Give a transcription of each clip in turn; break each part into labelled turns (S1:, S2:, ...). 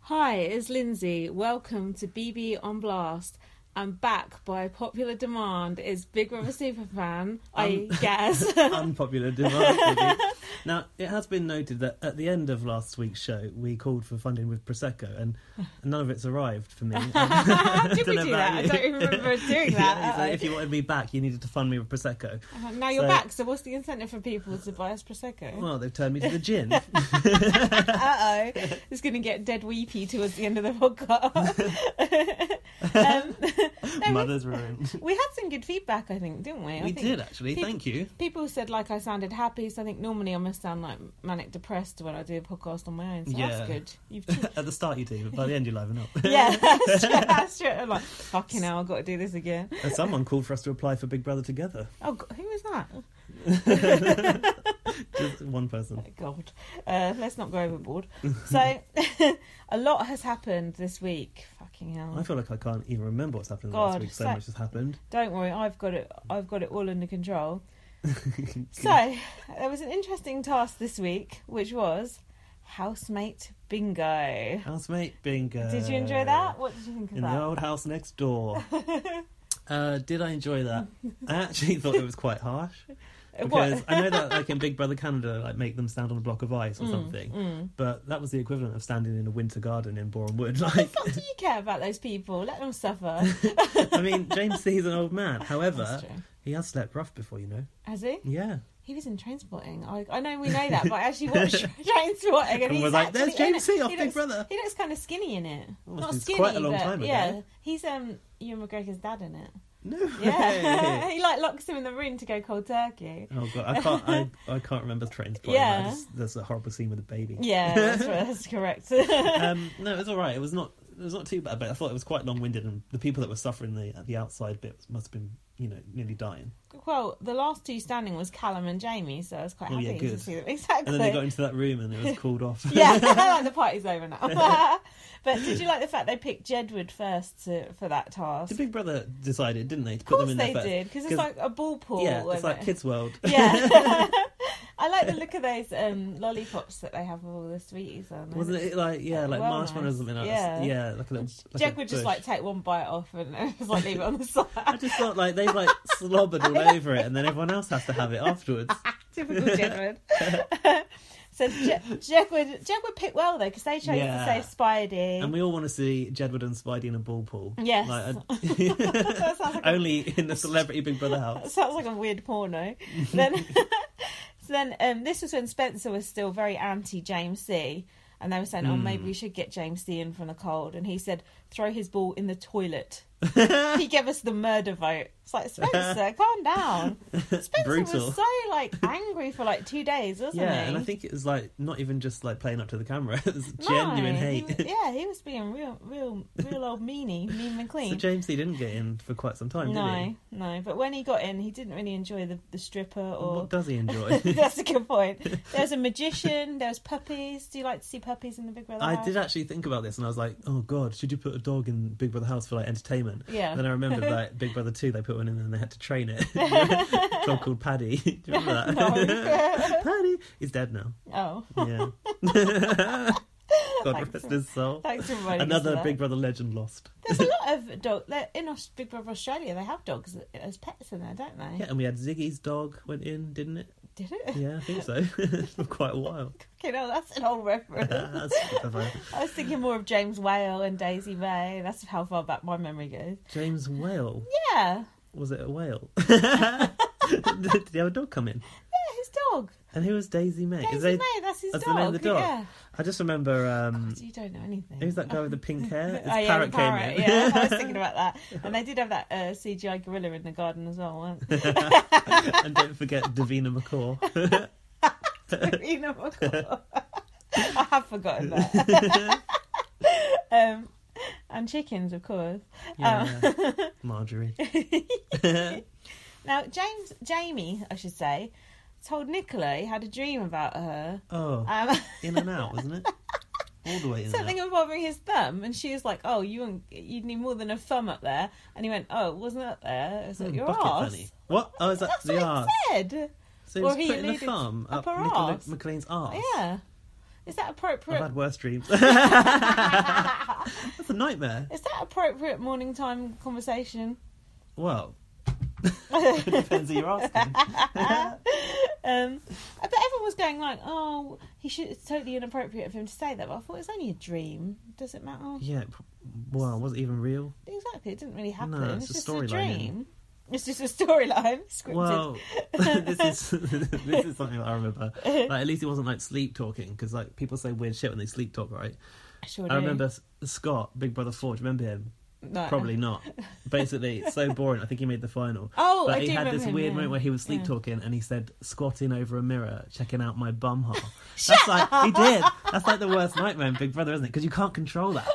S1: Hi, it's Lindsay. Welcome to BB on Blast. I'm back by popular demand. It's Big Brother Superfan,
S2: Um,
S1: I guess.
S2: Unpopular demand. Libby. now, it has been noted that at the end of last week's show, we called for funding with Prosecco, and none of it's arrived for me.
S1: Did we
S2: Dunno
S1: do
S2: about
S1: that? I
S2: you.
S1: don't remember us doing
S2: Yeah,
S1: that.
S2: so if you wanted me back, you needed to fund me with Prosecco.
S1: Uh, now you're
S2: so-
S1: back, so what's the incentive for people to buy us Prosecco?
S2: Well, they've turned me to the gin.
S1: Uh oh, it's going to get dead weepy towards the end of the podcast. um, no,
S2: Mother's ruined.
S1: we, we had some good feedback, I think, didn't we? I
S2: We
S1: think
S2: did, actually.
S1: people-
S2: Thank you.
S1: People said like I sounded happy, so I think normally I must sound like manic depressed when I do a podcast on my own. So
S2: Yeah.
S1: that's good. You've
S2: at the start, you do, but by the end, you liven up.
S1: yeah, that's true. That's true. I'm like fucking hell, I've got to do this again.
S2: And someone called for us to apply for Big Brother together.
S1: Oh, God, who was that?
S2: Just one person.
S1: Oh, God, uh, let's not go overboard. So a lot has happened this week. Fucking hell.
S2: I feel like I can't even remember what's happened last
S1: God,
S2: week. So
S1: so-
S2: much has happened.
S1: Don't worry, I've got it. I've got it all under control. so there was an interesting task this week, which was housemate bingo.
S2: Housemate bingo.
S1: Did you enjoy
S2: Uh,
S1: that? What did you think of
S2: in
S1: that?
S2: the old house next door. uh, did I enjoy that? I actually thought it was quite harsh because
S1: Uh, What?
S2: I know that like in Big Brother Canada, like make them stand on a block of ice or
S1: Mm,
S2: something,
S1: mm.
S2: but that was the equivalent of standing in a winter garden in Boreham Wood. Like,
S1: What do you care about those people? Let them suffer.
S2: I mean, James C is an old man. However,
S1: That's true.
S2: he has slept rough before, you know.
S1: Has he?
S2: Yeah,
S1: He was in Trainspotting. I, I know we know that, but I actually watched Trainspotting, and,
S2: And
S1: he's
S2: we're like, "There's
S1: actually in
S2: James
S1: it.
S2: C off
S1: He
S2: Big
S1: looks-
S2: Brother."
S1: He looks kind of skinny in it.
S2: Well,
S1: Not
S2: it's
S1: skinny,
S2: quite a long
S1: but
S2: time ago.
S1: yeah, he's um Ewan McGregor's dad in it.
S2: no.
S1: Yeah,
S2: way.
S1: he like locks him in the room to go cold turkey.
S2: Oh god, I can't. I, I can't remember trains.
S1: Yeah.
S2: Yeah, there's a horrible scene with a baby.
S1: Yeah, that's, right, that's correct.
S2: um, no, it was all right. It was not. It was not too bad, but I thought it was quite long-winded, and the people that were suffering the the outside bit must have been, you know, nearly dying.
S1: well, the last two standing was Callum and Jamie, so I was quite
S2: Oh,
S1: happy
S2: yeah,
S1: to
S2: good.
S1: see them. Exactly.
S2: And then they got into that room, and it was called off.
S1: yeah, like the party's over now. but did you like the fact they picked Jedward first to, for that task?
S2: the Big Brother decided, didn't they, to
S1: of
S2: put them
S1: course
S2: in
S1: they
S2: there first?
S1: did, because it's like
S2: 'Cause-
S1: a ball pool.
S2: yeah, it's
S1: wasn't
S2: like
S1: it?
S2: Kids World.
S1: Yeah. I like the look of those um, lollipops that they have with all the sweeties on.
S2: Wasn't it like yeah, like
S1: Well,
S2: marshmallows or something? Like,
S1: yeah.
S2: yeah, yeah, like a little. Like
S1: Jed
S2: a
S1: would just
S2: bush.
S1: like take one bite off and just like leave it on the
S2: I
S1: side.
S2: just thought like they like slobbered all over it, and then everyone else has to have it afterwards.
S1: Typical Jedward. so Je- Jed would Jed would pick well though because they chose
S2: Yeah.
S1: to say Spidey.
S2: And we all want to see Jedward and Spidey in a ball pool.
S1: Yes.
S2: Like, I-
S1: that sounds like a
S2: only in the celebrity Big Brother house.
S1: That sounds like a weird porno. then, so then um, this was when Spencer was still very anti James C. And they were saying, oh, maybe
S2: Hmm.
S1: we should get James C in from the cold. And he said, throw his ball in the toilet. he gave us the murder vote. It's like, Spencer, calm down. Spencer
S2: Brutal.
S1: was so, like, angry for, like, two days, wasn't
S2: Yeah,
S1: he?
S2: and I think it was like not even just like playing up to the camera. It was
S1: No,
S2: genuine
S1: he
S2: hate.
S1: was- yeah, he was being real, real, real old meanie, mean and
S2: so
S1: clean.
S2: James he didn't get in for quite some time, did
S1: no,
S2: he?
S1: no. But when he got in, he didn't really enjoy the, the stripper or...
S2: What does he enjoy?
S1: That's a good point. There's a magician. There's puppies. Do you like to see puppies in the Big Brother?
S2: I
S1: house?
S2: did actually think about this, and I was like, "Oh God, should you put a dog in Big Brother house for like entertainment?"
S1: Yeah.
S2: Then I remembered that Big Brother two, they put one in and they had to train it. a dog called Paddy. Do you remember that? Paddy, he's dead now.
S1: Oh,
S2: Yeah. God
S1: Thanks.
S2: rest his soul.
S1: thanks for reminding us of
S2: Another
S1: that.
S2: Big Brother legend lost.
S1: There's a lot of dogs in Aus- Big Brother Australia. They have dogs as pets in there, don't they?
S2: Yeah, and we had Ziggy's dog went in, didn't it?
S1: Did it?
S2: Yeah, I think so. For quite a while.
S1: Okay, no, that's an old reference.
S2: That's clever.
S1: I was thinking more of James Whale and Daisy May. That's how far back my memory goes.
S2: James Whale.
S1: Yeah,
S2: Was it a whale? Did he have a dog come in?
S1: yeah, his dog.
S2: And who was Daisy May?
S1: Daisy
S2: Is they-
S1: May. That's his
S2: that's the
S1: dog.
S2: name of the dog?
S1: Yeah.
S2: I just remember. Um,
S1: So you don't know anything.
S2: who's that guy with the pink hair? It's
S1: oh, yeah,
S2: Parrot,
S1: the parrot.
S2: came in.
S1: yeah, I was thinking about that. And they did have that uh, CGI gorilla in the garden as well, weren't they?
S2: and don't forget Davina McCaw.
S1: Rena McCall. I have forgotten that. um, and chickens, of course. Um,
S2: Yeah. Marjorie.
S1: Now, James, Jamie, I should say, told Nicola he had a dream about her.
S2: Oh,
S1: Um,
S2: in and out, wasn't it? All the way in and
S1: something
S2: out.
S1: involving his thumb, and she was like, "Oh, you wouldn't- you'd need more than a thumb up there." And he went, "Oh, it wasn't up there. It was at
S2: Hmm,
S1: your
S2: bucket
S1: ass."
S2: bunny. What? Oh, is that
S1: That's
S2: the
S1: what
S2: arse?
S1: he said.
S2: So
S1: Or
S2: he's
S1: he
S2: putting a
S1: alluded
S2: thumb
S1: up
S2: up,
S1: her
S2: Nicola
S1: arse.
S2: McLean's arse.
S1: Yeah. Is that
S2: I've
S1: appropriate?
S2: had worse dreams. That's a nightmare.
S1: Is that appropriate morning time conversation?
S2: Well, it depends who you're asking.
S1: Um, but everyone was going like, "Oh, he should." It's totally inappropriate of him to say that. But I thought it's only a dream. Does it matter?
S2: Yeah. p- Well, was it even real?
S1: Exactly, it didn't really happen.
S2: No,
S1: it's,
S2: it's a
S1: just a
S2: storyline, isn't it?
S1: dream. It's just a storyline scripted.
S2: Well, this is this is something that I remember. Like, at least it wasn't like sleep talking because like people say weird shit when they sleep talk, right?
S1: I sure do.
S2: I remember S- Scott, Big Brother Four. Do you remember him?
S1: No.
S2: Probably not. Basically, it's so boring. I think he made the final.
S1: Oh,
S2: but
S1: I
S2: he
S1: do
S2: had
S1: remember
S2: this
S1: him,
S2: weird
S1: yeah.
S2: moment where he was sleep
S1: Yeah.
S2: talking and he said, squatting over a mirror, checking out my bum hole. That's like, he did. That's like the worst nightmare in Big Brother, isn't it? Because you can't control that.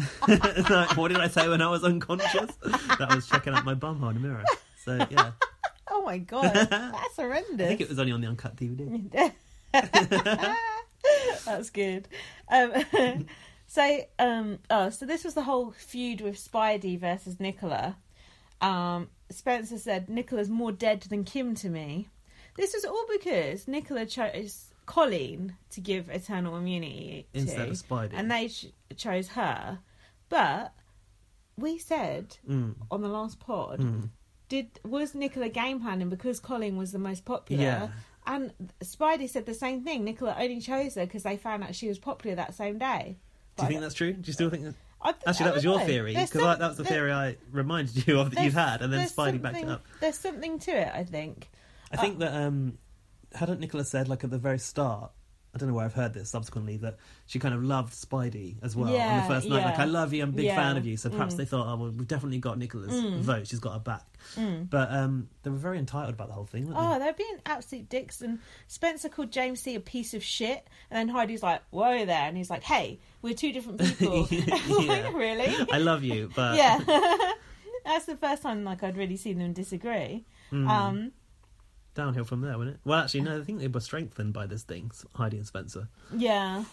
S2: It's like, what did I say when I was unconscious? That I was checking out my bum hole in a mirror. So, yeah.
S1: Oh my god, that's horrendous.
S2: I think it was only on the uncut DVD.
S1: That's good. Um, so, um, oh, so this was the whole feud with Spidey versus Nicola. Um, Spencer said Nicola's more dead than Kim to me. This was all because Nicola chose Colleen to give eternal immunity to,
S2: Instead of Spidey.
S1: and they ch- chose her. But we said
S2: Mm.
S1: on the last pod
S2: Mm.
S1: did was Nicola game planning because Colin was the most popular?
S2: Yeah.
S1: And Spidey said the same thing. Nicola only chose her because they found out she was popular that same day.
S2: Do you think that's true? Do you still think that?
S1: I-
S2: Actually,
S1: I
S2: that was
S1: don't
S2: your
S1: know.
S2: theory
S1: There's
S2: because
S1: some-
S2: that was the
S1: there-
S2: theory I reminded you of that
S1: there's-
S2: you'd had, and then
S1: there's
S2: Spidey backed it
S1: something-
S2: up.
S1: There's something to it, I think.
S2: I think that um, hadn't Nicola said like at the very start. I don't know where I've heard this subsequently that she kind of loved Spidey as well on
S1: Yeah,
S2: the first night. Like
S1: yeah.
S2: I love you, I'm a big
S1: Yeah.
S2: fan of you. So perhaps
S1: Mm.
S2: they thought, oh well, we've definitely got Nicola's vote. She's got her back.
S1: Mm.
S2: But um, they were very entitled about the whole thing, weren't
S1: Oh,
S2: they?
S1: they're being absolute dicks. And Spencer called James C a piece of shit. And then Heidi's like, whoa there. And he's like, hey, we're two different people.
S2: Yeah. Uh.
S1: like, really?
S2: I love you, but
S1: Oh, yeah. That's the first time like I'd really seen them disagree.
S2: Hmm.
S1: Um,
S2: downhill from there, wasn't it? Well, actually, no. I think they were strengthened by this thing, Heidi and Spencer.
S1: Yeah.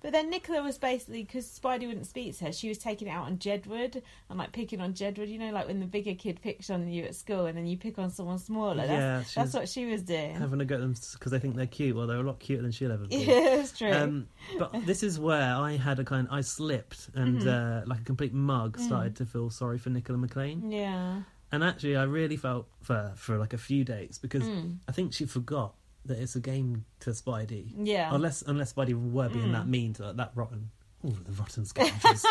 S1: But then Nicola was basically because Spidey wouldn't speak to her, she was taking it out on Jedward and like picking on Jedward. You know, like when the bigger kid picks on you at school and then you pick on someone smaller. That's,
S2: Yeah, she
S1: that's
S2: was
S1: what she was doing.
S2: Having a go at them because they think they're cute. Well, they're a lot cuter than she'll ever be.
S1: Yeah, that's true.
S2: Um, but this is where I had a kind. I slipped and
S1: Mm-hmm.
S2: uh, like a complete mug
S1: Mm.
S2: started to feel sorry for Nicola McLean.
S1: yeah.
S2: And actually, I really felt for for like a few dates because
S1: Mm.
S2: I think she forgot that it's a game to Spidey.
S1: Yeah. Mm.
S2: Unless unless Spidey were being that mean to that rotten. Ooh, the rotten scoundrels.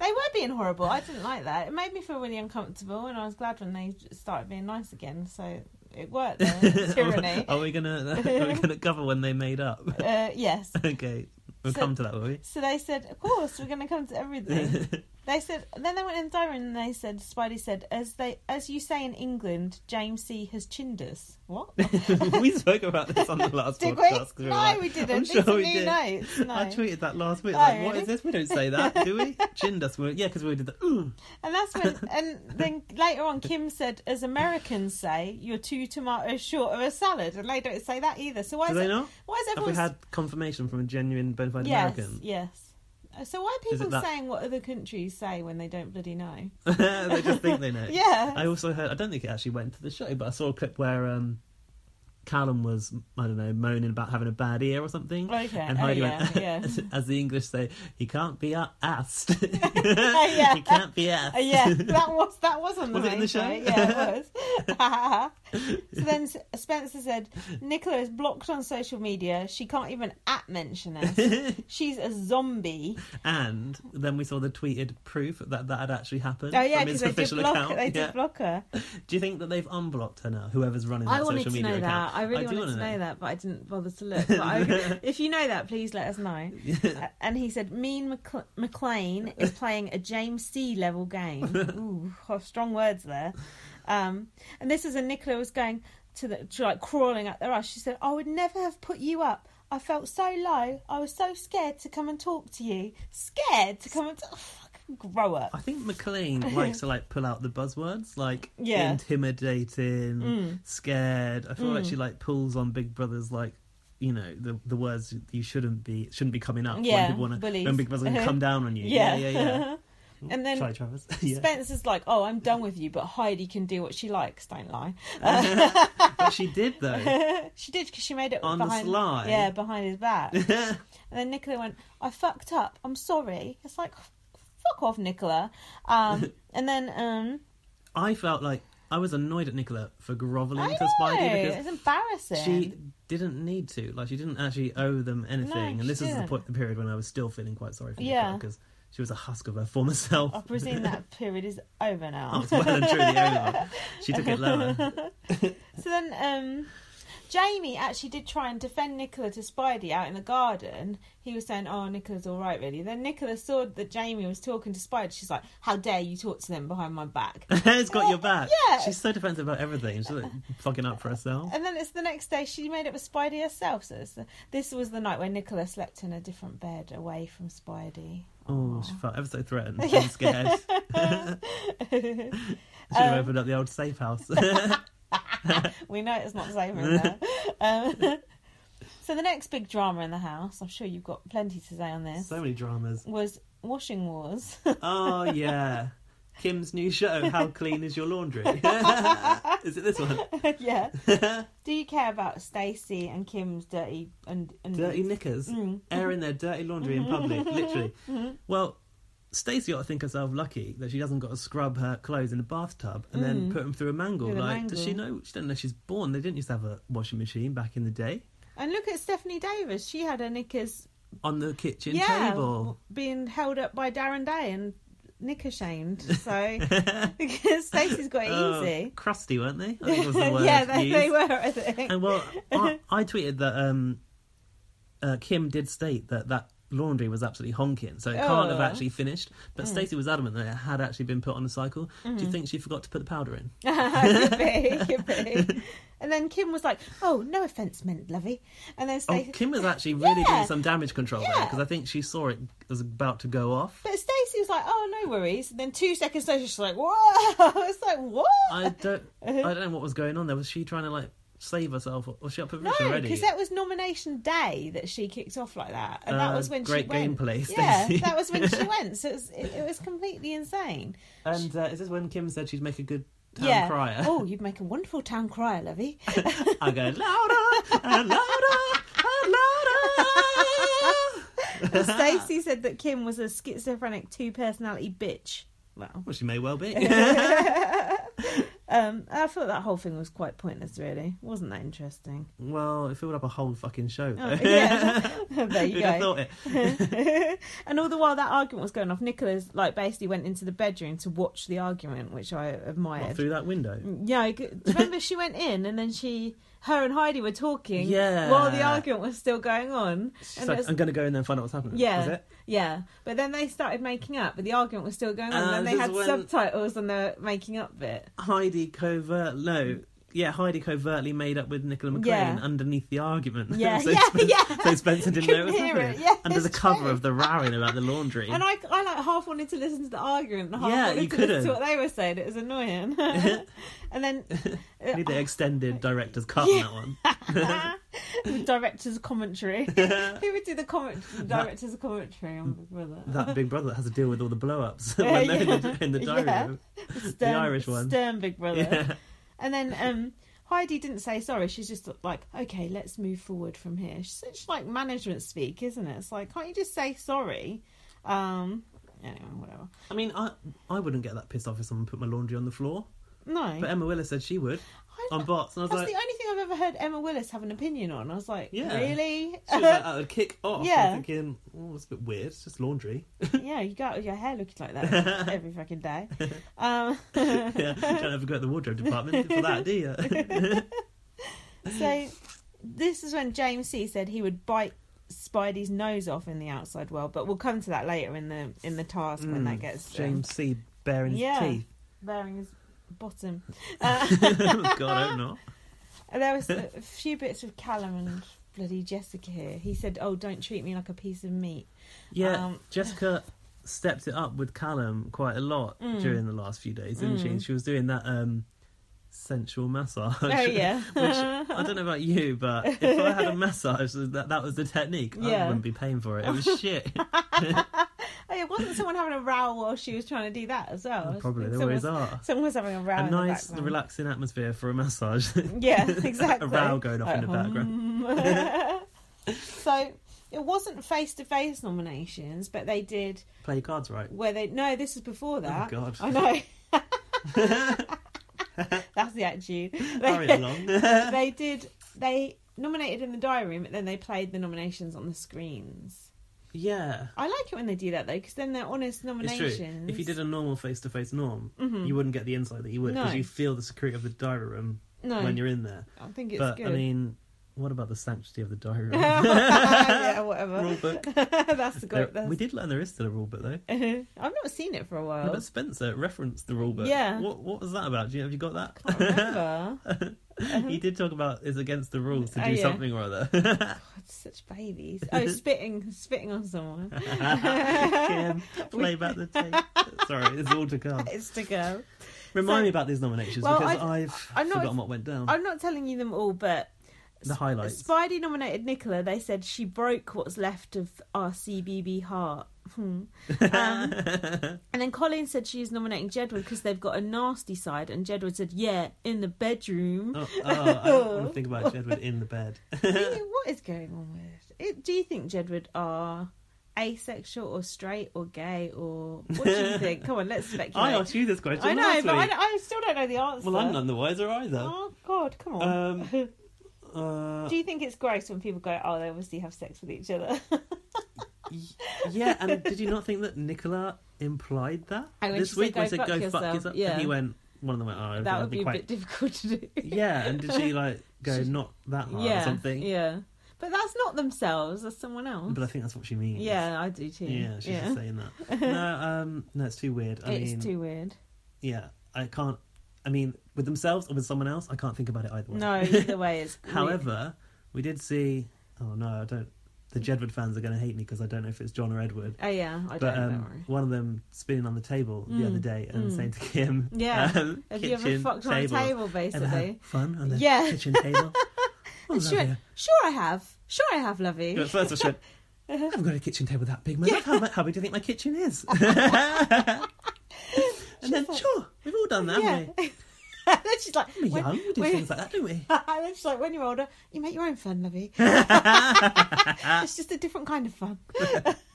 S1: They were being horrible. I didn't like that. It made me feel really uncomfortable, and I was glad when they started being nice again. So it worked. Though, tyranny.
S2: are we gonna are we gonna cover when they made up?
S1: Uh, yes.
S2: okay, we'll
S1: So-
S2: come to that, will we?
S1: So they said, "Of course, we're going to come to everything." They said then they went in the diary and they said Spidey said as they as you say in England James C has chinned us. What?
S2: we spoke about this on the last
S1: Did we?
S2: podcast. 'cause were
S1: No,
S2: like-
S1: we didn't.
S2: I'm
S1: These
S2: sure
S1: are
S2: we
S1: new
S2: did.
S1: notes. No.
S2: I tweeted that last week.
S1: Oh,
S2: like, what
S1: really?
S2: is this? We don't say that, do we? Chinned us. We- Yeah, because we did the ooh.
S1: And that's when and then later on Kim said as Americans say you're two tomatoes short of a salad and they don't say that either. So why
S2: Do
S1: is
S2: they
S1: it,
S2: not?
S1: why is
S2: Have we
S1: everyone
S2: had confirmation from a genuine bona fide
S1: yes
S2: American?
S1: yes. Uh, So why are
S2: Is it
S1: people
S2: that-
S1: saying what other countries say when they don't bloody know?
S2: they just think they know.
S1: Yeah.
S2: Uh, I also heard. I don't think it actually went to the show, but I saw a clip where um, Callum was I don't know moaning about having a bad ear or something.
S1: Okay.
S2: And
S1: Oh,
S2: Heidi went,
S1: yeah, yeah.
S2: as, as the English say, he can't be a- assed.
S1: yeah.
S2: He can't be assed.
S1: Uh, yeah, that was that was on the
S2: Was it in
S1: main
S2: the show?
S1: show, Yeah, it was. so then S- Spencer said, Nicola is blocked on social media. She can't even at mention us. She's a zombie.
S2: And then we saw the tweeted proof that that had actually happened
S1: Oh yeah,
S2: from
S1: because
S2: his
S1: they did
S2: official
S1: block.
S2: account.
S1: They did
S2: Yeah.
S1: block her.
S2: Do you think that they've unblocked her now? Whoever's running that
S1: I wanted
S2: social
S1: to
S2: media
S1: know
S2: account.
S1: that. I really
S2: do
S1: wanted to
S2: wanna
S1: know. that, but I didn't bother to look. But I, if you know that, please let us know. A- and he said, "Mean McC- McLean is playing a James C level game." Ooh, oh, strong words there. Um, and this is a Nicola was going to the to like crawling up their ass. She said, "I would never have put you up." I felt so low. I was so scared to come and talk to you. Scared to come and talk. Fucking grow up.
S2: I think McLean likes to like pull out the buzzwords like
S1: Yeah. Mm.
S2: intimidating, scared. I feel like she like pulls on Big Brother's like you know the the words you shouldn't be shouldn't be coming up
S1: Yeah,
S2: when people want to
S1: bullies.
S2: when Big Brother's going to come down on you.
S1: Yeah,
S2: yeah, yeah. yeah.
S1: And then
S2: Charlie Travers. yeah.
S1: Spencer's like, "Oh, I'm done with you," but Heidi can do what she likes. Don't lie.
S2: but she did though.
S1: she did because she made it
S2: Oh. On the
S1: behind,
S2: sly.
S1: Yeah, behind his back. and then Nicola went, "I fucked up. I'm sorry." It's like, "Fuck off, Nicola." Um, and then um,
S2: I felt like I was annoyed at Nicola for groveling
S1: I know,
S2: to Spidey because
S1: it's embarrassing.
S2: she didn't need to. Like she didn't actually owe them anything.
S1: she
S2: and this is the
S1: didn't.
S2: point, the period when I was still feeling quite sorry for
S1: Yeah.
S2: Nicola because she was a husk of her former self.
S1: I presume that period is over
S2: I
S1: now.
S2: was well and truly over. She took it lower.
S1: So then, um, Jamie actually did try and defend Nicola to Spidey out in the garden. He was saying, "Oh, Nicola's all right, really." Then Nicola saw that Jamie was talking to Spidey. She's like, "How dare you talk to them behind my back?"
S2: it's got your back.
S1: Yeah.
S2: She's so defensive about everything. She's like fucking up for herself.
S1: And then it's the next day she made it with Spidey herself. So it's this was the night when Nicola slept in a different bed away from Spidey.
S2: Oh, she felt ever so threatened and scared. Should have
S1: Um,
S2: opened up the old safe house.
S1: We know it's not safe in there. um, so the next big drama in the house, I'm sure you've got plenty to say on this,
S2: so many dramas.
S1: was washing wars.
S2: Oh yeah. Kim's new show, How Clean Is Your Laundry? is it this one?
S1: yeah. Do you care about Stacey and Kim's dirty and, and Mm.
S2: Dirty knickers airing their dirty laundry in public, literally.
S1: Mm-hmm.
S2: Well, Stacey ought to think herself lucky that she hasn't got to scrub her clothes in a bathtub and then put them through a mangle.
S1: With Mm. a
S2: like, does she
S1: mangle.
S2: know? She doesn't know she's born. They didn't used to have a washing machine back in the day
S1: And look at Stephanie Davis. She had her knickers
S2: on the kitchen
S1: yeah
S2: table.
S1: being held up by Darren Day and knicker shamed. So because Stacey's got it
S2: Oh,
S1: easy.
S2: crusty, weren't they? I think was the word
S1: yeah, they,
S2: used.
S1: they were. I think.
S2: And well, I, I tweeted that um, uh, Kim did state that that laundry was absolutely honking, so it can't have
S1: Oh.
S2: actually finished. But Stacey was adamant that it had actually been put on a cycle. Do
S1: Hmm.
S2: you think she forgot to put the powder in?
S1: could be, could be. And then Kim was like, "Oh, no offense meant, lovey." And then
S2: Oh,
S1: Stacey,
S2: Kim was actually really
S1: Yeah.
S2: doing some damage control there
S1: Yeah.
S2: because I think she saw it was about to go off.
S1: but Stacey was like, "Oh, no worries." And then two seconds later, she's like, "Whoa!" It's like, "What?"
S2: I don't, I
S1: Uh-huh.
S2: don't know what was going on there. Was she trying to like save herself, or was she up for
S1: No,
S2: position already?
S1: because that was nomination day that she kicked off like that, and that
S2: Uh,
S1: was when
S2: great
S1: she went.
S2: gameplay,
S1: yeah,
S2: Stacey.
S1: that was when she went. So it was, it, it was completely insane.
S2: And uh, is this when Kim said she'd make a good town
S1: yeah.
S2: crier?
S1: Oh, you'd make a wonderful town crier, Lovey.
S2: I go louder and louder and louder.
S1: Stacey said that Kim was a schizophrenic two personality bitch. Well,
S2: Well, she may well be.
S1: um, I thought that whole thing was quite pointless, really. Wasn't that interesting?
S2: well, it filled up a whole fucking show.
S1: Oh, yeah. there you
S2: Who'd
S1: go.
S2: have thought it?
S1: and all the while that argument was going off, Nicholas like basically went into the bedroom to watch the argument, which I
S2: What,
S1: admired. Mm,
S2: through that window.
S1: Yeah, I g- do you remember she went in and then she, her and Heidi were talking
S2: Yeah.
S1: while the argument was still going on.
S2: She's
S1: and it
S2: like,
S1: was-
S2: I'm going to go in there and find out what's happening.
S1: yeah,
S2: Was it?
S1: yeah. But then they started making up, but the argument was still going on. and
S2: Uh,
S1: then
S2: this
S1: they had
S2: is when-
S1: subtitles on the making up bit.
S2: Heidi covert. No. Yeah, Heidi covertly made up with Nicola McLean
S1: Yeah.
S2: underneath the argument.
S1: Yeah,
S2: so
S1: yeah,
S2: Spencer,
S1: yeah.
S2: So Spencer didn't know it was
S1: Couldn't hear it.
S2: happening.
S1: Yeah,
S2: Under the
S1: it's
S2: cover
S1: true.
S2: of the rowing about the laundry.
S1: And I, I like half wanted to listen to the argument, and half
S2: Yeah,
S1: wanted
S2: you
S1: to listen to
S2: couldn't.
S1: what they were saying. It was annoying. and then
S2: need the extended director's cut
S1: Yeah.
S2: on
S1: the uh, director's commentary. Who would do the comment? Director's commentary on Big Brother.
S2: that one. That Big Brother has to deal with all the blow ups
S1: Yeah,
S2: when they're
S1: Uh,
S2: in,
S1: yeah.
S2: the, in the diary
S1: Yeah.
S2: room.
S1: Stern-
S2: Irish one.
S1: Stern Big Brother.
S2: Yeah.
S1: And then um, Heidi didn't say sorry. She's just like, okay, let's move forward from here. She's such like management speak, isn't it? It's like, can't you just say sorry? Um, anyway, whatever.
S2: I mean, I I wouldn't get that pissed off if someone put my laundry on the floor.
S1: No.
S2: But Emma Willis said she would
S1: I-
S2: on bots, and I was
S1: that's
S2: like,
S1: the only thing I've ever heard Emma Willis have an opinion on. I was like,
S2: Yeah.
S1: really?
S2: she was like, that would kick off.
S1: Yeah.
S2: I'm thinking, oh, it's a bit weird. It's just laundry.
S1: yeah, you got your hair looking like that every fucking day. Um,
S2: yeah, you don't have to go to the wardrobe department for that, do you?
S1: So this is when James C said he would bite Spidey's nose off in the outside world, but we'll come to that later in the in the task when that gets um,
S2: Mm, James C. baring his
S1: Yeah.
S2: teeth.
S1: bearing his bottom.
S2: God, I hope not.
S1: And there was a few bits with Callum and bloody Jessica here. He said, "Oh, don't treat me like a piece of meat."
S2: Yeah,
S1: Um,
S2: Jessica stepped it up with Callum quite a lot
S1: Mm.
S2: during the last few days, didn't she? She was doing that um, sensual massage.
S1: Oh yeah,
S2: Which I don't know about you, but if I had a massage, that, that was the technique. I
S1: Yeah. Oh,
S2: wouldn't be paying for it. It was shit.
S1: I it wasn't someone having a row while she was trying to do that as well. I
S2: Probably
S1: think
S2: there
S1: someone
S2: always
S1: was-
S2: are.
S1: Someone was having a row.
S2: A
S1: in the
S2: nice,
S1: background.
S2: relaxing atmosphere for a massage.
S1: Yeah, exactly.
S2: a row going off in the
S1: Like,
S2: background.
S1: "Hmm." so it wasn't face to face nominations, but they did
S2: Play your cards right.
S1: where they no, this is before mm. that.
S2: Oh, God.
S1: I know. That's the attitude.
S2: Hurry
S1: They,
S2: along.
S1: they did. They nominated in the diary room, but then they played the nominations on the screens.
S2: yeah.
S1: I like it when they do that though, because then they're honest
S2: It's
S1: nominations.
S2: true. If you did a normal face to face norm, you wouldn't get the insight that you would because
S1: Mm-hmm. No.
S2: you feel the security of the diary room
S1: no,
S2: when you're in there.
S1: I think it's
S2: but
S1: good.
S2: I mean, what about the sanctity of the diary room?
S1: yeah, whatever.
S2: Rule book.
S1: that's the
S2: There-
S1: goal. That's...
S2: we did learn there is still a rule book though.
S1: I've not seen it for a while.
S2: No, but Spencer referenced the rule book.
S1: Yeah.
S2: What, what was that about? Do you, have you got
S1: I
S2: that?
S1: remember. Uh-huh.
S2: you did talk about it's against the rules to
S1: Oh,
S2: do
S1: yeah.
S2: something or other.
S1: God, such babies. Oh, spitting, spitting on someone.
S2: Kim, play back the tape. Sorry, it's all to come.
S1: It's to go.
S2: Remind
S1: So-
S2: me about these nominations
S1: Well,
S2: because
S1: I-
S2: I've,
S1: I'm not-
S2: forgotten what went down.
S1: I'm not telling you them all, but
S2: the highlights.
S1: Spidey nominated Nicola. They said she broke what's left of our CBB heart. Hmm. Um, and then Colin said she's nominating Jedward because they've got a nasty side, and Jedward said, "Yeah, in the bedroom."
S2: Oh, oh, I don't want to think about Jedward in the bed.
S1: Really, what is going on with it? Do you think Jedward are asexual or straight or gay or what do you think? Come on, let's
S2: I
S1: speculate.
S2: asked you this question
S1: I know,
S2: last
S1: but I,
S2: week.
S1: I still don't know the answer.
S2: Well, I'm none the wiser either.
S1: Oh God, come on.
S2: Um, uh,
S1: do you think it's gross when people go, "Oh, they obviously have sex with each other"?
S2: yeah, and did you not think that Nicola implied that
S1: And when
S2: this
S1: she said,
S2: week? when
S1: "Go fuck
S2: "Go fuck
S1: yourself,"
S2: yourself,"
S1: yeah.
S2: and he went. One of them went, "Oh, okay,
S1: that would be a
S2: quite."
S1: bit difficult to do.
S2: Yeah, and did she like go not that hard
S1: yeah,
S2: or something?
S1: Yeah, but that's not themselves. That's someone else.
S2: But I think that's what she means.
S1: yeah, I do too.
S2: Yeah, she's just saying that. No, um, no, it's too weird. I
S1: it's
S2: mean,
S1: too weird.
S2: yeah, I can't. I mean, with themselves or with someone else, I can't think about it either way.
S1: No, either way, it's
S2: However, we did see. Oh no, I don't. The Jedward fans are going to hate me because I don't know if it's John or Edward.
S1: Oh yeah, I
S2: But
S1: don't.
S2: um,
S1: don't worry.
S2: one of them spinning on the table the other day and saying to Kim,
S1: mm. Yeah.
S2: um,
S1: Have
S2: kitchen,
S1: you ever fucked on a table,
S2: Ever had
S1: basically?
S2: fun on the
S1: Yeah.
S2: kitchen table? Oh,
S1: And she went,
S2: lovely.
S1: sure I have. Sure I have, lovey.
S2: But first I said, I
S1: Uh-huh.
S2: haven't got a kitchen table that big, man. How, mu- how big do you think my kitchen is? and then, sure, we've all done that,
S1: yeah.
S2: haven't
S1: and then she's like,
S2: we? We're
S1: when,
S2: young, we do
S1: when-
S2: things like that, don't we?
S1: and then she's like, when you're older, you make your own fun, lovey. it's just a different kind of fun.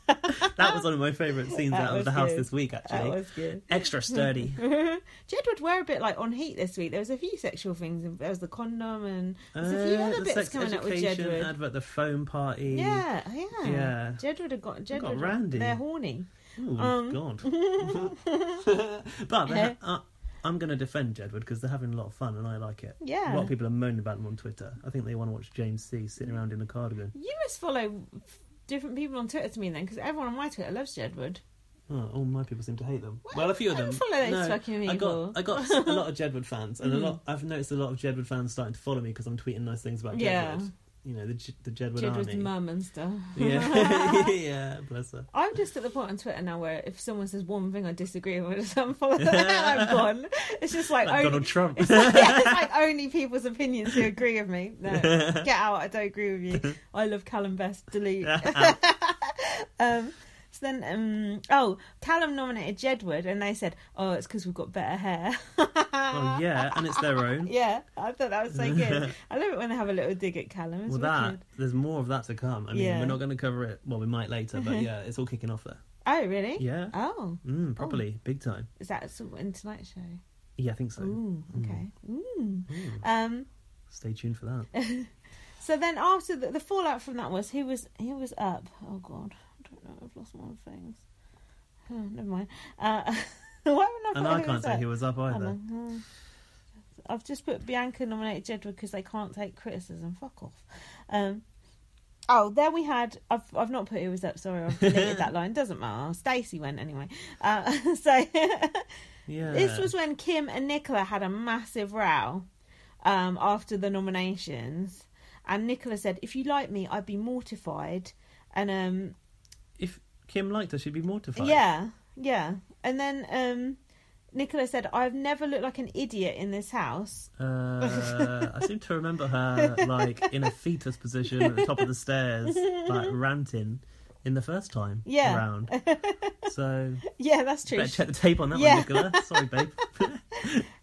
S2: That was one of my favourite scenes
S1: That
S2: out
S1: was
S2: of the house
S1: good.
S2: this week,
S1: That
S2: actually.
S1: was good.
S2: Extra sturdy.
S1: Jedward were a bit like on heat this week. There was a few sexual things. and There was the condom and there's a few
S2: Uh,
S1: other
S2: the
S1: bits
S2: sex
S1: coming up with
S2: education
S1: Jedward.
S2: advert, the foam party.
S1: yeah, yeah,
S2: Yeah.
S1: Jedward have got Jedward.
S2: got Randy.
S1: They're horny.
S2: Oh
S1: Um.
S2: God! but they ha- uh, I'm going to defend Jedward because they're having a lot of fun and I like it.
S1: Yeah.
S2: A lot of people are moaning about them on Twitter. I think they want to watch James C sitting around in a cardigan.
S1: You must follow f- different people on Twitter to me then, because everyone on my Twitter loves Jedward.
S2: Oh, all my people seem to hate them. Well, a few of
S1: I
S2: them.
S1: don't follow those
S2: no,
S1: fucking
S2: I
S1: people. Mm.
S2: got I got a lot of Jedward fans, and a lot. I've noticed a lot of Jedward fans starting to follow me because I'm tweeting nice things about Jedward.
S1: Yeah.
S2: You know the J- the Jedward
S1: Jedward's
S2: army.
S1: mum and stuff.
S2: yeah, yeah, bless her.
S1: I'm just at the point on Twitter now where if someone says one thing I disagree with, I just unfollow them and I'm gone. It's just like,
S2: Like
S1: only,
S2: Donald Trump.
S1: it's like, it's like only people's opinions who agree with me.
S2: Oh,
S1: No, get out. I don't agree with you. I love Callum best. Delete. um, so then, um, oh, Callum nominated Jedward, and they said, "Oh, it's because we've got better hair."
S2: oh yeah, and it's their own.
S1: Yeah, I thought that was so good. I love it when they have a little dig at Callum. It's
S2: Well, that
S1: wicked.
S2: there's more of that to come. I mean,
S1: Yeah.
S2: we're not going to cover it. Well, we might later, but yeah, it's all kicking off there.
S1: Oh, really?
S2: Yeah,
S1: Oh,
S2: mm, properly, big time.
S1: is that sort of in tonight's show?
S2: Yeah, I think so.
S1: Ooh, okay. Mm. Um.
S2: Stay tuned for that.
S1: So then, after the, the fallout from that was who was who was up? Oh God, I don't know. I've lost my things. Oh, never mind. Uh, why would I? put
S2: And I
S1: who
S2: can't
S1: was
S2: say
S1: up?
S2: who was up
S1: Hang
S2: either.
S1: on, hang on. I've just put Bianca nominated Jedward because they can't take criticism. Fuck off. Um, oh, then we had. I've I've not put who was up. Sorry, I've deleted that line. Doesn't matter. Stacey went anyway. Uh, so
S2: Yeah,
S1: this was when Kim and Nicola had a massive row um, after the nominations, and Nicola said, "If you like me, I'd be mortified." And um,
S2: if Kim liked her, she'd be mortified.
S1: yeah, yeah. And then um, Nicola said, "I've never looked like an idiot in this house."
S2: Uh, I seem to remember her like in a fetus position at the top of the stairs, like ranting in the first time
S1: Yeah.
S2: around. So
S1: Yeah, that's true.
S2: better check the tape on that
S1: Yeah.
S2: one, Nicola. Sorry, babe.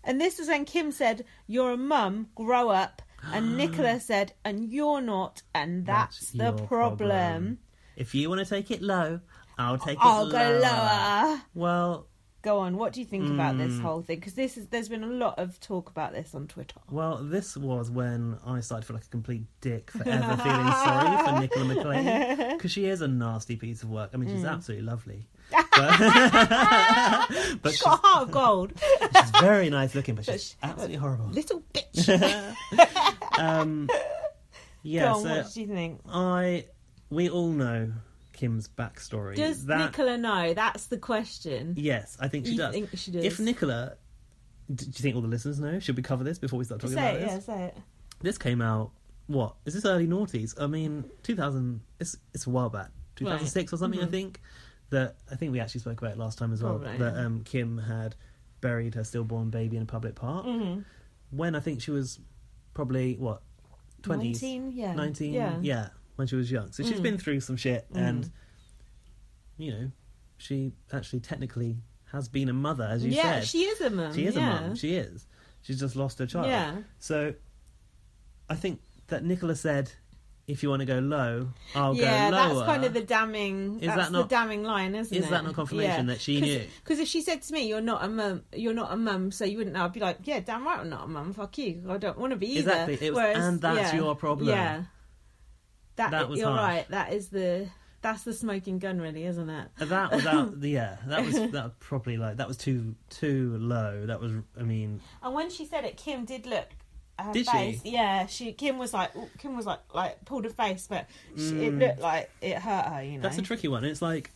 S1: And this is when Kim said, You're a mum, grow up. And Nicola said, And you're not. And that's,
S2: your
S1: the problem.
S2: If you want to take it low, I'll take it
S1: I'll go
S2: lower.
S1: lower.
S2: Well,
S1: Go on. What do you think about this
S2: Mm.
S1: whole thing? Because this is there's been a lot of talk about this on Twitter.
S2: well, this was when I started to feel like a complete dick for ever feeling sorry for Nicola McLean because she is a nasty piece of work. I mean, she's
S1: Mm.
S2: absolutely lovely, but, but
S1: She's
S2: she's,
S1: got a heart of gold,
S2: she's very nice looking, but
S1: But
S2: she's
S1: she-
S2: absolutely horrible.
S1: little bitch.
S2: Um, yeah,
S1: go on.
S2: so
S1: what do you think?
S2: I we all know Kim's backstory.
S1: Does
S2: That-
S1: Nicola know? That's the question.
S2: Yes, I think she
S1: You
S2: does.
S1: think she does?
S2: If Nicola, d- do you think all the listeners know? Should we cover this before we start talking
S1: say
S2: about
S1: it.
S2: this?
S1: Yeah, say it.
S2: This came out. What is this? Early noughties? I mean, two thousand. It's it's a while back. Two thousand six or something. I think that I think we actually spoke about it last time as well.
S1: Mm-hmm. Probably,
S2: That
S1: yeah.
S2: um, Kim had buried her stillborn baby in a public park
S1: Mm-hmm.
S2: when I think she was probably what twenties.
S1: 19, yeah.
S2: 19
S1: Yeah.
S2: yeah. when she was young so she's
S1: Mm.
S2: been through some shit
S1: Mm.
S2: and you know she actually technically has been a mother as you
S1: Yeah,
S2: said
S1: she is a mum.
S2: She is
S1: yeah.
S2: a mum she is she's just lost her child
S1: Yeah.
S2: so i think that nicola said if you want to go low i'll
S1: yeah,
S2: go lower
S1: that's kind of the damning.
S2: Is
S1: that's
S2: that not-
S1: the damning line, isn't it?
S2: is that not confirmation that she knew?
S1: Because if she said to me, "You're not a mum, you're not a mum," so you wouldn't know, I'd be like, "Yeah, damn right, I'm not a mum. Fuck you. I don't want to be either."
S2: Exactly. It was, "And that's your problem."
S1: Yeah, that,
S2: That was
S1: you're
S2: harsh.
S1: right. That is the that's the smoking gun, really, isn't it?
S2: Uh, that was out yeah that was that was probably like that was too too low that was i mean
S1: And when she said it, Kim did look. at Her
S2: Did she?
S1: face. Yeah, she Kim was like Kim was like like pulled her face, but she, it
S2: Mm.
S1: looked like it hurt her. You know,
S2: That's a tricky one. It's like,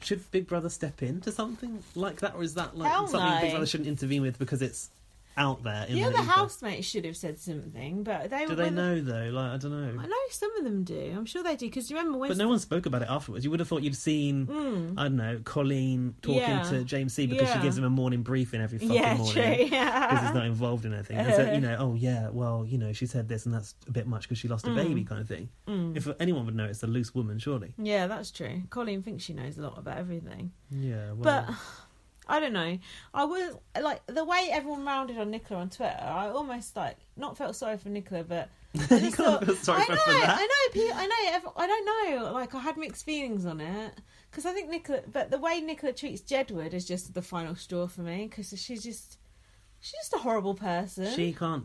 S2: should Big Brother step into something like that, or is that like
S1: Hell
S2: something
S1: no.
S2: Big Brother shouldn't intervene with because it's out there? In
S1: the other
S2: ether?
S1: housemates should have said something, but they
S2: Do
S1: were.
S2: they
S1: with-
S2: know though? Like I don't
S1: I
S2: know.
S1: know some of them do. I'm sure they do because you remember when
S2: But no one spoke about it afterwards. You would have thought you'd seen, I don't know, Colleen talking
S1: Mm. Yeah.
S2: to James C because
S1: Yeah.
S2: she gives him a morning briefing every fucking
S1: yeah,
S2: morning. eh?
S1: true.
S2: Because he's
S1: Yeah.
S2: not involved in anything. And so, you know, oh yeah, well, you know, she said this and that's a bit much because she lost a
S1: Mm.
S2: baby kind of thing. If anyone would know, it's a loose woman, surely.
S1: yeah, that's true. Colleen thinks she knows a lot about everything,
S2: Yeah, well.
S1: but I don't know. I was like the way everyone rounded on Nicola on Twitter. I almost like not felt sorry for Nicola, but I
S2: you
S1: just
S2: can't
S1: thought-
S2: feel sorry
S1: I
S2: for
S1: know,
S2: her for that.
S1: I know, pe- I know. ev- I don't know. Like I had mixed feelings on it because I think Nicola, but the way Nicola treats Jedward is just the final straw for me because she's just she's just a horrible person.
S2: She can't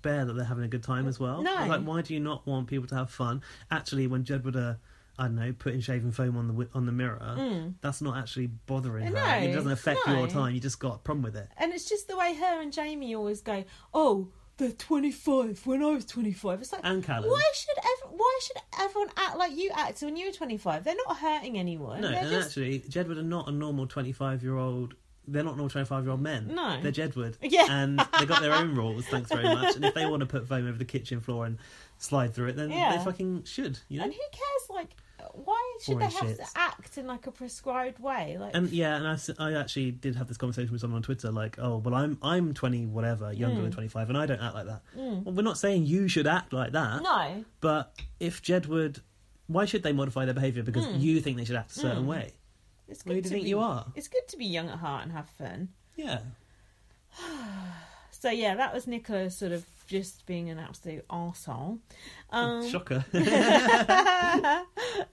S2: bear that they're having a good time as well.
S1: No.
S2: I was like, why do you not want people to have fun? Actually, when Jed would, uh, I don't know, putting shaving foam on the wi- on the mirror, that's not actually bothering
S1: Mm. No,
S2: her. It doesn't affect
S1: no.
S2: your time. You just got a problem with it.
S1: And it's just the way her and Jamie always go, oh, they're 25 when I was 25. It's like,
S2: And Callum.
S1: why should ev- why should everyone act like you acted when you were 25? They're not hurting anyone.
S2: No,
S1: they're
S2: and
S1: just,
S2: actually, Jedward are not a normal 25 year old. They're not normal 25 year old men.
S1: No.
S2: They're Jedward.
S1: Yeah.
S2: And they got their own rules, thanks very much. And if they want to put foam over the kitchen floor and slide through it, then
S1: Yeah.
S2: they fucking should, you know?
S1: And who cares, like, why should
S2: Boring
S1: they have
S2: shits.
S1: to act in, like, a prescribed way? Like,
S2: And yeah, and I s- I, actually did have this conversation with someone on Twitter, like, oh, well, I'm I'm 20 whatever, younger
S1: Hmm.
S2: than 25, and I don't act like that. Well, we're not saying you should act like that,
S1: no.
S2: but if Jedward, why should they modify their behaviour because
S1: Hmm.
S2: you think they should act a certain way?
S1: It's good
S2: Where do you
S1: to
S2: think
S1: be,
S2: you are?
S1: It's good to be young at heart and have fun.
S2: Yeah,
S1: So, yeah, that was Nicola sort of just being an absolute arsehole. Um,
S2: shocker.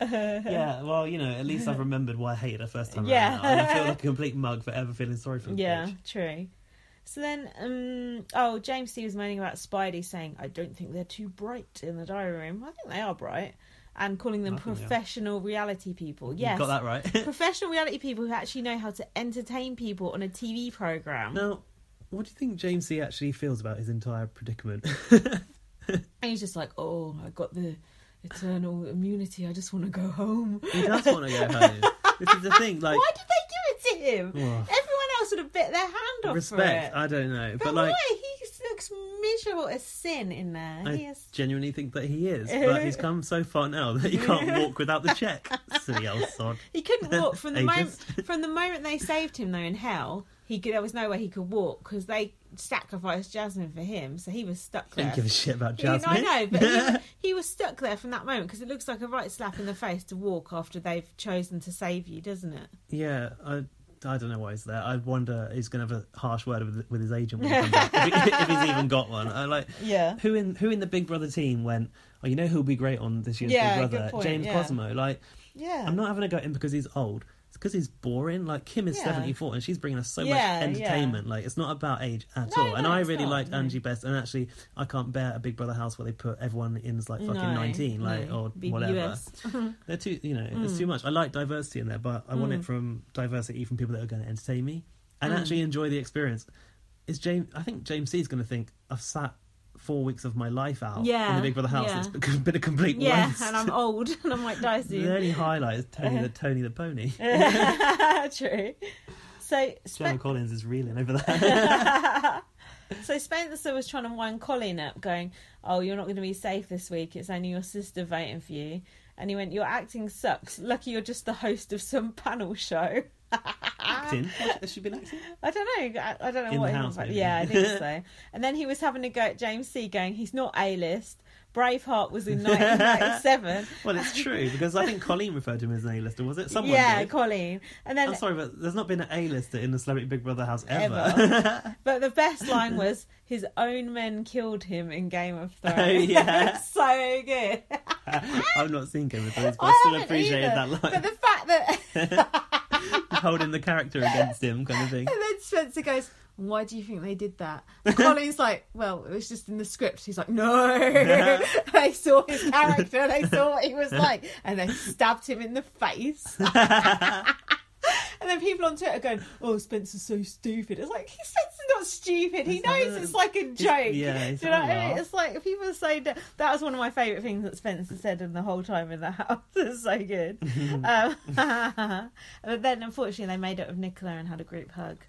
S2: yeah, well, you know, at least I've remembered why I hated her first time.
S1: Yeah.
S2: around. I feel like a complete mug for ever feeling sorry for the
S1: Yeah,
S2: bitch.
S1: true. So then, um, oh, James C was moaning about Spidey, saying, "I don't think they're too bright in the diary room. I think they are bright," and calling them
S2: I think they are.
S1: professional reality people. Yes,
S2: You got that right.
S1: professional reality people who actually know how to entertain people on a TV program.
S2: now, what do you think James C actually feels about his entire predicament?
S1: And he's just like, "Oh, I got the eternal immunity. I just want to go home."
S2: he does want to go home. This is the thing, like.
S1: Why did they give it to him?
S2: Oh.
S1: Everyone else would have bit their hand off
S2: respect.
S1: for it.
S2: I don't know,
S1: But,
S2: but, like,
S1: why? He looks miserable as sin in there.
S2: I
S1: he is
S2: genuinely think that he is. But he's come so far now that you can't walk without the check. Silly old sod.
S1: He couldn't walk from the moment
S2: Ageist.
S1: from the moment they saved him though in hell. he could, there was no way he could walk because they sacrificed Jasmine for him, so he was stuck there.
S2: Don't give a shit about
S1: You know,
S2: Jasmine.
S1: I know, but he, was- he was stuck there from that moment because it looks like a right slap in the face to walk after they've chosen to save you, doesn't it?
S2: yeah, I, I don't know why he's there. I wonder he's going to have a harsh word with, with his agent when he comes back, if, he- if he's even got one. I like
S1: Yeah.
S2: who in who in the Big Brother team went. Oh, you know who'll be great on this year's
S1: Yeah,
S2: Big
S1: good
S2: Brother?
S1: point,
S2: James
S1: yeah.
S2: Cosmo. Like,
S1: Yeah.
S2: I'm not having a go at him because he's old. It's because he's boring. Like Kim is
S1: Yeah.
S2: 74 and she's bringing us so
S1: Yeah,
S2: much entertainment. Like it's not about age at
S1: No,
S2: all. And
S1: no,
S2: I
S1: it's
S2: really
S1: not,
S2: liked
S1: no.
S2: Angie Best. And actually, I can't bear a Big Brother house where they put everyone in as like fucking
S1: No,
S2: 19, like
S1: no.
S2: or
S1: Be
S2: whatever.
S1: US.
S2: They're too, you know,
S1: Hmm.
S2: it's too much. I like diversity in there, but I want it from diversity from people that are going to entertain me
S1: Hmm.
S2: and actually enjoy the experience. Is James? I think James C is going to think I've sat four weeks of my life out in
S1: Yeah,
S2: the Big Brother house.
S1: yeah.
S2: It's become- been a complete
S1: Yeah,
S2: waste.
S1: and I'm old and I might die soon.
S2: the only highlight is Tony
S1: Uh-huh.
S2: the Tony the Pony.
S1: True. So,
S2: Gemma
S1: Spen-
S2: Collins is reeling over that.
S1: so Spencer was trying to wind Colin up, going, "Oh, you're not going to be safe this week. It's only your sister voting for you." And he went, "Your acting sucks. Lucky you're just the host of some panel show."
S2: acting.
S1: Ah,
S2: What- Has she been acting?
S1: I don't know. I, I don't know
S2: In
S1: what.
S2: the
S1: he
S2: house,
S1: was like.
S2: maybe.
S1: Yeah, I think so. And then he was having a go at James C, going, "He's not A list. Braveheart was in 1997."
S2: Well, it's true because I think Colleen referred to him as an A-lister, was it? Someone
S1: yeah,
S2: did.
S1: Colin. And then
S2: I'm sorry, but there's not been an A-lister in the Celebrity Big Brother house ever.
S1: Ever. But the best line was his own men killed him in Game of Thrones.
S2: Oh, yeah.
S1: It was so good.
S2: I've not seen Game of Thrones, but I,
S1: I
S2: still
S1: haven't
S2: appreciated
S1: either,
S2: that line.
S1: But the fact that and
S2: holding the character against him kind of thing.
S1: then Spencer goes, "Why do you think they did that?" And Colin's like, "Well, it was just in the script." He's like, "No, they saw his character. They saw what he was like, and they stabbed him in the face." And then people on Twitter going, "Oh, Spencer's so stupid." It's like he's Spencer's not stupid. He
S2: He's
S1: knows
S2: not-
S1: it's like a joke.
S2: yeah, he's
S1: Do you know
S2: not
S1: what I mean?
S2: laugh.
S1: It's like people are so. d- That was one of my favourite things that Spencer said in the whole time in the house. It's so good. um, but then, unfortunately, they made it with Nicola and had a group hug.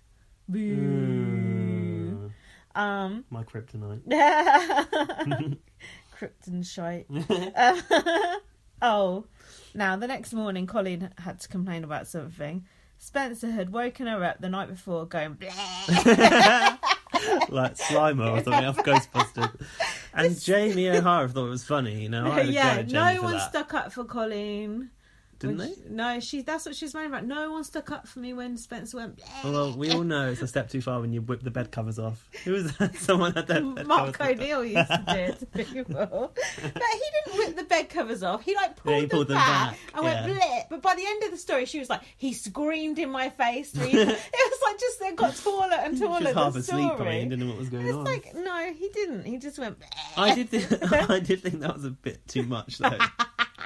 S1: Boo.
S2: Mm,
S1: Um.
S2: my kryptonite.
S1: Krypton shite. Um, oh, now the next morning, Colleen had to complain about something. Spencer had woken her up the night before, going bleh.
S2: Like Slimer or something off Ghostbusters. And Jamie O'Hara thought it was funny, you know. I had a go
S1: yeah,
S2: at Jamie
S1: no
S2: for
S1: one
S2: that.
S1: stuck up for Colleen.
S2: Didn't
S1: When
S2: they?
S1: she- no, she. That's what she was moaning about. No one stuck up for me when Spencer went bleh.
S2: Well, we all know it's a step too far when you whip the bed covers off. Who was that? Someone had their bed
S1: Mark
S2: covers off.
S1: O'Neill used to do it to people. But he didn't rip the bed covers off. He like pulled,
S2: Yeah, he pulled
S1: them,
S2: them
S1: back,
S2: back,
S1: and
S2: yeah.
S1: went blip. But by the end of the story, she was like, he screamed in my face. three- it was like just it got taller and taller.
S2: She was half
S1: the
S2: asleep,
S1: story.
S2: probably, and didn't know what was going
S1: it's
S2: on.
S1: like no, he didn't. He just went. bleh.
S2: I did, think, I did think that was a bit too much, though.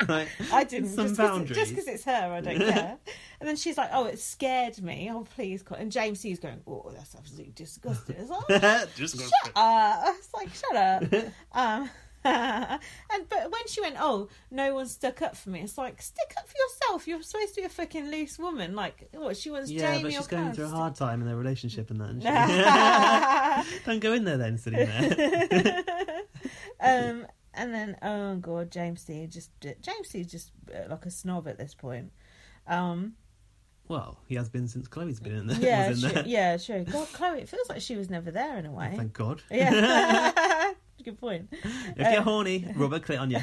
S2: Like,
S1: I didn't.
S2: Some
S1: just 'cause it-
S2: boundaries.
S1: just because it's her, I don't care. And then she's like, "Oh, it scared me. Oh, please." Call. And James C's going, "Oh, that's absolutely disgusting." It's like,
S2: Just got
S1: shut up. I was like, shut up. um, and but when she went, oh, no one stuck up for me. It's like stick up for yourself. You're supposed to be a fucking loose woman. Like what she wants,
S2: Yeah,
S1: Jamie
S2: but
S1: or
S2: she's going
S1: Clarence
S2: through a
S1: to-
S2: hard time in their relationship and that. and she- Don't go in there then, sitting there.
S1: um, and then oh god, James C just James C just uh, like a snob at this point. Um,
S2: Well, he has been since Chloe's been in there.
S1: yeah,
S2: was in
S1: sure,
S2: there.
S1: yeah, sure. God, Chloe, it feels like she was never there in a way.
S2: Thank God.
S1: yeah, Uh, good point.
S2: If you're horny, rub a clit on you.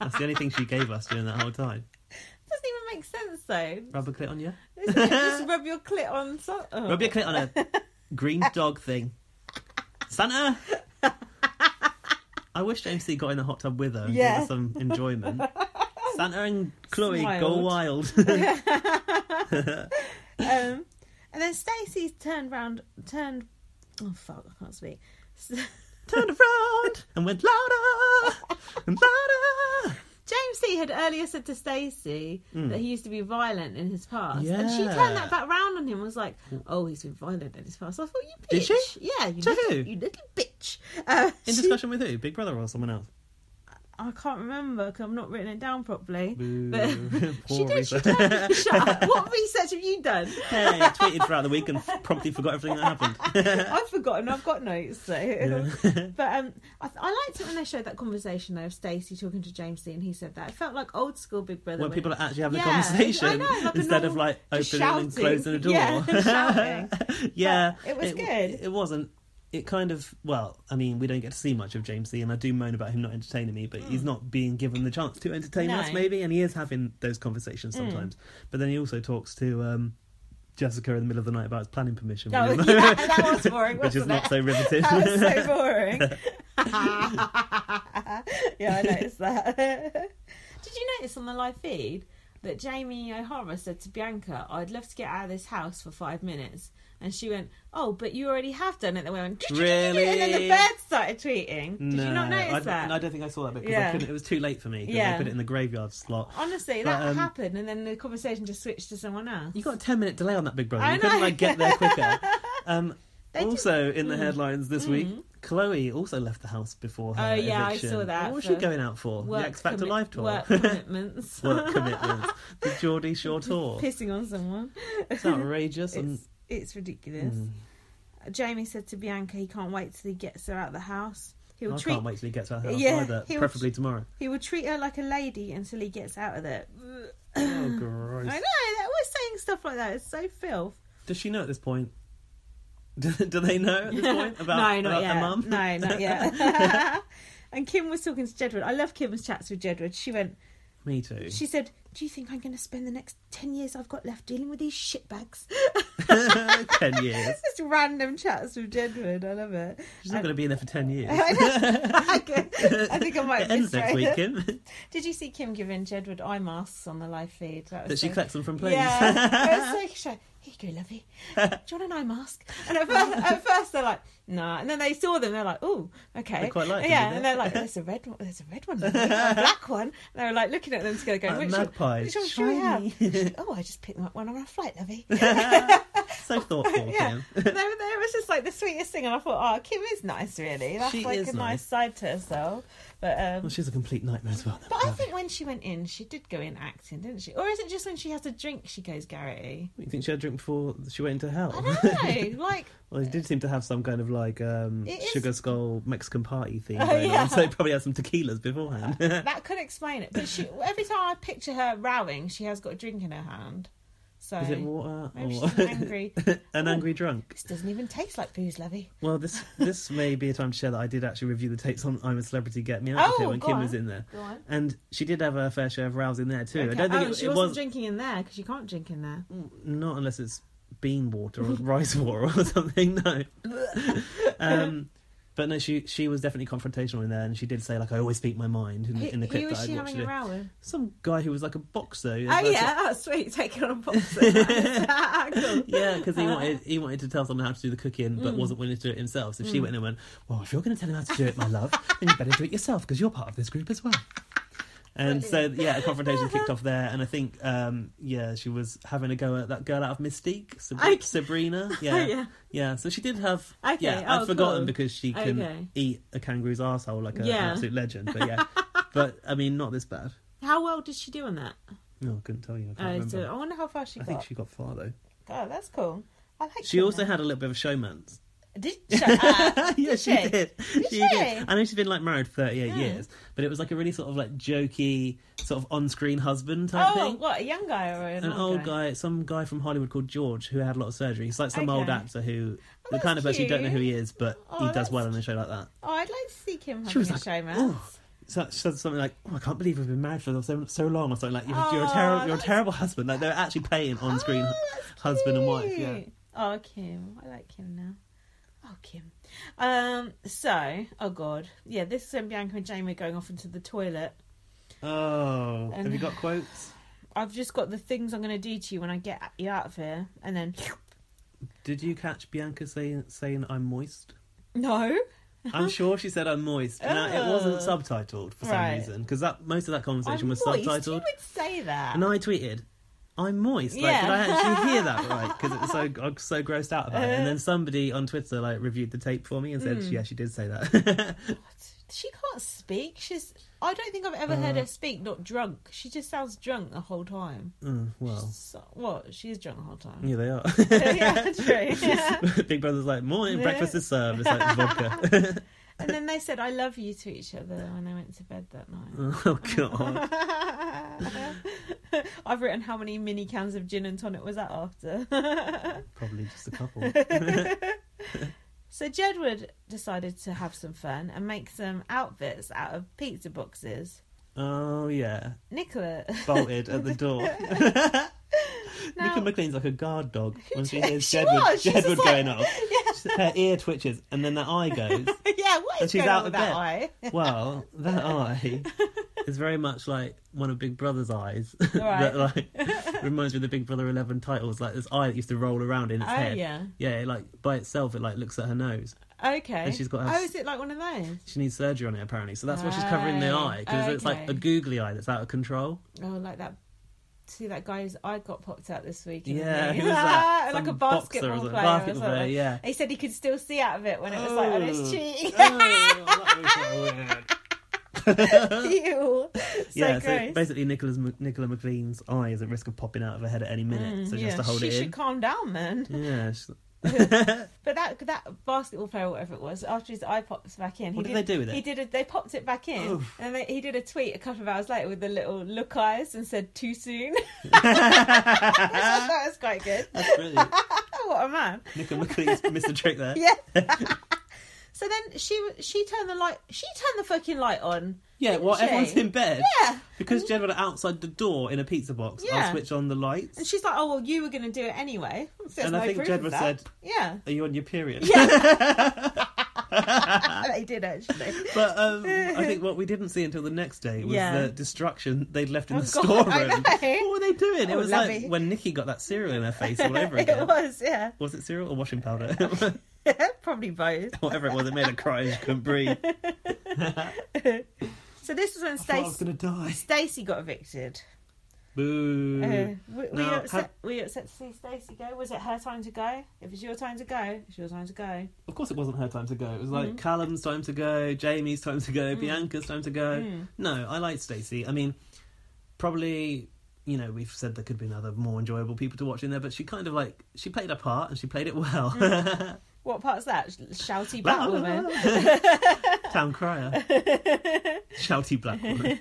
S2: That's the only thing she gave us during that whole time.
S1: Doesn't even make sense though.
S2: Rub a clit on you.
S1: Isn't it just rub your clit on so- oh.
S2: Rub your clit on a green dog thing. Santa! I wish James C got in the hot tub with her and
S1: Yeah.
S2: gave us some enjoyment. Santa and Chloe go
S1: Smiled.
S2: wild.
S1: um, and then Stacey turned round, turned. Oh fuck! I can't speak.
S2: Turned around and went louder and louder.
S1: James C had earlier said to Stacey that he used to be violent in his past, and she
S2: Hmm. Yeah.
S1: turned that back round on him and was like, "Oh, he's been violent in his past." I thought, "You bitch!
S2: Did she?
S1: Yeah, you
S2: To
S1: little,
S2: who?
S1: you little bitch." Uh,
S2: In
S1: she-
S2: discussion with who? Big Brother or someone else?
S1: I can't remember because I'm not written it down properly. But
S2: Boo. Poor
S1: she did. She
S2: research.
S1: did. Shut up. What research have you done?
S2: Hey, I tweeted throughout the week and f- promptly forgot everything that happened.
S1: I've forgotten. I've got notes. So.
S2: Yeah.
S1: But um, I, th- I liked it when they showed that conversation though of Stacey talking to James C, and he said that it felt like old school Big Brother.
S2: Where
S1: when-
S2: people are actually having
S1: Yeah,
S2: a
S1: I
S2: conversation
S1: know, like a
S2: instead of
S1: normal-
S2: like opening
S1: just
S2: and
S1: shouting.
S2: closing a door.
S1: Yeah, shouting.
S2: Yeah,
S1: But it was good.
S2: It wasn't. It kind of well, I mean, we don't get to see much of James C, and I do moan about him not entertaining me, but he's not being given the chance to entertain
S1: Mm. No. Mm.
S2: us, maybe, and he is having those conversations sometimes. But then he also talks to um, Jessica in the middle of the night about his planning permission,
S1: No,
S2: which is-
S1: Oh, yeah, that was boring,
S2: which is
S1: wasn't
S2: not
S1: it?
S2: so riveting.
S1: That was so boring. yeah, I noticed that. Did you notice on the live feed that Jamie O'Hara said to Bianca, I'd love to get out of this house for five minutes? And she went, Oh, but you already have done it. They went,
S2: Really?
S1: And then the birds started tweeting. Did you not notice
S2: I,
S1: that?
S2: no, I don't think I saw that bit because
S1: Yeah.
S2: I couldn't. It was too late for me. 'cause
S1: Yeah.
S2: I put it in the graveyard slot.
S1: Honestly,
S2: But,
S1: that
S2: um,
S1: happened, and then the conversation just switched to someone else.
S2: You got a ten minute delay on that Big Brother.
S1: I
S2: you couldn't
S1: know.
S2: like get there quicker. Um,
S1: They do-
S2: also in the headlines this week,
S1: Mm.
S2: Chloe also left the house before her
S1: Oh, yeah, I
S2: eviction.
S1: saw that
S2: What was
S1: for
S2: she going out for? The X Factor
S1: commi-
S2: live tour.
S1: Work commitments.
S2: Work commitments. The Geordie Shore tour.
S1: Pissing on someone.
S2: It's outrageous and
S1: It's, it's ridiculous.
S2: Mm.
S1: Jamie said to Bianca he can't wait till he gets her out of the house. He will
S2: I
S1: treat
S2: can't wait till he gets out of the house
S1: Yeah,
S2: either.
S1: he will-
S2: Preferably tomorrow.
S1: he will treat her like a lady until he gets out of there.
S2: Oh gross.
S1: I know they're always saying stuff like that. It's so filth.
S2: Does she know at this point? Do, do they know at this point about,
S1: no, not
S2: about
S1: yet.
S2: her mum?
S1: No, not yet. and Kim was talking to Jedward. I love Kim's chats with Jedward. She went.
S2: Me too.
S1: She said, "Do you think I'm going to spend the next ten years I've got left dealing with these shitbags?"
S2: ten years.
S1: Just random chats with Jedward. I love it. Um,
S2: She's not going to be in there for ten years.
S1: I know. I think I might
S2: It ends
S1: misread
S2: next week,
S1: it.
S2: Kim.
S1: Did you see Kim giving Jedward eye masks on the live feed? That was
S2: that she
S1: so-
S2: collects them from planes.
S1: Yeah, it was so, here you go, lovey. Do you want an eye mask? And at first, at first they're like, nah. And then they saw them, they're like, ooh, okay.
S2: They quite like them,
S1: Yeah,
S2: do
S1: and
S2: they?
S1: they're like, there's a red one, there's a red one, lovely, or a black one. And they were like looking at them together, going,
S2: Like
S1: which one,
S2: magpies,
S1: which one should we have?
S2: shiny.
S1: She- oh, I just picked them up when I'm on a flight, lovey.
S2: so thoughtful,
S1: yeah,
S2: Kim.
S1: they were, they were just like the sweetest thing, and I thought, oh, Kim is nice, really. That's
S2: She
S1: like
S2: is
S1: a nice.
S2: nice.
S1: side to herself. But um,
S2: Well, she's a complete nightmare as well. then,
S1: but I
S2: Barbie.
S1: think when she went in, she did go in acting, didn't she? Or is it just when she has a drink, she goes Garrity?
S2: You think she had a drink before she went into hell?
S1: I don't know. Like,
S2: well, she did seem to have some kind of like um,
S1: It is-
S2: sugar skull Mexican party theme
S1: Oh,
S2: going
S1: yeah.
S2: on, so they probably had some tequilas beforehand.
S1: that could explain it. But she, every time I picture her rowing, she has got a drink in her hand. So
S2: Is it water
S1: maybe
S2: or
S1: she's an angry.
S2: an angry drunk?
S1: this doesn't even taste like booze, Levy.
S2: Well, this this may be a time to share that I did actually review the tapes on "I'm a Celebrity, Get Me Out" of
S1: Oh,
S2: Here when
S1: go
S2: Kim
S1: on.
S2: was in there,
S1: Go on.
S2: and she did have her fair share of rows in there too. I
S1: Okay.
S2: don't think
S1: oh,
S2: it,
S1: she
S2: it
S1: wasn't
S2: was
S1: drinking in there because you can't drink in there.
S2: Not unless it's bean water or rice water or something. No. um, but no, she she was definitely confrontational in there, and she did say like, "I always speak my mind" in,
S1: Who,
S2: the in the clip
S1: who
S2: that
S1: was
S2: I'd
S1: she
S2: watched.
S1: having a
S2: it.
S1: row with?
S2: Some guy who was like a boxer.
S1: Oh yeah, oh sweet, taking on a boxer. cool.
S2: Yeah, because
S1: Uh,
S2: he wanted he wanted to tell someone how to do the cooking,
S1: mm.
S2: but wasn't willing to do it himself. So she went in and went, "Well, if you're going to tell him how to do it, my love, then you better do it yourself because you're part of this group as well." And so yeah, a confrontation kicked off there, and I think um, yeah, she was having a go at that girl out of Mystique, Sab-
S1: Okay.
S2: Sabrina.
S1: Oh,
S2: Yeah.
S1: yeah.
S2: yeah, So she did have.
S1: Okay,
S2: yeah,
S1: oh,
S2: I'd forgotten
S1: cool.
S2: because she can
S1: Okay.
S2: eat a kangaroo's asshole like a-
S1: Yeah.
S2: an absolute legend. But yeah, but I mean, not this bad.
S1: How well did she do on that?
S2: No, I couldn't tell you. I can't
S1: Oh,
S2: remember.
S1: so I wonder how far she
S2: I
S1: got.
S2: think she got far though.
S1: Oh, that's cool. I like.
S2: She
S1: Kim
S2: also
S1: then.
S2: had a little bit of showman's.
S1: Did shut up.
S2: yeah,
S1: Did
S2: she,
S1: she?
S2: did. She,
S1: she?
S2: did. I know she's been like married for 38
S1: Yeah.
S2: years, but it was like a really sort of like jokey, sort of on screen husband type
S1: oh,
S2: thing.
S1: what a young guy or an,
S2: An old guy, some guy from Hollywood called George, who had a lot of surgery. He's like some old
S1: Okay. Oh,
S2: actor who, the
S1: that's
S2: kind of person you don't know who he is, but
S1: Oh,
S2: he does
S1: that's
S2: well on a show like that.
S1: Oh, I'd like to see Kim
S2: She
S1: having
S2: was
S1: a
S2: like,
S1: showman.
S2: "Oh." So, she said something like, "Oh, I can't believe we've been married for so, so long," or something like, "You're, you're a
S1: Oh,
S2: terrible, you're a
S1: that's-
S2: terrible husband." Like they're actually playing on screen
S1: Oh,
S2: husband and wife. Yeah.
S1: Cute. Oh, Kim. I like Kim now. Oh, Kim. Um. So, oh God, yeah. This is when Bianca and Jamie are going off into the toilet.
S2: Oh,
S1: And-
S2: have you got quotes?
S1: I've just got the things I'm going to do to you when I get you out of here, and then
S2: Did you catch Bianca saying saying I'm moist?
S1: no.
S2: I'm sure she said I'm moist. Now, it wasn't
S1: Ugh.
S2: subtitled for some
S1: Uh, Right.
S2: reason because that most of that conversation
S1: I'm
S2: was
S1: moist. You
S2: subtitled.
S1: would say that.
S2: And I tweeted, "I'm moist." Like, did I
S1: Yeah.
S2: actually hear that right? Because it was so I was so grossed
S1: Uh. Mm.
S2: out about it. And then somebody on Twitter like reviewed the tape for me and said, "Yeah, she did say that."
S1: she can't speak. She's. I don't think I've ever heard
S2: Uh-huh.
S1: her speak. Not drunk. She just sounds drunk the whole time.
S2: Mm, well,
S1: So, what? She is drunk the whole time.
S2: yeah, they are.
S1: yeah, true. Yeah.
S2: Big Brother's like, morning,
S1: Yeah.
S2: breakfast is served. It's like vodka.
S1: And then they said "I love you" to each other when they went to bed that night.
S2: oh, God. Uh-huh.
S1: I've written how many mini cans of gin and tonic was that after.
S2: Probably just a couple.
S1: so Jedward decided to have some fun and make some outfits out of pizza boxes.
S2: Oh, yeah.
S1: Nicola,
S2: Bolted at the door.
S1: Now-
S2: Nicola McLean's like a guard dog when she
S1: did-
S2: hears
S1: she
S2: Jedward,
S1: was, she's just
S2: Jedward
S1: like-
S2: going off. Her ear twitches and then the eye goes.
S1: yeah, what
S2: And
S1: is
S2: she's
S1: going on
S2: out of
S1: with that
S2: bed.
S1: eye?
S2: Well, that eye is very much like one of Big Brother's eyes. that
S1: Right.
S2: like reminds me of the Big Brother Eleven titles, like this eye that used to roll around in its
S1: Oh,
S2: head.
S1: yeah.
S2: Yeah, it, like by itself it like looks at her nose.
S1: Okay.
S2: And she's got her-
S1: Oh, is it like one of those?
S2: She needs surgery on it apparently, so that's why she's covering the
S1: Right.
S2: eye because it's like
S1: Oh, Okay.
S2: a googly eye that's out of control.
S1: Oh, like that. See that guy's eye got popped out this week. didn't
S2: Yeah,
S1: he?
S2: who was that?
S1: like a
S2: Some boxer or
S1: basketball player.
S2: something.
S1: or
S2: Basketball player,
S1: something.
S2: yeah.
S1: He said he could still see out of it when it was like on his
S2: Oh.
S1: cheek.
S2: Oh, that was so weird.
S1: Ew. So
S2: Oh. yeah, so
S1: gross.
S2: basically Nicholas Mc- Nicola McLean's eye is at risk of popping out of her head at any minute,
S1: Mm,
S2: so she
S1: yeah.
S2: has to hold
S1: she
S2: it
S1: should
S2: in.
S1: calm down, man.
S2: Yeah. she's-
S1: But that that basketball player, or whatever it was, after his eye pops back in,
S2: What did they do with it?
S1: He did. A, they popped it back in,
S2: Oof.
S1: and they, he did a tweet a couple of hours later with the little look eyes and said, "Too soon."
S2: Ah.
S1: that was quite good.
S2: That's brilliant.
S1: Oh, what a man!
S2: Nicola McLean's missed a trick there.
S1: Yeah. so then she she turned the light. She turned the fucking light on.
S2: Yeah, while
S1: Didn't
S2: everyone's
S1: she?
S2: in bed.
S1: Yeah.
S2: Because Jed were outside the door in a pizza box,
S1: Yeah.
S2: I'll switch on the lights.
S1: And she's like, "Oh well, you were going to do it anyway." So there's
S2: And I
S1: no
S2: think
S1: proof
S2: Jedward
S1: of that.
S2: said-
S1: "Yeah,
S2: Are you on your period?
S1: yeah."
S2: "Ah."
S1: they did actually.
S2: But um, I think what we didn't see until the next day was
S1: Yeah.
S2: the destruction they'd left in
S1: Oh,
S2: the
S1: God, I
S2: storeroom.
S1: know.
S2: What were they doing? it
S1: Oh,
S2: was
S1: lovely.
S2: like when Nikki got that cereal in her face all over
S1: it
S2: again.
S1: was, yeah,
S2: Was it cereal or washing powder?
S1: probably both.
S2: Whatever it was, it made her cry. She couldn't breathe.
S1: So this is when
S2: I thought I was
S1: Stacey
S2: gonna die.
S1: Stacey got evicted.
S2: Boo.
S1: Uh, were, were, you
S2: Now,
S1: upset,
S2: have-
S1: were you upset to see Stacey go? Was it her time to go? If it's your time to go, it's your time to go.
S2: Of course, it wasn't her time to go. It was
S1: Mm-hmm.
S2: like Callum's time to go, Jamie's time to
S1: Mm.
S2: go, Bianca's time to go. No, I liked Stacey. I mean, probably, you know, we've said there could be other more enjoyable people to watch in there, but she kind of like she played her part and she played it well.
S1: What part's that? Shouty black woman.
S2: Town crier, shouty black woman.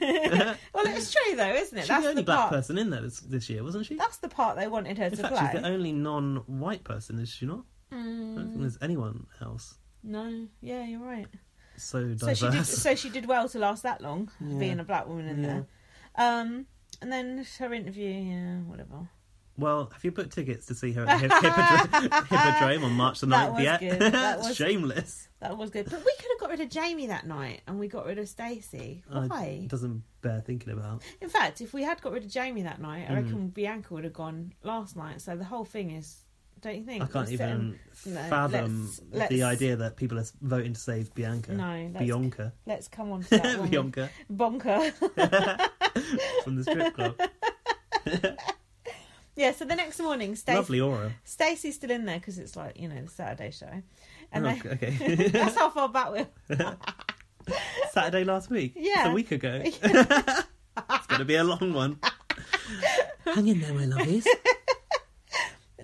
S1: Well, it's true though, isn't it?
S2: She's the only black
S1: part.
S2: person in there this, this year, wasn't she?
S1: That's the part they wanted her
S2: in
S1: to
S2: fact,
S1: play.
S2: she's the only non-white person, is she not? I
S1: Mm.
S2: don't think there's anyone else
S1: No, yeah, you're right.
S2: so diverse.
S1: So she did. So she did well to last that long,
S2: Yeah.
S1: being a black woman in
S2: Yeah.
S1: there. Um, and then her interview, yeah, whatever.
S2: Well, have you booked tickets to see her at the Hip- Hippodrome, Hippodrome on March the 9th
S1: That was
S2: yet?
S1: good. That was-
S2: Shameless.
S1: That was good, but we could have got rid of Jamie that night, and we got rid of Stacey.
S2: Uh,
S1: Why?
S2: doesn't bear thinking about.
S1: In fact, if we had got rid of Jamie that night, I reckon
S2: Mm.
S1: Bianca would have gone last night. So the whole thing is, don't you think?
S2: I can't
S1: Let's sit and-
S2: even
S1: No,
S2: fathom
S1: let's- let's-
S2: the idea that people are voting to save Bianca.
S1: No, that's-
S2: Bianca.
S1: Let's come on to that woman.
S2: Bianca
S1: Bonker.
S2: from the strip club.
S1: yeah. So the next morning, Stacey
S2: Lovely aura.
S1: Stacey's still in there because it's like you know the Saturday show, and
S2: Oh,
S1: they-
S2: okay.
S1: that's how far back we're.
S2: Saturday last week.
S1: Yeah.
S2: It's a week ago. it's going to be a long one. Hang in there, my lovies.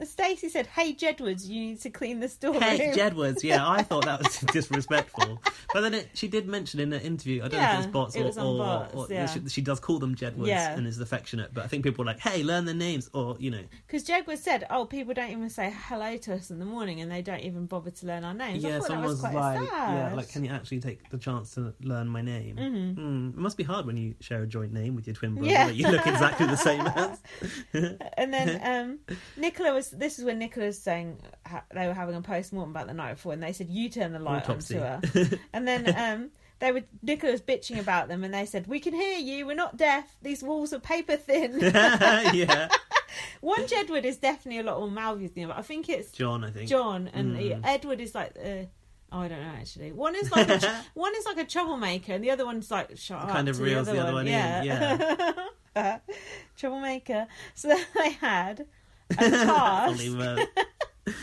S1: Stacey said, "Hey Jedwards, you need to clean the storeroom."
S2: Hey, Jedwards, yeah, I thought that was disrespectful. But then it, she did mention in that interview, I don't know
S1: Yeah,
S2: if it's bots
S1: it
S2: or,
S1: was on
S2: or,
S1: bots,
S2: or-
S1: yeah.
S2: she, she does call them Jedwards
S1: Yeah.
S2: and is affectionate, but I think people are like, hey, learn their names, or, you know,
S1: Because Jedwards said, "Oh, people don't even say hello to us in the morning, and they don't even bother to learn our names." I
S2: yeah,
S1: thought that
S2: someone
S1: was
S2: was
S1: quite sad.
S2: like,
S1: Mm-hmm.
S2: yeah, like, can you actually take the chance to learn my name? Mm, it must be hard when you share a joint name with your twin brother
S1: Yeah.
S2: that you look exactly the same as.
S1: And then um, Nicola was. This is when Nicola was saying ha- they were having a post mortem about the night before, and they said, "You turn the light
S2: Autopsy.
S1: on to her." and then um, they were Nicola was bitching about them, and they said, "We can hear you. We're not deaf. These walls are paper thin."
S2: yeah,
S1: One Jedward is definitely a lot more mouthy than the other. I think it's
S2: John, I think. Mm.
S1: John and the- Edward is like uh, oh I don't know actually. One is like a tr- one is like a troublemaker, and the other one's like shut up.
S2: Kind of
S1: to
S2: reels the other one in,
S1: yeah. troublemaker. So then they had a
S2: Ollie
S1: task.
S2: Mur-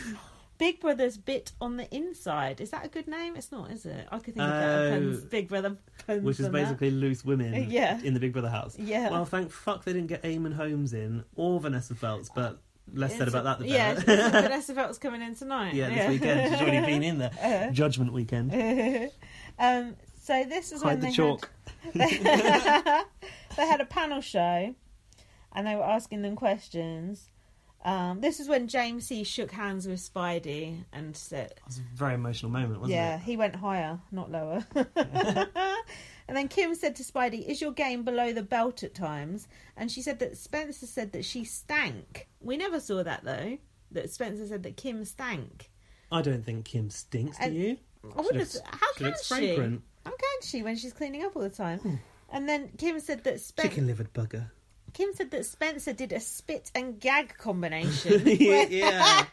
S1: Big Brother's bit on the inside. Is that a good name? It's not, is it? I could think of better
S2: Oh.
S1: puns. Big Brother puns.
S2: Which is
S1: than that.
S2: basically loose women
S1: Yeah.
S2: in the Big Brother house.
S1: Yeah.
S2: Well, thank fuck they didn't get Eamon Holmes in or Vanessa Feltz, but less said
S1: It's-
S2: about that the
S1: yeah,
S2: better.
S1: it's- Vanessa Felt's coming in tonight.
S2: yeah, this weekend. She's already been in there.
S1: Uh-huh.
S2: Judgment weekend.
S1: um, so this is when they
S2: Hide the
S1: had-
S2: chalk.
S1: they had a panel show, and they were asking them questions. Um, this is when James C shook hands with Spidey and said,
S2: It was a very emotional moment, wasn't
S1: yeah,
S2: it?
S1: he went higher, not lower. and then Kim said to Spidey, Is your game below the belt at times? And she said that Spencer said that she stank. We never saw that though, that Spencer said that Kim stank.
S2: I don't think Kim stinks, do
S1: And-
S2: you?
S1: I
S2: She
S1: wonder
S2: looks-
S1: if- how
S2: she
S1: can
S2: looks
S1: she?
S2: fragrant. Hmm.
S1: How can she when she's cleaning up all the time? And then Kim said that Spencer.
S2: Chicken livered bugger.
S1: Kim said that Spencer did a spit and gag combination.
S2: yeah.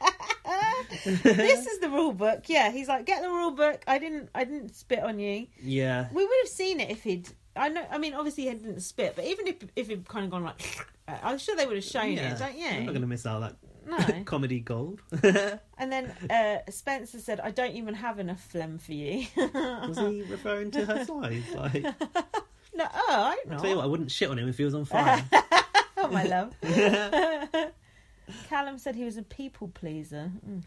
S1: this is the rule book. Yeah, he's like, get the rule book. I didn't. I didn't spit on you.
S2: Yeah.
S1: We would have seen it if he'd. I know. I mean, obviously he didn't spit, but even if if he'd kind of gone like, I'm sure they would have shown
S2: yeah.
S1: it, don't you?
S2: I'm not going to miss out that
S1: No.
S2: comedy gold.
S1: And then uh, Spencer said, "I don't even have enough phlegm for you."
S2: Was he referring to her size? Like,
S1: no, oh, I
S2: I
S1: don't
S2: tell you
S1: know.
S2: what, I wouldn't shit on him if he was on fire.
S1: Oh, my love. Callum said he was a people pleaser. Mm.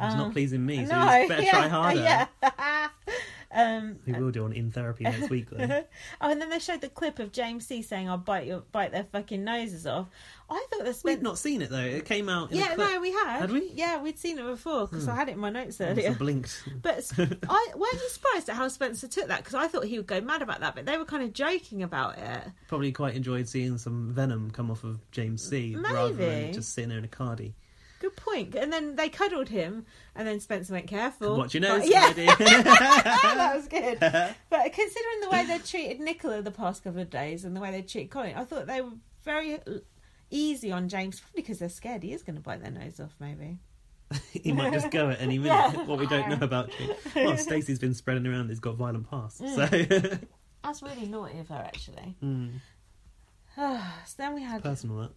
S2: He's not
S1: Um,
S2: pleasing me, so
S1: no,
S2: he's better
S1: yeah,
S2: try harder.
S1: Yeah. um,
S2: We will do on In Therapy next week, though.
S1: oh, and then they showed the clip of James C saying, "I'll bite your bite their fucking noses off." I thought that
S2: We've
S1: Spencer.
S2: not seen it, though. It came out in a
S1: yeah,
S2: clip.
S1: no, we had.
S2: Had we?
S1: Yeah, we'd seen it before because
S2: Hmm.
S1: I had it in my notes
S2: Must have
S1: earlier.
S2: blinked.
S1: But Sp- I weren't you surprised at how Spencer took that because I thought he would go mad about that, but they were kind of joking about it.
S2: Probably quite enjoyed seeing some venom come off of James C. rather than
S1: Maybe.
S2: just sitting there in a cardi.
S1: Good point. And then they cuddled him, and then Spencer went careful.
S2: Watch your nose,
S1: But- yeah,
S2: Heidi.
S1: Oh, that was good. But considering the way they treated Nicola the past couple of days and the way they treated Colin, I thought they were very easy on James, probably because they're scared he is going to bite their nose off, maybe.
S2: he might just go at any minute. What we don't know about you. Well, Stacey's been spreading around. He's got violent past.
S1: Mm.
S2: So
S1: That's really naughty of her, actually.
S2: Mm,
S1: so then we had
S2: personal. That.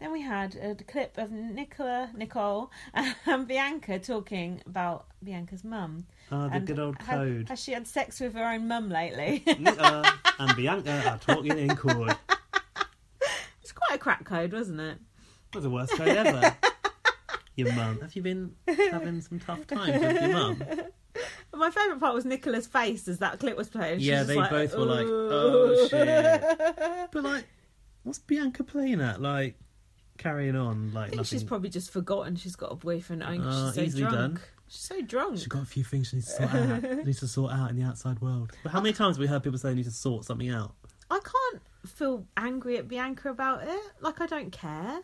S1: then we had a clip of Nicola, Nicole, and Bianca talking about Bianca's mum.
S2: Ah, the
S1: And
S2: good old
S1: how-
S2: code.
S1: Has she had sex with her own mum lately?
S2: Nita and Bianca are talking in chord.
S1: it's quite a crack code, wasn't it?
S2: That's the worst code ever. Your mum. Have you been having some tough times with your mum?
S1: But My favourite part was Nicola's face as that clip was playing. She
S2: Yeah,
S1: was
S2: they
S1: just
S2: both were like,
S1: "Ooh."
S2: "Oh shit!" But like, what's Bianca playing at? Like, carrying on
S1: I
S2: like
S1: think
S2: nothing.
S1: she's probably just forgotten she's got a boyfriend. I think
S2: Uh,
S1: she's so
S2: easily
S1: drunk.
S2: done.
S1: She's so drunk.
S2: She's got a few things she needs to sort out. needs to sort out in the outside world. But how many times have we heard people say they need to sort something out?
S1: I can't feel angry at Bianca about it. Like I don't care.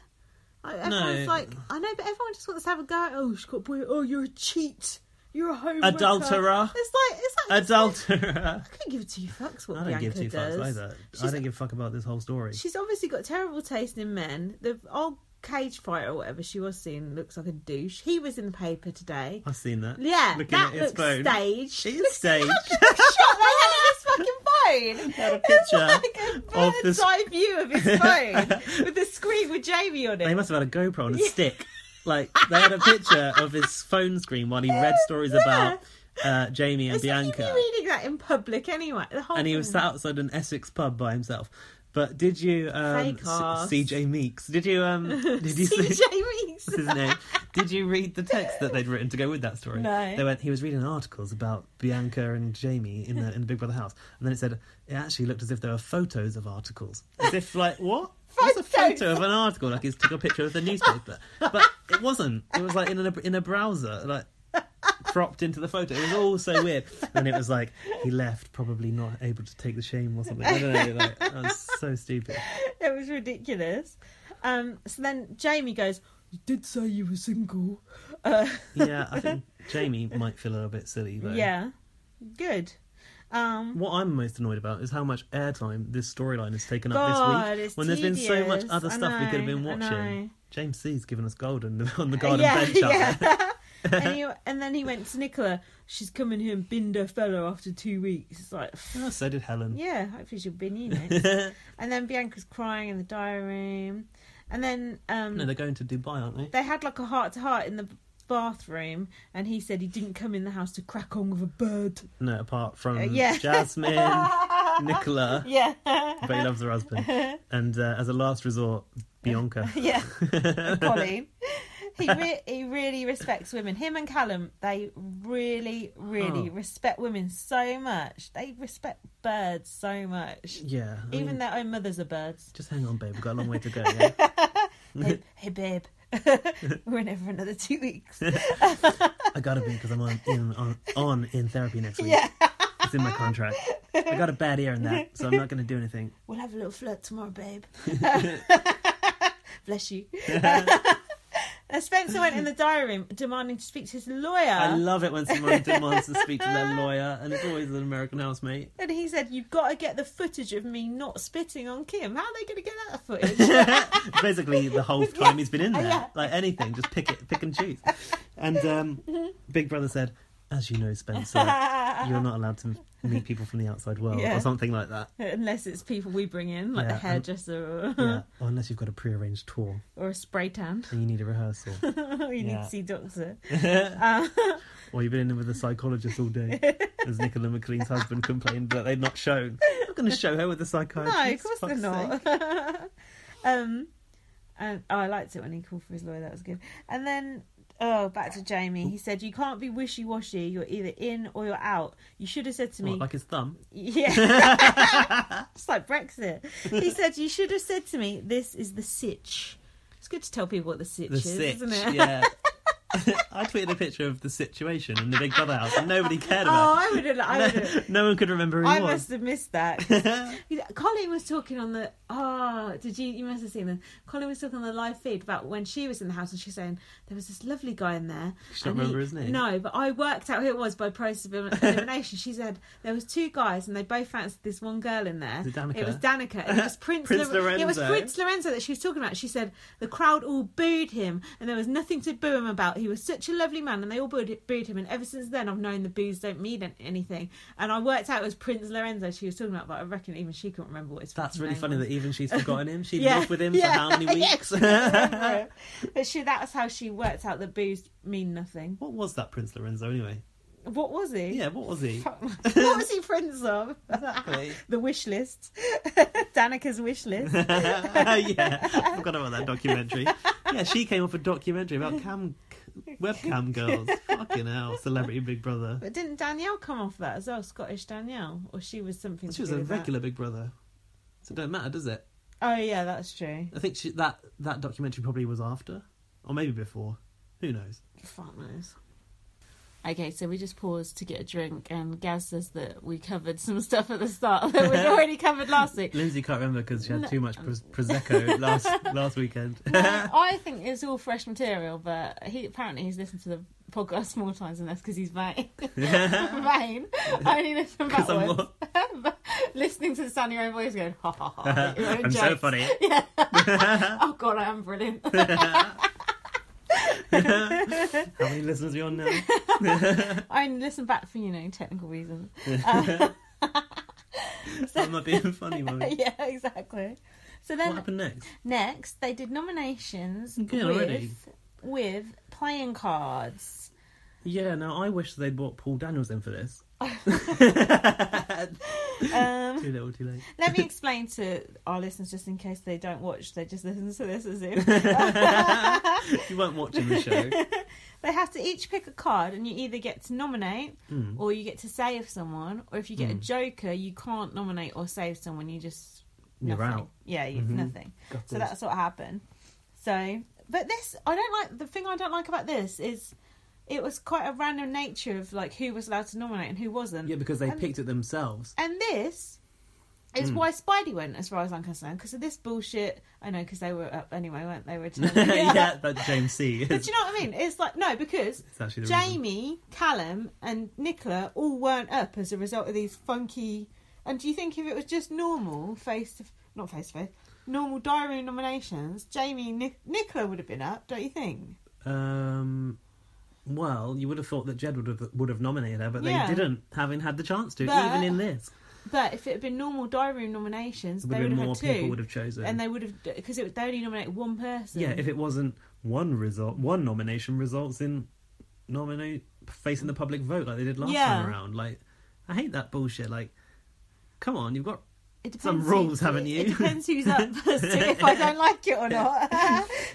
S1: Like, everyone's like, I know, but everyone just wants to have a go. Oh, she's got a boy. Oh, you're a cheat. You're a home
S2: Adulterer.
S1: It's like it's like
S2: Adulterer.
S1: I can't give two fucks what
S2: I don't
S1: Bianca
S2: give two
S1: does.
S2: fucks either. I
S1: She's-
S2: don't give a fuck about this whole story.
S1: She's obviously got terrible taste in men. The old cage fighter or whatever she was seeing looks like a douche. He was in the paper today.
S2: I've seen that.
S1: Yeah,
S2: Looking
S1: that
S2: at his
S1: looks
S2: phone.
S1: staged.
S2: It is staged.
S1: shot they had on his fucking phone.
S2: Had a
S1: It's
S2: picture
S1: like a
S2: of
S1: bird's
S2: this-
S1: eye view of his phone with the screen with Jamie on
S2: they
S1: it.
S2: must have had a GoPro on a stick. Like they had a picture of his phone screen while he read stories
S1: Yeah.
S2: about uh, Jamie and
S1: It's like he'd be
S2: Bianca,
S1: reading that in public anyway. The whole
S2: and he was
S1: thing.
S2: sat outside an Essex pub by himself. But did you um,
S1: Fake ass.
S2: CJ Meeks? Did you um? Did you see?
S1: Jamie.
S2: That's his name. Did you read the text that they'd written to go with that story?
S1: No.
S2: They went. He was reading articles about Bianca and Jamie in the in the Big Brother house, and then it said it actually looked as if there were photos of articles, as if like what? What's a
S1: Photos.
S2: photo of an article? Like he's took a picture of the newspaper, but it wasn't. It was like in a in a browser, like cropped into the photo. It was all so weird. And it was like he left, probably not able to take the shame or something. I don't know. Like, that was so stupid.
S1: It was ridiculous. Um, so then Jamie goes, "You did say you were single." Uh,
S2: Yeah, I think Jamie might feel a little bit silly though.
S1: yeah, good. Um,
S2: What I'm most annoyed about is how much airtime this storyline has taken up
S1: God,
S2: this week.
S1: it's
S2: When there's been so much
S1: tedious.
S2: other
S1: I
S2: stuff we could have been
S1: know, I
S2: watching.
S1: know.
S2: James C's given us gold on the, on the garden bench.
S1: Uh, yeah,
S2: aren't they?
S1: yeah. and, he, and then he went to Nicola. She's coming here and binned her fella after two weeks. It's like,
S2: Oh, so did Helen.
S1: yeah, hopefully she'll bin you next. and then Bianca's crying in the diary room. And then um,
S2: no, they're going to Dubai, aren't they?
S1: they had like a heart to heart in the bathroom, and he said he didn't come in the house to crack on with a bird.
S2: No, apart from
S1: Uh, yeah.
S2: Jasmine, Nicola,
S1: Yeah,
S2: but he loves her husband, and uh, as a last resort, Bianca.
S1: yeah. Colin, he re- he really respects women. Him and Callum, they really, really
S2: Oh.
S1: respect women so much. They respect birds so much.
S2: Yeah, I mean,
S1: Even their own mothers are birds.
S2: just hang on, babe. We've got a long way to go. Yeah?
S1: hey, hey, babe. We're in it for another two weeks.
S2: I gotta be because I'm on in on, on in therapy next week.
S1: Yeah.
S2: It's in my contract. I got a bad ear in that, so I'm not gonna do anything.
S1: We'll have a little flirt tomorrow, babe. Bless you. And Spencer went in the diary room demanding to speak to his lawyer.
S2: I love it when someone demands to speak to their lawyer, and it's always an American housemate.
S1: and he said, You've got to get the footage of me not spitting on Kim. How are they going to get that footage?
S2: Basically, the whole time he's been in there,
S1: Uh, Yeah.
S2: like anything, just pick it, pick and choose. And um,
S1: Mm-hmm.
S2: Big Brother said, "As you know, Spencer, you're not allowed to meet people from the outside world,
S1: Yeah.
S2: or something like that,
S1: Unless it's people we bring in, like
S2: Yeah,
S1: the
S2: and-
S1: hairdresser or,
S2: yeah. or unless you've got a prearranged tour
S1: or a spray tan.
S2: and you need a rehearsal,
S1: you need
S2: Yeah. Oh,
S1: to see doctor.
S2: or you've been in with a psychologist all day."
S1: Uh,
S2: As Nicola McLean's husband complained that they'd not shown, I'm going to show her with a psychiatrist.
S1: No, of course they're
S2: fuck's sake.
S1: not. um, and oh, I liked it when he called for his lawyer. That was good. And then, oh, back to Jamie. He said, "You can't be wishy-washy. You're either in or you're out. You should have said to me,
S2: What, like his thumb.
S1: yeah." It's like Brexit. He said, "You should have said to me, this is the sitch." It's good to tell people what the sitch
S2: The
S1: is,
S2: sitch,
S1: isn't it?
S2: yeah. I tweeted a picture of the situation in the Big Brother house, and nobody cared
S1: Oh,
S2: about.
S1: I would have. I would
S2: it.
S1: have.
S2: no, no one could remember who
S1: I
S2: it was.
S1: must have missed that. Colin was talking on the oh did you you must have seen them. Colin was talking on the live feed about when she was in the house and she's saying there was this lovely guy in there.
S2: She don't
S1: and
S2: remember his name?
S1: No, but I worked out who it was by process of elim- elimination. she said there was two guys and they both fancied this one girl in there.
S2: Is it Danica?
S1: It was Danica. It was Prince,
S2: Prince
S1: Lor- It was
S2: Lorenzo.
S1: Prince Lorenzo that she was talking about. She said the crowd all booed him and there was nothing to boo him about. He was such a lovely man and they all booed, booed him. And ever since then, I've known the boos don't mean an- anything. And I worked out it was Prince Lorenzo she was talking about, but I reckon even she couldn't remember what his
S2: That's
S1: fucking
S2: really
S1: name
S2: funny
S1: was.
S2: that even she's forgotten him. She
S1: Yeah,
S2: lived with him
S1: yeah,
S2: for how many
S1: yeah,
S2: weeks?
S1: she couldn't remember it. but she, that was how she worked out that boos mean nothing.
S2: what was that Prince Lorenzo anyway?
S1: What was he?
S2: Yeah, what was he?
S1: Fuck. what was he friends of?
S2: Exactly.
S1: the wish list. Danica's wish list.
S2: yeah, I forgot about that documentary. Yeah, she came off a documentary about cam webcam girls. Fucking hell, Celebrity Big Brother.
S1: But didn't Danielle come off that as well? Scottish Danielle, or she was something.
S2: She
S1: to
S2: was
S1: do
S2: a
S1: with that?
S2: regular Big Brother, so it don't matter, does it?
S1: Oh yeah, that's true.
S2: I think she, that that documentary probably was after, or maybe before. Who knows?
S1: Fuck knows. Okay, so we just paused to get a drink, and Gaz says that we covered some stuff at the start that we'd already covered last week.
S2: Lindsay can't remember because she had
S1: No.
S2: too much pros- prosecco last last weekend.
S1: No, I think it's all fresh material, but he apparently he's listened to the podcast more times than us because he's vain. vain. I only listen
S2: 'Cause I'm
S1: backwards. But listening to the sound of your own voice, going ha ha ha. your own
S2: I'm so
S1: jokes.
S2: funny.
S1: Yeah. oh god, I am brilliant.
S2: How many listeners are you on now?
S1: I only listen back for you know technical reasons.
S2: I'm not being funny, mummy.
S1: yeah, exactly. So
S2: What
S1: then
S2: happened next?
S1: next they did nominations
S2: Okay,
S1: with
S2: already.
S1: with playing cards.
S2: Yeah, now I wish they'd brought Paul Daniels in for this.
S1: Um,
S2: Too little, too late.
S1: let me explain to our listeners just in case they don't watch, they just listen to this as if
S2: You weren't watching the show.
S1: they have to each pick a card and you either get to nominate
S2: Hmm.
S1: or you get to save someone, or if you get a joker, you can't nominate or save someone, you just
S2: You're
S1: nothing.
S2: out. Mm-hmm.
S1: Yeah, you've nothing.
S2: Got
S1: So
S2: this.
S1: that's what happened. So, but this, I don't like. The thing I don't like about this is, it was quite a random nature of like who was allowed to nominate and who wasn't.
S2: Yeah, because they
S1: And-
S2: picked it themselves.
S1: And this
S2: Hmm.
S1: is why Spidey went, as far as I'm concerned, because of this bullshit. I know, because they were up anyway, weren't they? Originally?
S2: yeah, that James C.
S1: But
S2: Is,
S1: do you know what I mean? It's like no, because
S2: it's actually the reason.
S1: Jamie, Callum, and Nicola all weren't up as a result of these funky. And do you think if it was just normal face to not face to face, normal diary room nominations, Jamie Nic- Nicola would have been up, don't you think?
S2: Um, well, you would have thought that Jed would have would have nominated her, but
S1: Yeah.
S2: they didn't, having had the chance to,
S1: But-
S2: even in this.
S1: But if it had been normal diary room nominations,
S2: Would
S1: they
S2: have
S1: would
S2: been
S1: have
S2: more
S1: had two,
S2: people would have chosen.
S1: and they would have because they only nominated one person.
S2: yeah, if it wasn't one result, one nomination results in nominate facing the public vote like they did last
S1: Yeah.
S2: time around. Like, I hate that bullshit. Like, come on, you've got
S1: It depends
S2: Some
S1: who-
S2: rules, haven't you?
S1: It depends who's up as to if I don't like it or not.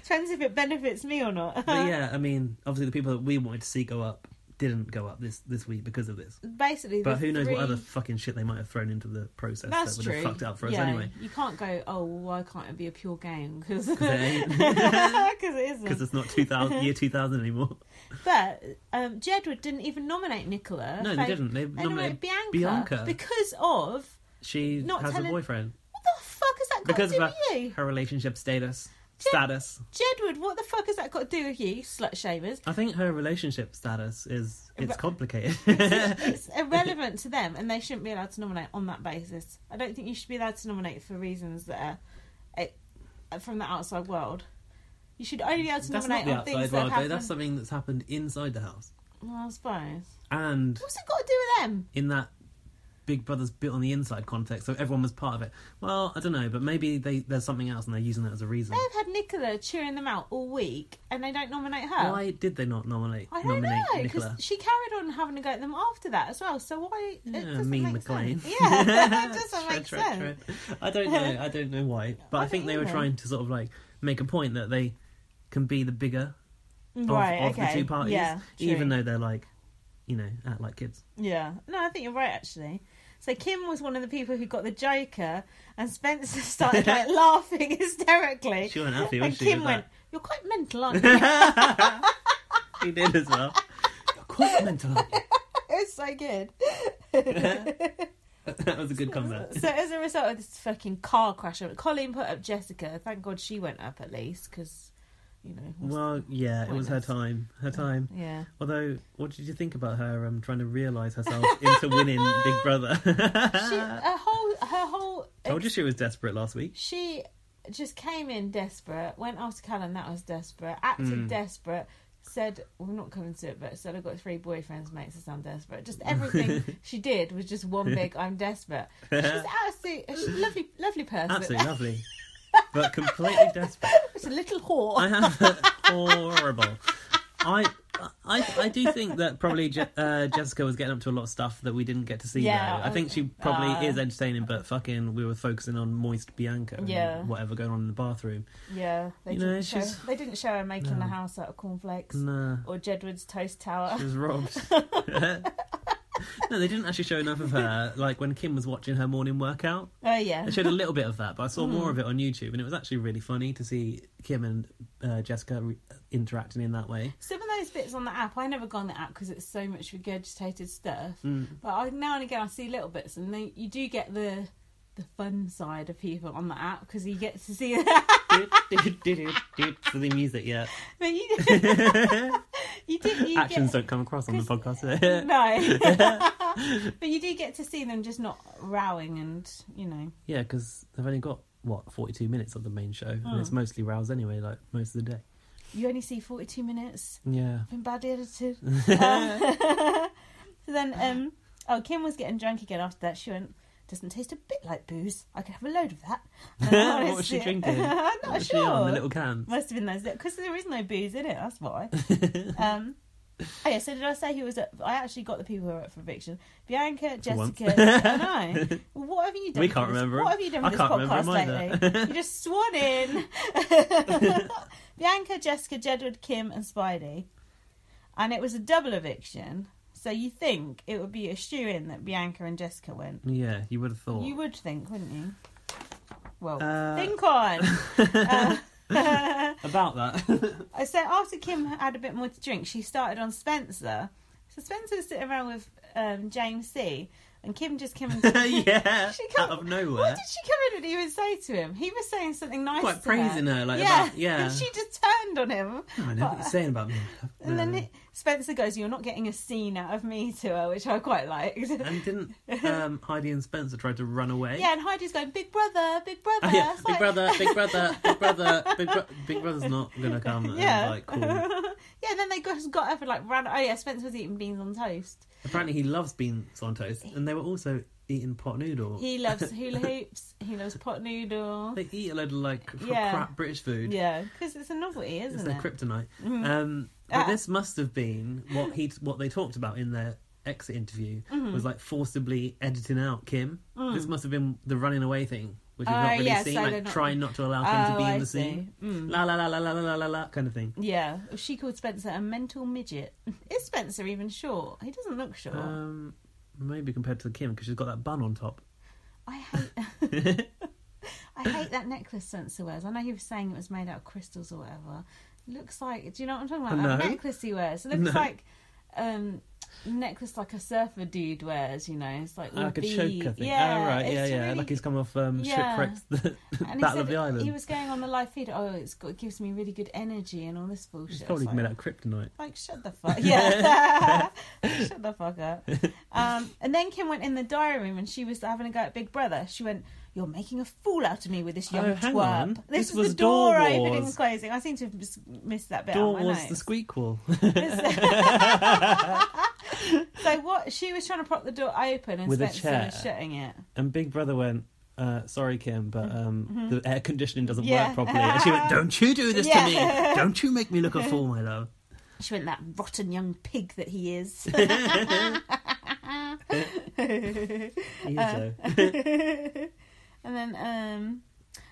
S1: depends if it benefits me or not.
S2: but yeah, I mean, obviously the people that we wanted to see go up didn't go up this this week because of this.
S1: Basically,
S2: But
S1: the
S2: who knows
S1: three...
S2: what other fucking shit they might have thrown into the process
S1: That's
S2: that would
S1: true.
S2: have fucked up for us
S1: Yeah,
S2: anyway.
S1: You can't go, oh, well, why can't it be a pure game? Because
S2: it ain't.
S1: it isn't.
S2: Because it's not 2000 year 2000 anymore.
S1: But um, Jedward didn't even nominate Nicola.
S2: No, they didn't. They
S1: They nominated
S2: nominated
S1: Bianca,
S2: Bianca.
S1: because of
S2: She
S1: Not
S2: has
S1: telling-
S2: a boyfriend
S1: what the fuck has that got
S2: because
S1: to
S2: of
S1: do
S2: her,
S1: with you,
S2: her relationship status.
S1: Jed-
S2: Status.
S1: Jedward? What the fuck has that got to do with you, slut shavers?
S2: I think her relationship status is it's
S1: But-
S2: complicated.
S1: it's irrelevant to them, and they shouldn't be allowed to nominate on that basis. I don't think you should be allowed to nominate for reasons that are eh, from the outside world. You should only be able to
S2: that's not
S1: nominate
S2: the
S1: on things
S2: outside
S1: that
S2: world,
S1: have
S2: though.
S1: happened.
S2: That's something that's happened inside the house.
S1: well, I suppose.
S2: And
S1: What's it got to do with them?
S2: in that Big Brother's built on the inside context, so everyone was part of it. Well, I don't know, but maybe they, there's something else and they're using that as a reason.
S1: They've had Nicola cheering them out all week, and they don't nominate her.
S2: Why did they not nominate
S1: I don't
S2: nominate
S1: know because
S2: Nicola?
S1: she carried on having a go at them after that as well. So why?
S2: Yeah,
S1: it doesn't
S2: mean
S1: make
S2: McLean.
S1: sense. Yeah, it doesn't
S2: Tread,
S1: make
S2: tread,
S1: sense.
S2: tread. I don't know. I don't know why, but
S1: I
S2: I think
S1: don't
S2: they were
S1: either.
S2: trying to sort of like make a point that they can be the bigger of,
S1: Right?
S2: of
S1: okay.
S2: the two parties,
S1: yeah,
S2: even
S1: true.
S2: though they're like, you know, act like kids.
S1: Yeah. No, I think you're right actually. So Kim was one of the people who got the Joker, and Spencer started like laughing hysterically.
S2: She wasn't happy,
S1: and
S2: was she?
S1: Kim
S2: with
S1: went,
S2: that?
S1: "You're quite mental, aren't you?"
S2: He did as well. You're quite mental. aren't you?
S1: it's so good.
S2: that was a good comeback.
S1: So as a result of this fucking car crash, Colleen put up Jessica. Thank God she went up at least, because you know. what's-
S2: Well, yeah, it was her
S1: Pointless.
S2: time. Her time.
S1: yeah.
S2: Although, what did you think about her um, trying to realise herself into winning Big Brother?
S1: She, her whole, her whole,
S2: Told you she was desperate last week.
S1: she just came in desperate, went after Callan, that was desperate, acted
S2: Mm.
S1: desperate, said, well, we're not coming to it, but said, I've got three boyfriends, makes us sound desperate. Just everything she did was just one big, I'm desperate. She's absolutely, she's a lovely, lovely person.
S2: Absolutely lovely, but completely desperate.
S1: She's a little whore.
S2: I have horrible. I. I, I do think that probably Je- uh, Jessica was getting up to a lot of stuff that we didn't get to see.
S1: Yeah,
S2: though. I think she probably
S1: uh,
S2: is entertaining, but fucking, we were focusing on moist Bianca and
S1: Yeah.
S2: whatever going on in the bathroom.
S1: yeah, they
S2: You know,
S1: didn't, show,
S2: she's-
S1: they didn't show her making
S2: No.
S1: the house out of cornflakes
S2: Nah.
S1: or Jedward's toast tower.
S2: She was robbed. no, they didn't actually show enough of her. Like when Kim was watching her morning workout,
S1: Oh, yeah.
S2: they showed a little bit of that, but I saw
S1: Hmm.
S2: more of it on YouTube, and it was actually really funny to see Kim and uh, Jessica re- interacting in that way.
S1: Some of those bits on the app, I never go on the app because it's so much regurgitated stuff. But I, now and again, I see little bits, and they, you do get the the fun side of people on the app because you get to see that.
S2: Doot, doot, doot, doot, doot for the music, yeah.
S1: but you, you did you get,
S2: Actions don't come across on the podcast.
S1: no, but you do get to see them just not rowing and you know.
S2: yeah, because they've only got what forty-two minutes of the main show, and
S1: Oh.
S2: it's mostly rows anyway, like most of the day.
S1: You only see forty two minutes.
S2: Yeah.
S1: Been badly edited. Um, so then, um, oh, Kim was getting drunk again after that. She went, doesn't taste a bit like booze. I could have a load of that. And I
S2: What
S1: wanna
S2: was she
S1: see-
S2: drinking?
S1: I'm not
S2: What was she
S1: Oh, sure.
S2: on the little cans.
S1: Must have been those because there is no booze in it. That's why. um, oh yeah. So did I say who was up? I actually got the people who were up for eviction: Bianca,
S2: once.
S1: Jessica. I know. Well, What have you done?
S2: We
S1: for
S2: can't
S1: this-
S2: remember 'em.
S1: What have you done
S2: I
S1: with this
S2: can't remember 'em
S1: podcast
S2: either.
S1: lately? you just sworn in. Bianca, Jessica, Jedward, Kim, and Spidey, and it was a double eviction. So you think it would be a shoe in that Bianca and Jessica went?
S2: Yeah, you would have thought.
S1: You would think, wouldn't you? Well,
S2: Uh,
S1: think on. Uh,
S2: About that.
S1: I said after Kim had a bit more to drink, she started on Spencer. So Spencer was sitting around with um, James C. And Kim just came and
S2: yeah,
S1: She
S2: out
S1: can't-
S2: of
S1: What
S2: nowhere.
S1: did she come in and even say to him? He was saying something nice,
S2: Quite
S1: to
S2: praising
S1: her.
S2: her, like
S1: yeah,
S2: about, yeah.
S1: And she just turned on him.
S2: Oh, I know what you're saying about me.
S1: And then
S2: No.
S1: he- Spencer goes, "You're not getting a scene out of me to her," which I quite liked.
S2: and didn't um, Heidi and Spencer try to run away?
S1: yeah, and Heidi's going, "Big brother, big brother,
S2: Oh, yeah.
S1: It's
S2: Big
S1: like-
S2: brother, big brother, big brother, big, bro- big brother's not gonna come and
S1: Yeah.
S2: like call.
S1: yeah, and then they just got up and like ran. Oh yeah, Spencer was eating beans on toast.
S2: Apparently, he loves beans on toast, and they were also eating pot noodle.
S1: He loves hula hoops. he loves pot noodle.
S2: They eat a load of like cr-
S1: Yeah.
S2: crap British food.
S1: Yeah, because it's a novelty, isn't
S2: it's
S1: it?
S2: their kryptonite. Um, but
S1: Ah.
S2: this must have been what he what they talked about in their exit interview
S1: Mm-hmm.
S2: was like forcibly editing out Kim.
S1: Mm.
S2: This must have been the running away thing, which we've
S1: Oh,
S2: not really
S1: yeah,
S2: seen,
S1: so they're
S2: like
S1: not-
S2: trying not to allow Kim to be
S1: Oh,
S2: in
S1: I
S2: the
S1: see.
S2: scene. La la la la la la la la la kind of thing.
S1: Yeah, she called Spencer a mental midget. Is Spencer even short? He doesn't look short.
S2: Um, maybe compared to Kim because she's got that bun on top.
S1: I hate. I hate that necklace Spencer wears. I know he was saying it was made out of crystals or whatever. Looks like. Do you know what I'm talking about?
S2: No.
S1: That necklace he wears. It looks
S2: No.
S1: like um necklace like a surfer dude wears. You know, it's like all
S2: like a
S1: bead.
S2: choker thing.
S1: Yeah,
S2: oh, right,
S1: it's
S2: yeah, yeah.
S1: really-
S2: Like he's come off um,
S1: Yeah.
S2: shipwrecks, the
S1: and he
S2: Battle of
S1: said
S2: the Island.
S1: He was going on the live feed. Oh, it's got, it gives me really good energy and all this bullshit.
S2: It's probably
S1: It's
S2: made
S1: like,
S2: out of kryptonite.
S1: Like shut the fuck yeah, shut the fuck up. Um, and then Kim went in the diary room and she was having a go at Big Brother. She went, "You're making a fool out of me with this young
S2: Oh, hang
S1: twerp."
S2: on.
S1: This,
S2: This
S1: was,
S2: was
S1: the door
S2: Door
S1: opening
S2: Wars.
S1: and closing. I seem to have mis- missed that bit.
S2: Door
S1: on my
S2: was
S1: notes.
S2: the squeak wall.
S1: so what? She was trying to prop the door open and
S2: With a
S1: Spencer
S2: chair.
S1: was shutting it.
S2: And Big Brother went, uh, sorry, Kim, but um, the air conditioning doesn't
S1: Mm-hmm. Yeah.
S2: work properly. And she went, don't you do this
S1: Yeah.
S2: to me. Don't you make me look a fool, my love.
S1: She went, "That rotten young pig that he is."
S2: You know.
S1: Uh, and then, um,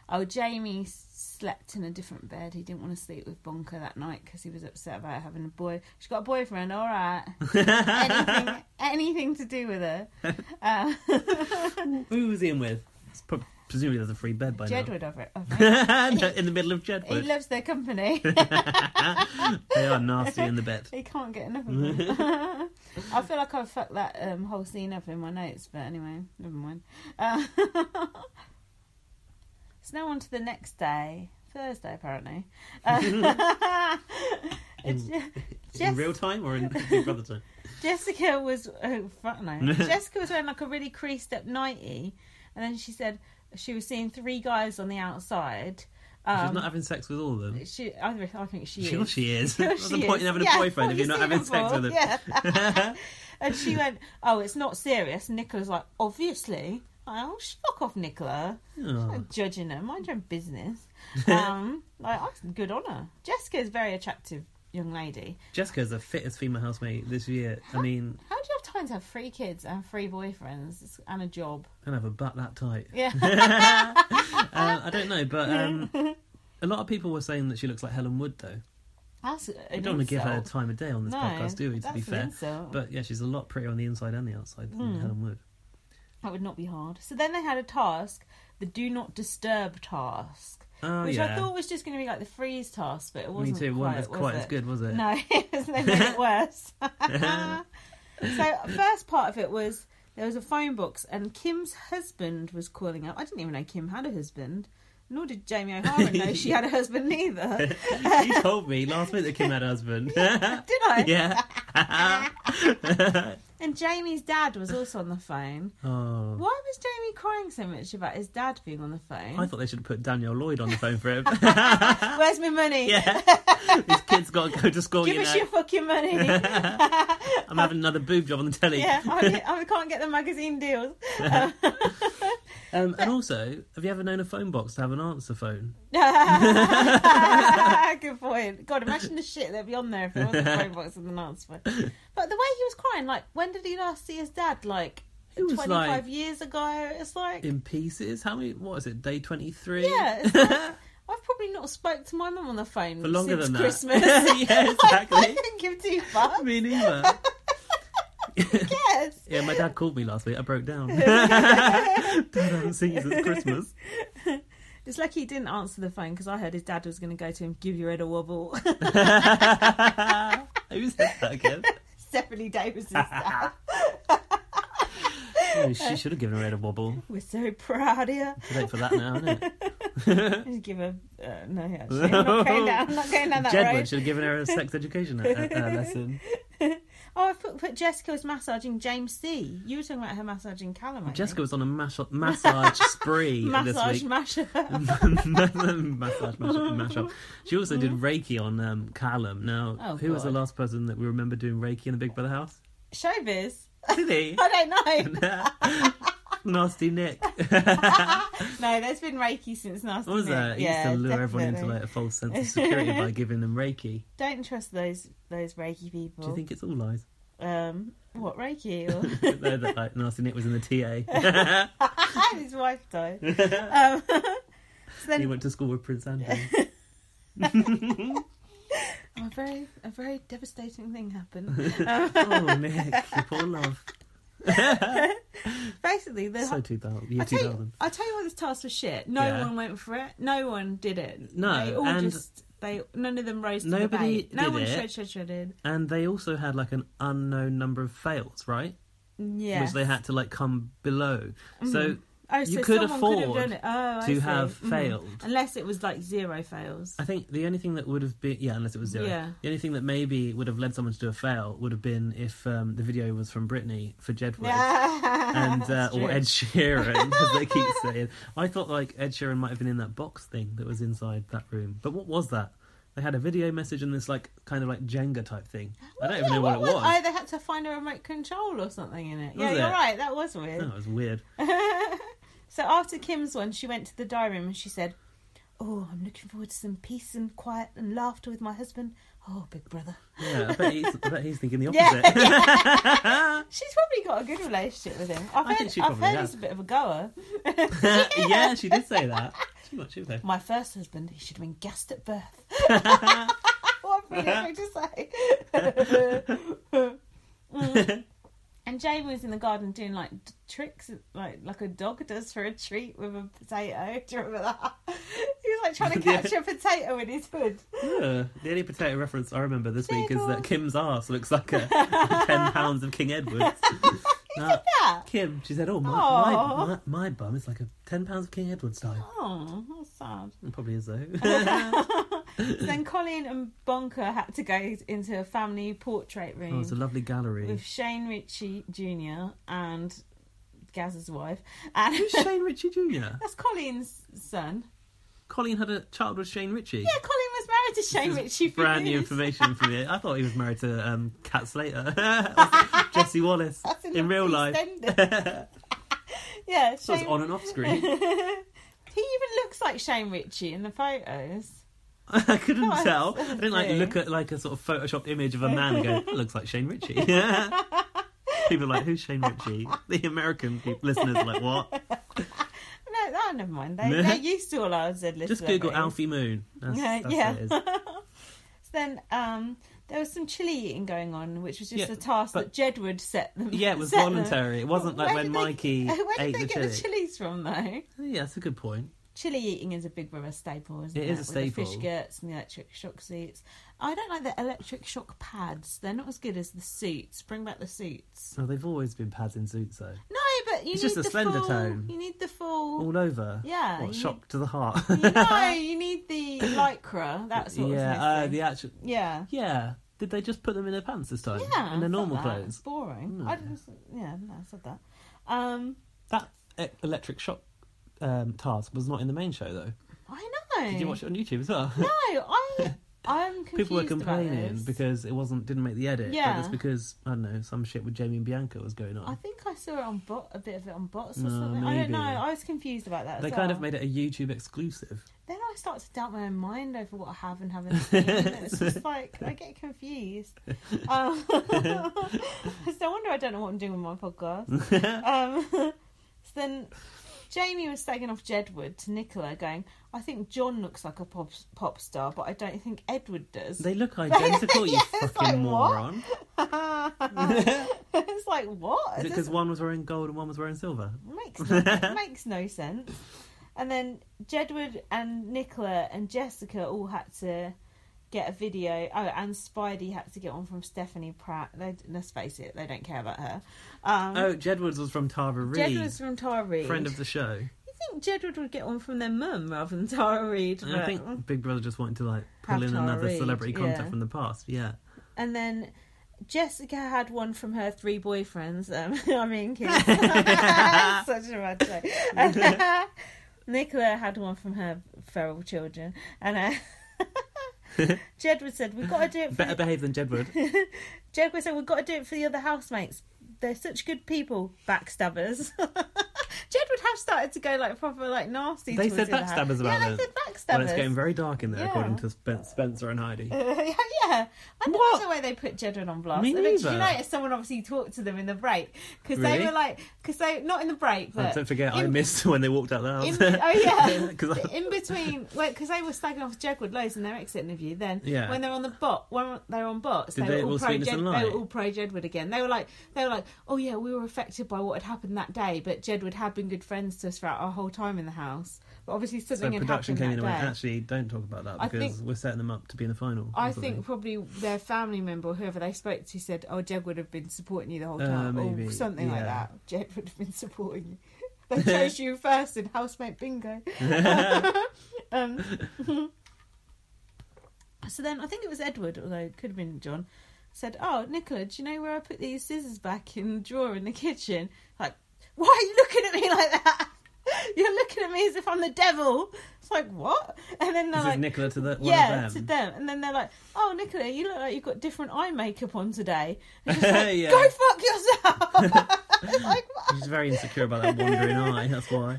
S1: oh, Jamie slept in a different bed. He didn't want to sleep with Bonker that night because he was upset about having a boy. She's got a boyfriend, all right. anything, anything to do with her. Uh,
S2: Who was he in with? It's prob- presumably there's a free bed by now.
S1: Jedward of it. Of it.
S2: No, in the middle of
S1: He
S2: Jedward.
S1: loves their company.
S2: they are nasty in the bed.
S1: he can't get enough of them. I feel like I've fucked that um, whole scene up in my notes, but anyway, never mind. Uh, so now on to the next day, Thursday apparently. Uh,
S2: In, in
S1: Jess-
S2: real time or in Big Brother time?
S1: Jessica was oh fuck no. Jessica was wearing like a really creased up nightie, and then she said she was seeing three guys on the outside.
S2: She's
S1: Um,
S2: not having sex with all of them.
S1: she, I, re- I think she
S2: Sure
S1: is.
S2: she is.
S1: Sure
S2: What's
S1: she
S2: the point
S1: is.
S2: in having
S1: Yeah,
S2: a boyfriend if you're
S1: you've
S2: not
S1: seen
S2: having
S1: it
S2: sex with him?
S1: before. Yeah. and she went, "Oh, it's not serious." And Nicola's like, "Obviously." Oh, sh- fuck off, Nicola.
S2: Oh.
S1: I'm judging her. Mind your own business. Um, like, that's good on her. Jessica is a very attractive young lady.
S2: Jessica's the fittest female housemate this year. I mean,
S1: How do you have time to have three kids and three boyfriends and a job?
S2: and have a butt that tight.
S1: Yeah. Ah.
S2: Um, I don't know, but um, a lot of people were saying that she looks like Helen Wood, though.
S1: That's
S2: We don't want to give her time of day on this
S1: No,
S2: podcast, do we? To
S1: that's Hmm.
S2: be
S1: an
S2: fair,
S1: insult.
S2: but yeah, she's a lot prettier on the inside and the outside than Helen Wood.
S1: That would not be hard. So then they had a task, the do not disturb task.
S2: Oh
S1: which
S2: yeah,
S1: I thought was just going to be like the freeze task, but it
S2: me
S1: wasn't.
S2: too. It
S1: Quite,
S2: wasn't as
S1: was
S2: quite
S1: it?
S2: as good, was it?
S1: No, it was- they made it worse. so first part of it was there was a phone box and Kim's husband was calling up. I didn't even know Kim had a husband. Nor did Jamie O'Hara know she had a husband either.
S2: you told me last week that Kim had a husband.
S1: Did I?
S2: yeah.
S1: And Jamie's dad was also on the phone.
S2: Oh.
S1: Why was Jamie crying so much about his dad being on the phone?
S2: I thought they should have put Daniel Lloyd on the phone for him.
S1: Where's my money?
S2: yeah, these kids got to go to school.
S1: Give
S2: you
S1: us
S2: know,
S1: your fucking money.
S2: I'm having another boob job on the telly.
S1: yeah, I, I can't get the magazine deals.
S2: Um, and also, have you ever known a phone box to have an answer phone?
S1: Good point. God, imagine the shit that'd be on there if it wasn't a phone box with an answer. phone. But the way he was crying, like, when did he last see his dad? Like,
S2: It was
S1: 25
S2: like-
S1: years ago? It's like,
S2: in pieces. How many? What is it? Day twenty three.
S1: yeah, it's like, I've probably not spoke to my mum on the phone
S2: For longer
S1: since
S2: than that.
S1: Christmas.
S2: Yeah,
S1: I
S2: exactly.
S1: couldn't give two fucks.
S2: Me neither.
S1: Yes.
S2: yeah, my dad called me last week. I broke down. dad, I haven't seen you since Christmas.
S1: It's lucky he didn't answer the phone because I heard his dad was going to go to him, give your head a wobble.
S2: Who said that again?
S1: Stephanie Davis's dad.
S2: Oh, she should have given her head a wobble.
S1: We're so proud of you.
S2: Too late for that now, isn't it?
S1: Just give a uh, no. Actually, I'm not going down. I'm not going down that
S2: Jedward
S1: road.
S2: should have given her a sex education uh, uh, lesson.
S1: Oh, I put thought but Jessica was massaging James C. You were talking about her massaging Callum. I
S2: Jessica was on a mash- massage spree
S1: think. massage
S2: this week.
S1: masher.
S2: massage mash up, mash up. She also did Reiki on um, Callum. Now,
S1: Hmm? Oh,
S2: who was the
S1: God.
S2: last person that we remember doing Reiki in the Big Brother house?
S1: Showbiz.
S2: Did he?
S1: I don't know.
S2: Nasty Nick.
S1: no, there's been Reiki since last.
S2: What was
S1: Nick.
S2: that? He
S1: Yeah,
S2: used to lure everyone into
S1: definitely.
S2: like a false sense of security by giving them Reiki.
S1: Don't trust those those Reiki people.
S2: Do you think it's all lies?
S1: Um, what Reiki? Or...
S2: no, that like Nasty Nick was in
S1: Uh,
S2: the
S1: and his wife died.
S2: TA.
S1: Um, so
S2: he
S1: then,
S2: went to school with Prince Andrew.
S1: a very a very devastating thing happened. Um,
S2: oh Nick, your poor love.
S1: Basically, the
S2: So 2000, year
S1: I tell, you,
S2: 2000.
S1: I tell you what, this task was shit. No
S2: Yeah.
S1: one went for it. No one did it.
S2: No,
S1: they all
S2: and-
S1: just they none of them rose to the
S2: Nobody
S1: bait. No
S2: did
S1: one
S2: it.
S1: shred shred shredded.
S2: And they also had like an unknown number of fails, right?
S1: Yeah.
S2: Which they had to like come below. So
S1: oh, so
S2: you
S1: someone
S2: could
S1: could have
S2: afford
S1: done it. Oh, I
S2: to
S1: see.
S2: have
S1: Mhm.
S2: failed.
S1: unless it was like zero fails.
S2: I think the only thing that would have been yeah, unless it was zero.
S1: Yeah.
S2: The only thing that maybe would have led someone to do a fail would have been if um, the video was from Britney for Jedward. And uh,
S1: That's true.
S2: or Ed Sheeran, as they keep saying. I thought like Ed Sheeran might have been in that box thing that was inside that room. But what was that? They had a video message and this like kind of like Jenga type thing. I don't even
S1: Yeah,
S2: know what, it was.
S1: Oh, they had to find a remote control or something in it. yeah,
S2: Was
S1: you're
S2: it? Oh.
S1: right. That was weird.
S2: No, it was weird.
S1: So after Kim's one, she went to the diary room and she said, "Oh, I'm looking forward to some peace and quiet and laughter with my husband. Oh, big brother."
S2: Yeah, I bet he's, I bet he's thinking the
S1: Yeah.
S2: opposite.
S1: She's probably got a good relationship with him. I've
S2: I think
S1: heard,
S2: she
S1: I've
S2: probably
S1: heard
S2: has.
S1: he's a bit of a goer.
S2: yeah. she did say that. She might, she was like,
S1: My first husband, he should have been gassed at birth. what a brilliant thing to say. Mm. and Jamie was in the garden doing like d- tricks, like like a dog does for a treat with a potato. Do you remember that? he was like trying to
S2: Yeah.
S1: catch a potato in his hood.
S2: "Ugh." the only potato reference I remember this week is that
S1: Potato.
S2: Kim's arse looks like a ten pounds of King Edward. Uh,
S1: Yeah.
S2: Kim, she said, "Oh my,
S1: Aw.
S2: my, my, my bum is like a ten pounds of King Edward style."
S1: Oh, that's sad.
S2: It probably is though.
S1: then Colin and Bonker had to go into a family portrait room.
S2: oh, it's a lovely gallery.
S1: with Shane Ritchie Jr. and Gaz's wife. And
S2: Who's Shane Ritchie Jr.?
S1: that's Colin's son.
S2: Colleen had a child with Shane Ritchie.
S1: Yeah, Colin was married to Shane
S2: This is
S1: Ritchie. for
S2: Brand new
S1: years.
S2: information for me. I thought he was married to um, Kat Slater, Or Jesse Wallace
S1: That's
S2: in real life.
S1: EastEnders. yeah,
S2: So it's
S1: Shane.
S2: on and off
S1: he
S2: screen.
S1: even looks like Shane Ritchie in the photos.
S2: I couldn't
S1: Nice.
S2: tell. I didn't like
S1: Okay.
S2: look at like a sort of photoshopped image of a man and go, that looks like Shane Ritchie. people are like, who's Shane Ritchie? The American people, listeners are like, what?
S1: No, no, never mind. They, they're used to all our Z list.
S2: Just Google
S1: celebrities.
S2: Alfie Moon. That's,
S1: Yeah,
S2: that's
S1: yeah.
S2: what it is.
S1: So then um, there was some chili eating going on, which was just
S2: Yeah,
S1: a task that
S2: but-
S1: Jedward set them.
S2: Yeah, it was
S1: set them.
S2: voluntary. It wasn't like
S1: Where
S2: when
S1: did they-
S2: Mikey
S1: Where did
S2: ate
S1: they
S2: the
S1: get
S2: chili.
S1: the chilies from, though?
S2: Yeah, that's a good point.
S1: Chili eating is a big brother staple, isn't it?
S2: It is
S1: With
S2: a
S1: the fish
S2: staple.
S1: skirts and the electric shock suits. I don't like the electric shock pads. They're not as good as the suits. Bring back the suits.
S2: Oh, they've always been pads in suits though.
S1: No, but you need
S2: It's just a
S1: the
S2: slender
S1: full,
S2: tone.
S1: You need the full.
S2: All over.
S1: Yeah,
S2: What,
S1: you-
S2: shock to the heart.
S1: no, you need the lycra. That's what was
S2: yeah, uh,
S1: missing.
S2: the actual.
S1: yeah.
S2: Yeah, did they just put them in their pants this time?
S1: Yeah,
S2: in
S1: I
S2: their normal
S1: thought that. It's
S2: clothes. Hmm.
S1: boring.
S2: No.
S1: I just, yeah, no, I said that. Um,
S2: That e- electric shock um, task was not in the main show though.
S1: I know.
S2: Did you watch it on YouTube as well?
S1: No, I I'm confused.
S2: People were
S1: about
S2: complaining
S1: this.
S2: because it wasn't didn't make the edit.
S1: Yeah.
S2: but it's because I don't know some shit with Jamie and Bianca was going on.
S1: I think I saw it on bot a bit of it on bots or
S2: No,
S1: something. I don't
S2: Mm, maybe.
S1: know. I was confused about that. as
S2: they kind
S1: well.
S2: of made it a YouTube exclusive.
S1: Then I start to doubt my own mind over what I have and haven't seen. and it's just like I get confused. Um, it's no wonder I don't know what I'm doing with my podcast. Um, so then Jamie was taking off Jedward to Nicola, going, "I think John looks like a pop pop star, but I don't think Edward does."
S2: They look identical, you
S1: Yeah, it's
S2: fucking
S1: like, what?
S2: moron.
S1: it's like what? It
S2: Because one was wearing gold and one was wearing silver.
S1: makes no, it makes no sense. And then Jedward and Nicola and Jessica all had to get a video. Oh, and Spidey had to get one from Stephanie Pratt. They, let's face it, they don't care about her. Um,
S2: Oh, Jedwards was from Tara Reid,
S1: Jedward's from Tara Reid.
S2: friend of the show.
S1: you think Jedward would get one from their mum rather than Tara Reid?
S2: And I
S1: But-
S2: think Big Brother just wanted to like pull
S1: Have
S2: in
S1: Tara
S2: another
S1: Reid,
S2: celebrity contact
S1: yeah.
S2: from the past. Yeah,
S1: And then Jessica had one from her three boyfriends. Um, I mean, kids. such a bad joke. Nicola had one from her feral children, and uh, Jedward said, "We've got to do it." For
S2: Better
S1: the...
S2: behaved than Jedward.
S1: Jedward said, "We've got to do it for the other housemates. They're such good people, backstabbers." Jedward have started to go like proper like nasty.
S2: They
S1: towards
S2: said
S1: the other house-
S2: backstabbers about
S1: Yeah,
S2: it.
S1: they said backstabbers.
S2: Well, it's getting very dark in there,
S1: Yeah.
S2: according to Spen- Spencer and Heidi.
S1: yeah, yeah. I don't
S2: What?
S1: know the way they put Jedward on blast.
S2: Me
S1: I mean, did you
S2: neither.
S1: notice someone obviously talked to them in the break because they
S2: Really?
S1: were like, because they not in the break,
S2: Oh,
S1: but
S2: don't forget, I
S1: in-
S2: missed when they walked out the house.
S1: in, oh yeah,
S2: 'Cause I-
S1: in between, because they were slagging off Jedward loads in their exit interview. Then
S2: Yeah.
S1: when they're on the bot, when they're on bots,
S2: Did
S1: they, were
S2: they
S1: all
S2: all
S1: pro
S2: sweetness
S1: Jed,
S2: and
S1: they were
S2: light?
S1: all pro Jedward again. They were like, they were like, oh yeah, we were affected by what had happened that day, but Jedward had been good friends to us throughout our whole time in the house. But obviously
S2: so
S1: something had
S2: production
S1: happened
S2: came
S1: that
S2: in and
S1: day.
S2: went, actually, don't talk about
S1: I
S2: that
S1: think-
S2: because we're setting them up to be in the final. or
S1: I
S2: something."
S1: think probably their family member or whoever they spoke to said, "Oh, Jed would have been supporting you the whole
S2: Uh,
S1: time," or
S2: maybe,
S1: something like
S2: yeah.
S1: that. Jed would have been supporting you. They chose you first in housemate bingo. um, so then I think it was Edward, although it could have been John, said, "Oh, Nicola, do you know where I put these scissors back in the drawer in the kitchen?" Like, why are you looking at me like that? You're looking at me as if I'm the devil. It's like what? And then they're
S2: This
S1: like,
S2: is Nicola to the, one
S1: yeah,
S2: of
S1: to
S2: them.
S1: them. And then they're like, oh, Nicola, you look like you've got different eye makeup on today. And she's like,
S2: Yeah.
S1: Go fuck yourself. It's like, what?
S2: She's very insecure about that wandering eye, that's why.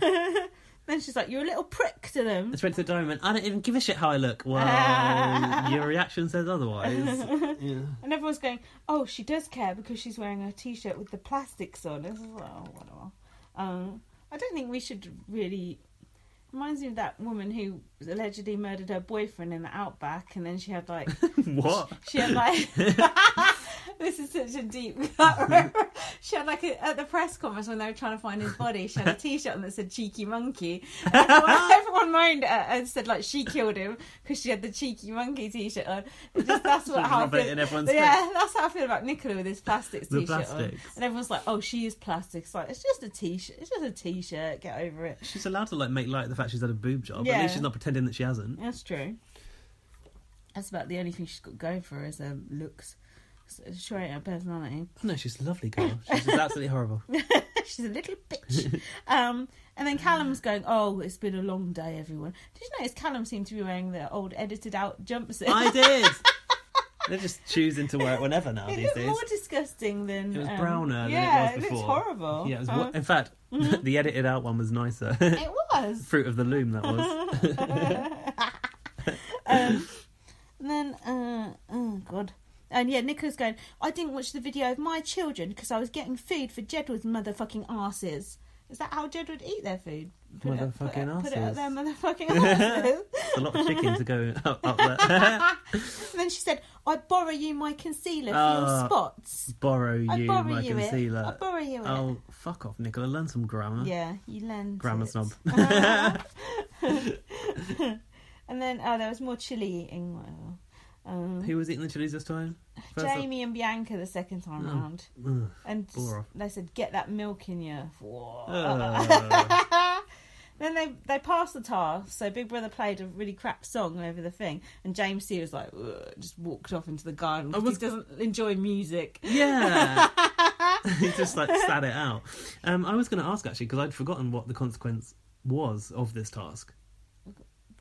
S1: Then she's like, you're a little prick to them.
S2: I went to the diamond. I don't even give a shit how I look.
S1: Ah.
S2: Well, your reaction says otherwise. yeah.
S1: And everyone's going, oh, she does care because she's wearing her t shirt with the plastics on. It's like, oh, whatever. Um, I don't think we should really. Reminds me of that woman who allegedly murdered her boyfriend in the outback, and then she had like
S2: What?
S1: She had like this is such a deep cut. reference. she had like a, at the press conference when they were trying to find his body. She had a T-shirt on that said "cheeky monkey." And Everyone, everyone moaned at her and said like she killed him because she had the cheeky monkey T-shirt on. It's Just, that's what
S2: Just
S1: how I
S2: rub it
S1: feel-
S2: in everyone's
S1: yeah, that's how I feel about Nicola with his plastics
S2: The
S1: T-shirt on.
S2: plastics.
S1: And everyone's like, "Oh, she is plastic." It's like it's just a T-shirt. It's just a T-shirt. Get over it.
S2: She's allowed to like make light of the fact she's had a boob job. At
S1: Yeah.
S2: least she's not pretending that she hasn't.
S1: That's true. That's about the only thing she's got going for her is her looks. Sure ain't her personality.
S2: Oh, no, she's a lovely girl. She's just absolutely horrible.
S1: She's a little bitch. um, and then Callum's going, Oh, it's been a long day, everyone. Did you notice Callum seemed to be wearing the old edited out jumpsuit?
S2: I did. They're just choosing to wear it whenever now
S1: it
S2: these
S1: looked
S2: days.
S1: more disgusting than.
S2: It was
S1: um,
S2: browner
S1: yeah,
S2: than it was
S1: looks
S2: before.
S1: horrible.
S2: Yeah, it was.
S1: Um,
S2: wo- in fact,
S1: Mm-hmm.
S2: the edited out one was nicer.
S1: it was.
S2: Fruit of the loom, that was.
S1: um, and then, uh, oh god. And yeah, Nicola's going, I didn't watch the video of my children because I was getting food for Jedward's motherfucking asses. Is that how Jedward eat their food? it, put, it,
S2: Motherfucking
S1: Put it up their
S2: arses.
S1: motherfucking asses.
S2: It's a lot of chicken to go up, up there.
S1: and then she said, I borrow you my concealer for your
S2: Ah.
S1: spots.
S2: borrow you
S1: I borrow
S2: my
S1: you it. I
S2: concealer.
S1: borrow you
S2: Oh, fuck off, Nicola. Learn some grammar.
S1: it. Yeah, you learned.
S2: Grammar
S1: it.
S2: snob.
S1: and then, oh, there was more chili eating. Whatever. Um,
S2: Who was eating the chilies this time? First up-
S1: Jamie and Bianca the second time
S2: Oh.
S1: round,
S2: Ugh.
S1: and s-
S2: Bore off.
S1: they said, "Get that milk in you."
S2: Uh,
S1: Then they they passed the task, so Big Brother played a really crap song over the thing, and James C was like, "Ugh," just walked off into the garden
S2: I
S1: 'cause
S2: was-
S1: he doesn't enjoy music.
S2: yeah. he just like sat it out. Um, I was going to ask actually because I'd forgotten what the consequence was of this task.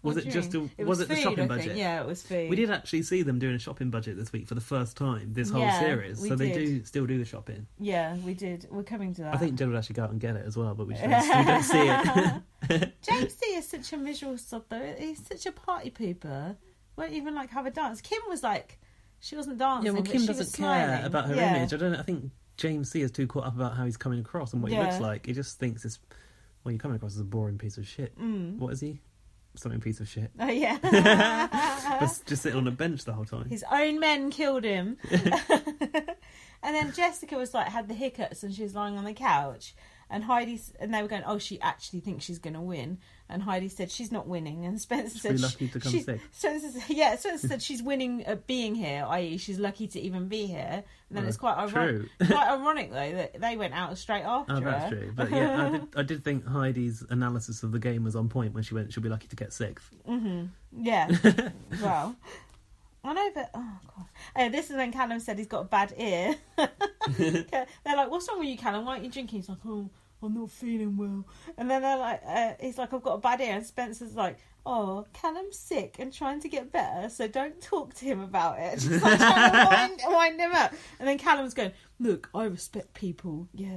S2: Was
S1: What do
S2: it
S1: you
S2: just a,
S1: mean?
S2: was, it the
S1: food,
S2: shopping
S1: I think.
S2: budget?
S1: Yeah, it was food.
S2: We did actually see them doing a shopping budget this week for the first time this whole
S1: Yeah,
S2: series,
S1: we
S2: so they
S1: did.
S2: do still do the shopping.
S1: Yeah, we did. We're coming to that.
S2: I think Jill would actually go out and get it as well, but we, just don't, we don't see it.
S1: James D is such a miserable sod though. He's such a party pooper. Won't even like have a dance. Kim was like, she wasn't dancing.
S2: yeah, well,
S1: but
S2: Kim
S1: she
S2: doesn't
S1: was
S2: care
S1: smiling.
S2: about her
S1: Yeah.
S2: image. I don't. I think James C is too caught up about how he's coming across and what
S1: Yeah.
S2: he looks like. He just thinks it's well, you're coming across as a boring piece of shit.
S1: Mm.
S2: What is he? Something piece of shit.
S1: Oh yeah.
S2: Just, just sitting on a bench the whole time.
S1: His own men killed him. and then Jessica was like had the hiccups and she was lying on the couch. And Heidi s- and they were going, oh, she actually thinks she's going to win. And Heidi said she's not winning. And Spencer
S2: She'll be
S1: said,
S2: lucky to come
S1: she-
S2: sixth.
S1: Spencer, said- yeah, Spencer said she's winning at being here, i.e., she's lucky to even be here. And then
S2: Oh,
S1: it's quite ironic,
S2: true.
S1: quite ironic though that they went out straight after
S2: Oh, that's
S1: her.
S2: true. But yeah, I did, I did think Heidi's analysis of the game was on point when she went, she'll be lucky to get sixth.
S1: Yeah. well, I know, but oh god, uh, this is when Callum said he's got a bad ear. They're like, "What's wrong with you, Callum? Why aren't you drinking?" He's like, "Oh, I'm not feeling well." And then they're like, uh, "He's like, I've got a bad ear," and Spencer's like. Oh, Callum's sick and trying to get better, so don't talk to him about it. Just like trying to wind, wind him up. And then Callum's going, Look, I respect people. Yeah.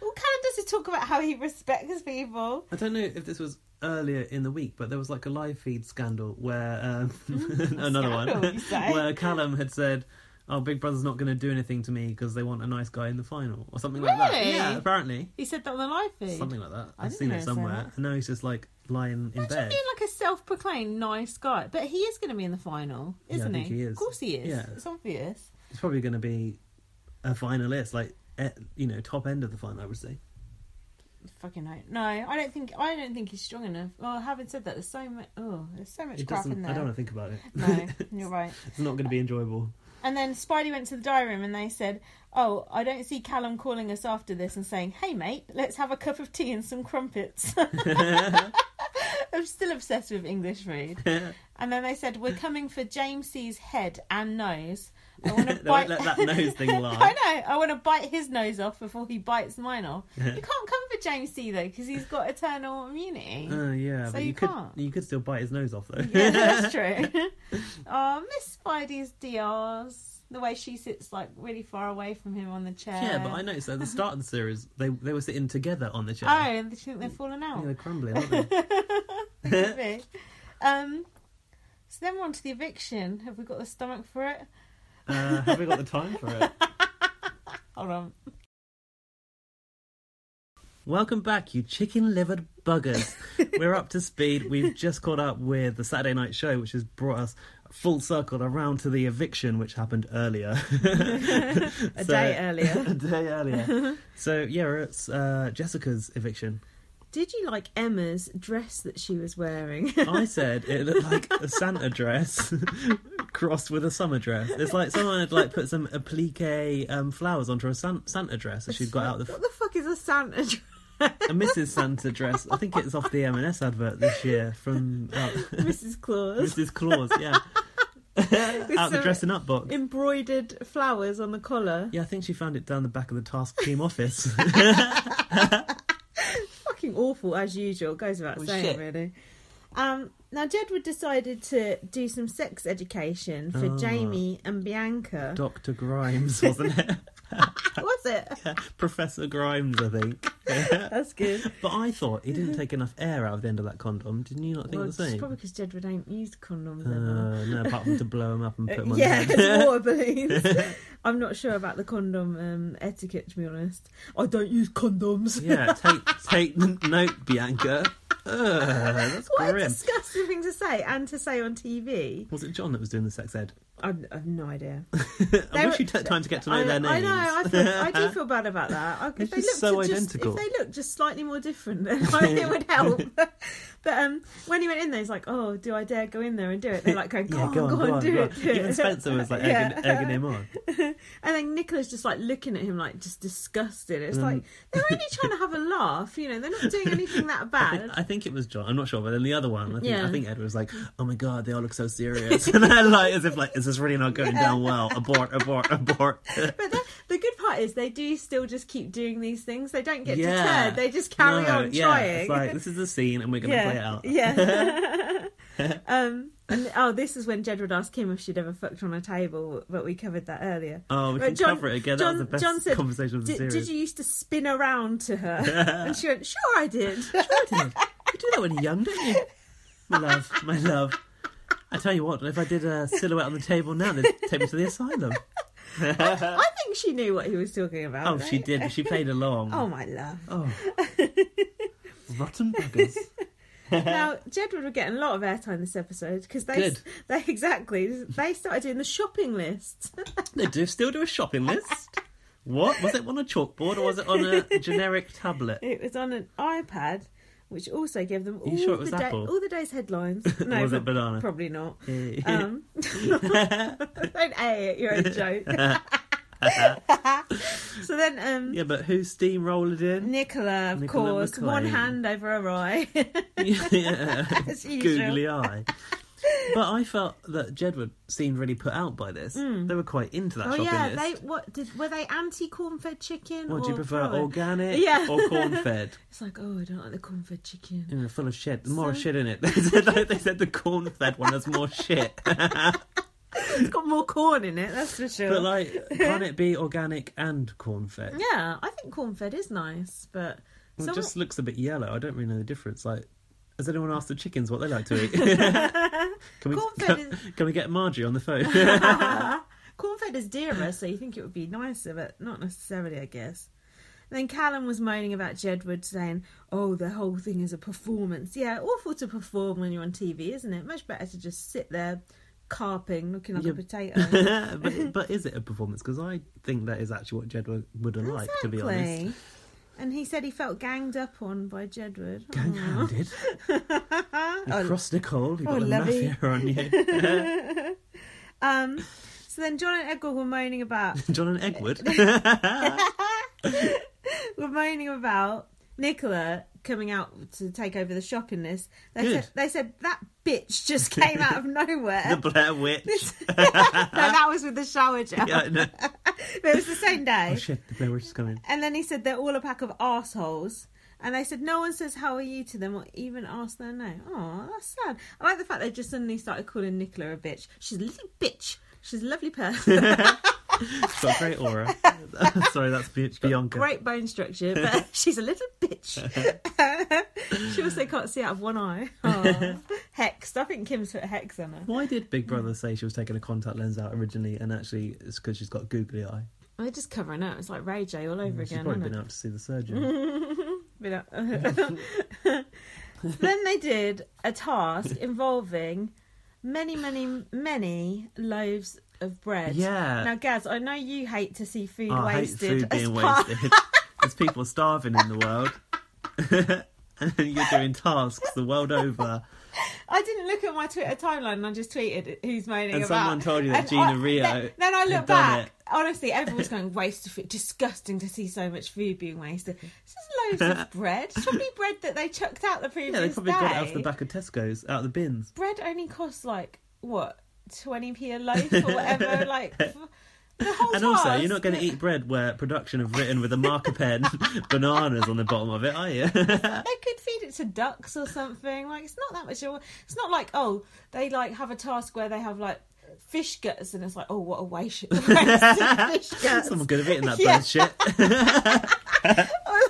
S1: Well, Callum does he talk about how he respects people.
S2: I don't know if this was earlier in the week, but there was like a live feed scandal where um, another
S1: Mm, scandal,
S2: one
S1: you say?
S2: where Callum had said, "Oh, Big Brother's not going to do anything to me because they want a nice guy in the final or something like that."
S1: Really?
S2: Yeah, apparently
S1: He said that on the live feed.
S2: something like that.
S1: I
S2: I've
S1: didn't
S2: seen
S1: know
S2: it
S1: he said
S2: somewhere,
S1: that.
S2: and now he's just like lying in
S1: Imagine
S2: bed.
S1: being like a self-proclaimed nice guy, but he is going to be in the final,
S2: Yeah, I
S1: isn't
S2: think he is.
S1: Of course he is.
S2: Yeah.
S1: It's obvious.
S2: It's probably going to be a finalist, like eh, you know, top end of the final. I would say.
S1: Fucking hope. No, I don't think I don't think he's strong enough. Well, having said that, there's so much. Oh, there's so much
S2: It
S1: crap in
S2: doesn't.
S1: there.
S2: I don't want to think about it.
S1: no, you're right.
S2: it's not going to be enjoyable.
S1: And then Spidey went to the diary room and they said, "Oh, I don't see Callum calling us after this and saying, "Hey mate, let's have a cup of tea and some crumpets." I'm still obsessed with English food. And then they said, "We're coming for James C's head and nose. I want
S2: They
S1: to
S2: won't
S1: bite
S2: let that nose thing lie.
S1: I know. I want to bite his nose off before he bites mine off. you can't come for James C though because he's got eternal immunity.
S2: Oh yeah,
S1: So
S2: but
S1: you
S2: you, could
S1: can't.
S2: you could still bite his nose off though.
S1: yeah, that's true. oh, Miss Spidey's DRs. The way she sits like really far away from him on the chair.
S2: Yeah, but I noticed at the start of the series they they were sitting together on the chair.
S1: Oh, and they think they're falling out.
S2: Yeah, they're crumbling, aren't they?
S1: They could be. um, so then we're on to the eviction. Have we got the stomach for it?
S2: uh, have we got the time for it?
S1: Hold on.
S2: Welcome back, you chicken livered buggers. We're up to speed. We've just caught up with the Saturday night show, which has brought us full circle around to the eviction, which happened earlier.
S1: A day earlier.
S2: a day earlier. So, yeah, we're at uh, Jessica's eviction.
S3: Did you like Emma's dress that she was wearing?
S2: I said it looked like a Santa dress crossed with a summer dress. It's like someone had like put some applique um, flowers onto a san- Santa dress that she'd got out of the
S3: what the fuck is a Santa dress?
S2: a Mrs. Santa dress. I think it's off the M&S advert this year from uh,
S3: Mrs. Claus.
S2: Mrs. Claus. Yeah, out the
S3: some
S2: dressing up box.
S3: Embroidered flowers on the collar.
S2: Yeah, I think she found it down the back of the task team office.
S3: Fucking awful as usual. Goes without
S2: Well,
S3: saying,
S2: shit.
S3: really. Um, now Jedward decided to do some sex education for
S2: Ah.
S3: Jamie and Bianca.
S2: Doctor Grimes, wasn't it?
S3: Was it?
S2: Professor Grimes, I think.
S3: That's good.
S2: But I thought he didn't take enough air out of the end of that condom. Didn't you not think
S3: well,
S2: the same?
S3: it's probably because Jedward ain't used condoms ever.
S2: Uh, no, apart from to blow him up and put him on the
S3: Uh, yeah,
S2: head.
S3: it's water balloons. I'm not sure about the condom um, etiquette, to be honest. I don't use condoms.
S2: Yeah, take take n- note, Bianca. Ugh, that's
S3: What a
S2: grim.
S3: disgusting thing to say, and to say on TV.
S2: Was it John that was doing the sex ed?
S3: I've, I've no idea.
S2: I
S3: They
S2: wish
S3: were-
S2: you took time to get to know
S3: I,
S2: their names.
S3: I know. I, feel, I do feel bad about that. I,
S2: They're
S3: if they looked
S2: just so
S3: just-
S2: identical.
S3: if they looked just slightly more different, then I think it would help. but um, when he went in there, he's like, "Oh, do I dare go in there and do it?" They're like, "Going, go,
S2: yeah,
S3: on, go, on, do
S2: go
S3: it." do it."
S2: Even Spencer was like
S3: Yeah.
S2: egging, egging him on.
S3: And then Nicola's just like looking at him, like just disgusted. It's
S2: Mm.
S3: like they're only trying to have a laugh, you know. They're not doing anything that
S2: I
S3: bad.
S2: think, I think it was John. I'm not sure, but then the other one, I think,
S3: Yeah.
S2: I think Ed was like, "Oh my god, they all look so serious," and then like as if like, "Is this really not going down well?" Abort, abort, abort.
S3: But the, the good part is they do still just keep doing these things. They don't get
S2: Yeah.
S3: deterred. They just carry
S2: No,
S3: on
S2: yeah,
S3: trying.
S2: It's like this is the scene, and we're going to play it
S3: yeah,
S2: out.
S3: yeah. um, and oh, this is when Jedward asked Kim if she'd ever fucked on a table, but we covered that earlier.
S2: Oh, we
S3: Right,
S2: can
S3: John-
S2: cover it again.
S3: John-
S2: that was the
S3: John
S2: best
S3: said,
S2: conversation of the
S3: Did,
S2: series.
S3: did you used to spin around to her? and she went, "Sure, I did."
S2: You do that when you're young, don't you? My love, my love. I tell you what, if I did a silhouette on the table now, they'd take me to the asylum.
S3: I think she knew what he was talking about.
S2: Oh, she
S3: right?
S2: did. She played along.
S3: Oh my love.
S2: Oh. Rotten buggers.
S3: now Jedward were getting a lot of airtime this episode because they
S2: Good.
S3: they exactly they started doing the shopping lists.
S2: They do still do a shopping list. What? Was it on a chalkboard or was it on a generic tablet?
S3: It was on an iPad, which also gave them all
S2: you sure it was
S3: the day,
S2: Apple?
S3: all the day's headlines.
S2: was
S3: pro-
S2: it banana?
S3: Probably not.
S2: Yeah.
S3: Um, don't a it your own joke. so then, um,
S2: yeah, but who steamrolled in?
S3: Nicola, of
S2: Nicola
S3: course, one
S2: McLean.
S3: hand over her eye,
S2: yeah.
S3: as usual.
S2: Googly eye. But I felt that Jedward seemed really put out by this. They were quite into that
S1: Oh
S2: shopping
S1: yeah,
S2: list.
S1: they what did were they anti corn fed chicken?
S2: What do you
S1: or
S2: prefer,
S1: pro-
S2: organic
S1: Yeah.
S2: or corn-fed?
S1: It's like oh, I don't like the corn fed chicken.
S2: Mm, full of shit. There's more
S1: So-
S2: shit in it. they, said, like, they said the corn-fed one has more shit.
S1: It's got more corn in it, that's for sure.
S2: But like, can it be organic and corn-fed?
S1: yeah, I think corn fed is nice, but
S2: Well,
S1: some-
S2: it just looks a bit yellow. I don't really know the difference. Like, has anyone asked the chickens what they like to eat? can we
S1: Corn-fed
S2: can,
S1: is-
S2: can we get Margie on the phone?
S1: corn fed is dearer, so you think it would be nicer, but not necessarily, I guess. And then Callum was moaning about Jedward saying, "Oh, the whole thing is a performance. Yeah, awful to perform when you're on TV, isn't it? Much better to just sit there, carping, looking like
S2: Yeah.
S1: a potato."
S2: but, but is it a performance? Because I think that is actually what Jed would, would have liked, to be honest.
S1: Exactly. And he said he felt ganged up on by Jedward.
S2: Gang-handed. Across Nicole, you've
S1: Hmm. oh,
S2: got a
S1: lovely.
S2: mafia on you.
S1: Um, so then John and Edgar were moaning about
S2: John and Edward.
S1: were moaning about Nicola coming out to take over the shopping list. They,
S2: Good.
S1: said, they said that bitch just came out of
S2: the
S1: nowhere.
S2: Blair Witch.
S1: no, that was with the shower gel.
S2: yeah, no.
S1: But it was the same day.
S2: Oh shit, the Blair Witch is coming.
S1: And then he said they're all a pack of assholes. And they said no one says how are you to them or even asks their name. Oh, that's sad. I like the fact they just suddenly started calling Nicola a bitch. She's a little bitch. She's a lovely person.
S2: It's got a great aura. Sorry, that's Bi- Bianca.
S1: Great bone structure, but she's a little bitch. she also can't see out of one eye. Aw. Hexed. I think Kim's put a hex on her.
S2: Why did Big
S1: Mm.
S2: Brother say she was taking a contact lens out originally, and actually it's because she's got a googly eye?
S1: They're just covering up. It's like Ray J all over
S2: She's
S1: again.
S2: probably
S1: Isn't it? Mm.
S2: been out to see the surgeon.
S1: Been up. then they did a task involving many, many, many loaves of bread.
S2: Yeah.
S1: Now, Gaz, I know you hate to see food
S2: Oh, I hate
S1: wasted.
S2: food being
S1: as part-
S2: wasted. There's people starving in the world, and you're doing tasks the world over.
S1: I didn't look at my Twitter timeline and I just tweeted who's moaning
S2: And
S1: about.
S2: someone told you that
S1: And
S2: Gina
S1: I-
S2: Rio
S1: Then, then I
S2: had
S1: look
S2: done
S1: back.
S2: it.
S1: Honestly, everyone's going waste of food. Disgusting to see so much food being wasted. It's just loads of bread. It's probably bread that they chucked out the previous
S2: Yeah, they probably
S1: day.
S2: got it out of the back of Tesco's, out of the bins.
S1: Bread only costs like what twenty p a loaf or whatever. like f- the whole.
S2: And also,
S1: task-
S2: you're not going to eat bread where production have written with a marker pen bananas on the bottom of it, are you?
S1: They could feed it to ducks or something. Like it's not that much. of a- It's not like oh they like have a task where they have like fish guts and it's like oh what a waste waste of fish guts.
S2: Someone could have eaten that
S1: Yeah.
S2: bird shit.
S1: Or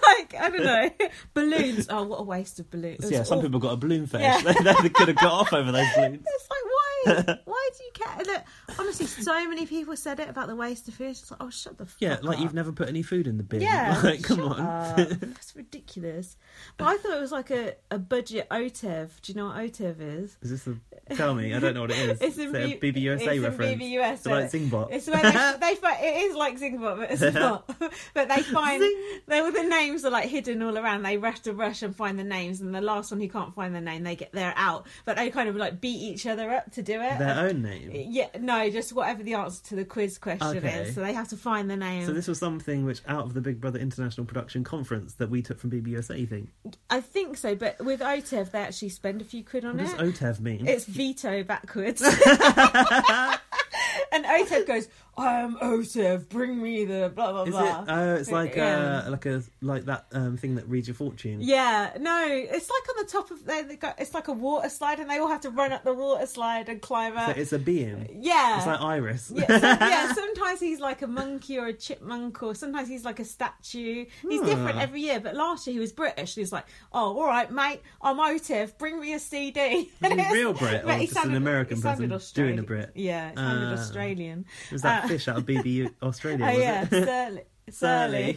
S1: like I don't know balloons. Oh what a waste of balloons. Oh,
S2: yeah,
S1: It's
S2: some
S1: awful.
S2: people got a balloon face.
S1: Yeah.
S2: they, they could have got off over those balloons.
S1: It's like why why do you care? Look, honestly, so many people said it about the waste of fish. It's like oh shut the fuck
S2: Yeah, like
S1: up.
S2: you've never put any food in the bin.
S1: Yeah,
S2: like, come
S1: shut
S2: on.
S1: up. That's ridiculous. But I thought it was like a, a budget OTEV. Do you know what OTEV is?
S2: Is this a? Tell me, I don't know what it is.
S1: It's in
S2: is it a
S1: B-
S2: BBUSA
S1: it's in
S2: reference.
S1: BBUS,
S2: It's like
S1: so-
S2: Zingbot.
S1: It's where they, they find, it is like Zingbot, but it's not. but they find they, all the names are like hidden all around. They rush to rush and find the names, and the last one who can't find the name, they get they're out. But they kind of like beat each other up to do it.
S2: Their own name.
S1: yeah, no, just whatever the answer to the quiz question
S2: Okay.
S1: is. So they have to find the name.
S2: So this was something which out of the Big Brother International Production Conference that we took from BBUSA. You think?
S1: I think so, but with OTEV, they actually spend a few quid on
S2: What
S1: it.
S2: does OTEV mean?
S1: It's veto backwards. and Otev goes, I am Otev, bring me the blah blah
S2: Is it?
S1: blah.
S2: Oh, it's like
S1: Yeah.
S2: uh, like a like that um, thing that reads your fortune.
S1: Yeah, no, it's like on the top of they, they got, it's like a water slide, and they all have to run up the water slide and climb
S2: So
S1: up.
S2: it's a being.
S1: yeah,
S2: It's like Iris.
S1: Uh, yeah, so- yeah, sometimes he's like a monkey or a chipmunk, or sometimes he's like a statue. He's different
S2: Hmm.
S1: every year, but last year he was British. He was like, "Oh, all right, mate, I'm Otev. Bring me a CD."
S2: he a
S1: And it's-
S2: real Brit or
S1: but he
S2: just an
S1: sounded-
S2: American
S1: he sounded
S2: person doing a
S1: Australi-
S2: Brit?
S1: Yeah, it sounded
S2: Ah.
S1: Australian.
S2: It was that
S1: Uh,
S2: fish out of BBU Australia.
S1: Oh
S2: was
S1: yeah,
S2: it?
S1: Surly.
S2: Surly.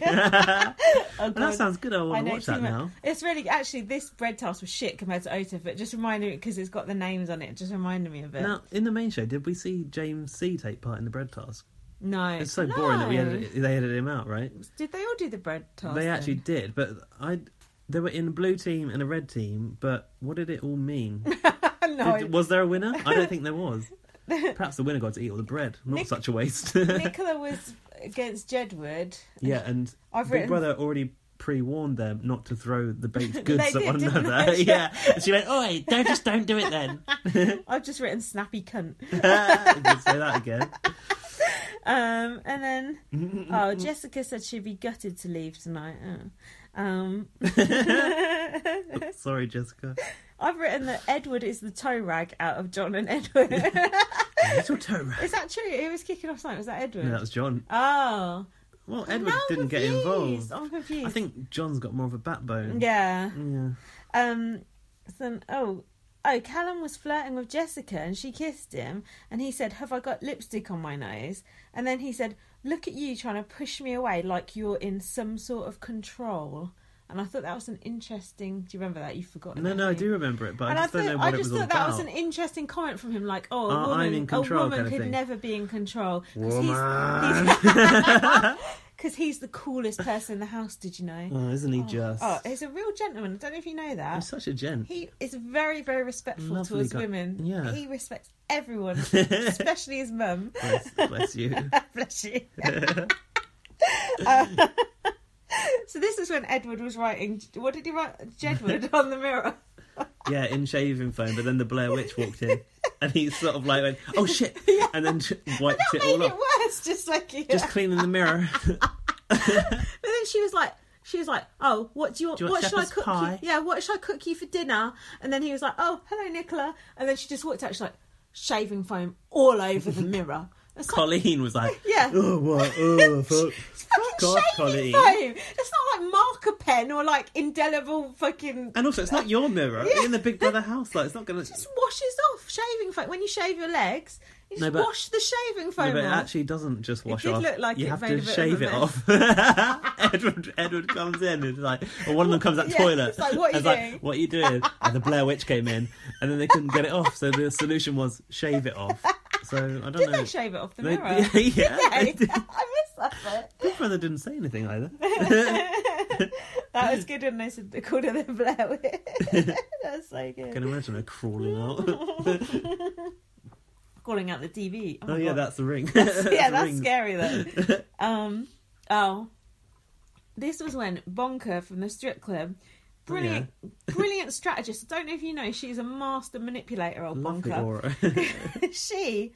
S1: Surly. oh,
S2: Well, that
S1: God.
S2: sounds good. I
S1: I
S2: want to
S1: know
S2: watch
S1: too
S2: that
S1: much.
S2: now.
S1: It's really actually this bread task was shit compared to Otev, but just reminded me because it's got the names on it. it Just reminded me of it.
S2: Now, in the main show, did we see James C take part in the bread task?
S1: no,
S2: It's so
S1: No.
S2: boring that we edited, they edited him out, right?
S1: Did they all do the bread task?
S2: They
S1: then?
S2: actually did, but I they were in a blue team and a red team. But what did it all mean?
S1: no.
S2: Did- was there a winner? I don't think there was. Perhaps the winner got to eat all the bread. Not
S1: Nick-
S2: such a waste.
S1: Nicola was against Jedward.
S2: yeah, and
S1: I've
S2: Big
S1: written-
S2: Brother already pre-warned them not to throw the baked goods
S1: They
S2: at
S1: did,
S2: one
S1: didn't
S2: another.
S1: they?
S2: yeah. And she went, "Oi, don't just don't do it then."
S1: I've just written snappy cunt.
S2: I could say that again.
S1: Um, and then
S2: Mm,
S1: oh, Jessica said she'd be gutted to leave tonight. Oh. Um, Oh.
S2: Sorry, Jessica.
S1: I've written that Edward is the toe rag out of John and Edward.
S2: Little toe rag.
S1: is that true? Who was kicking off tonight? Was that Edward?
S2: No, that was John.
S1: Oh,
S2: Well, Edward
S1: Now I'm
S2: didn't get
S1: confused.
S2: involved.
S1: I'm confused.
S2: I think John's got more of a backbone.
S1: Oh, Yeah.
S2: Yeah.
S1: Um. So oh. Oh, Callum was flirting with Jessica and she kissed him and he said, Have I got lipstick on my nose? And then he said, Look at you trying to push me away like you're in some sort of control. And I thought that was an interesting. Do you remember that? You've forgotten.
S2: No, no, I
S1: haven't you?
S2: do remember it, but
S1: and
S2: I just
S1: I
S2: don't
S1: thought,
S2: know
S1: I
S2: what it
S1: just
S2: was
S1: thought
S2: all
S1: that
S2: about.
S1: was an interesting comment from him, like, "Oh, a
S2: Uh,
S1: woman,
S2: I'm in control
S1: a woman
S2: kind of
S1: could
S2: thing.
S1: never be in control
S2: Woman.
S1: because he's the coolest person in the house." Did you know?
S2: Oh, isn't he just?
S1: Oh, he's a real gentleman. I don't know if you know that.
S2: He's such a gent.
S1: He is very, very respectful
S2: Lovely
S1: towards
S2: guy.
S1: women.
S2: Yeah.
S1: He respects everyone, especially his mum.
S2: Bless, bless you.
S1: Bless you. Um, so this is when Edward was writing. What did he write? Jedward on the mirror.
S2: Yeah, in shaving foam, but then the Blair Witch walked in, and he sort of like went, "Oh shit," and then j- wiped
S1: That
S2: it
S1: made
S2: all
S1: it
S2: off.
S1: worse. Just like you.
S2: Just cleaning the mirror.
S1: But then she was like, she was like, oh, what do you want?
S2: Do you want
S1: what should I
S2: shepherd's
S1: cook
S2: pie?
S1: you? Yeah, what should I cook you for dinner? And then he was like, oh, hello, Nicola. And then she just walked out. She's like, shaving foam all over the mirror. It's like,
S2: Colleen was like,
S1: Yeah.
S2: oh what, oh fuck,
S1: it's fucking
S2: God,
S1: shaving
S2: Colleen."
S1: foam. It's not like marker pen or like indelible fucking.
S2: And also, it's not your mirror. You're in the Big Brother house. Like, it's not gonna.
S1: It just washes off shaving foam. When you shave your legs, you just
S2: No, but-
S1: wash the shaving
S2: No,
S1: foam
S2: but it
S1: off.
S2: actually doesn't just wash
S1: did
S2: off.
S1: look like
S2: you
S1: it
S2: have
S1: made
S2: to
S1: a bit of
S2: shave
S1: a
S2: it
S1: mess.
S2: off. Edward, Edward comes in and it's like, or one of them comes out
S1: Yeah,
S2: toilet.
S1: it's like, "What are you
S2: It's
S1: doing?"
S2: Like, what are you doing? and the Blair Witch came in, and then they couldn't get it off. So the solution was shave it off. So I don't
S1: Did
S2: know.
S1: they shave it off the
S2: They-
S1: mirror?
S2: yeah, they
S1: Did they?
S2: did.
S1: I missed that bit.
S2: Big Brother didn't say anything either.
S1: that was good when they said they called her the Blair Witch. That's so good.
S2: I can imagine her crawling out.
S1: Calling out the TV.
S2: oh
S1: my
S2: yeah,
S1: God.
S2: that's the ring.
S1: yeah,
S2: the
S1: that's
S2: ring.
S1: scary though. um, oh, this was when Bonker from the strip club, brilliant,
S2: Oh,
S1: brilliant strategist. I don't know if you know, she's a master manipulator. Old
S2: Lovely
S1: Bonker.
S2: aura.
S1: she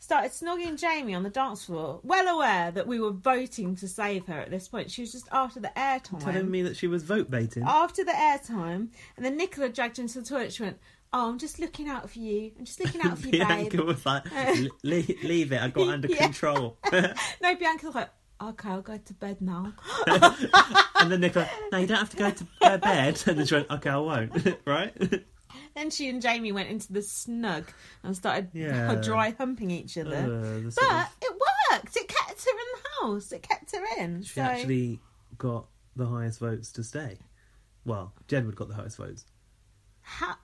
S1: started snogging Jamie on the dance floor, well aware that we were voting to save her at this point. She was just after the airtime.
S2: Telling me that she was vote baiting.
S1: after the airtime, and then Nicola dragged her into the toilet. She went, "Oh, I'm just looking out for you. I'm just looking out for you, babe."
S2: Bianca was like, "Le- leave, leave it, I got under
S1: Yeah.
S2: control.
S1: No, Bianca's like, "Okay, I'll go to bed now."
S2: And then Nicola, no, you don't have to go to go to bed. And then she went, okay, I won't. right?
S1: then she and Jamie went into the snug and started
S2: Yeah.
S1: dry humping each
S2: Uh,
S1: other.
S2: the sort
S1: but
S2: of-
S1: it worked. It kept her in the house. It kept her in.
S2: she
S1: so
S2: actually got the highest votes to stay. Well, Jedward got the highest votes.
S1: ha-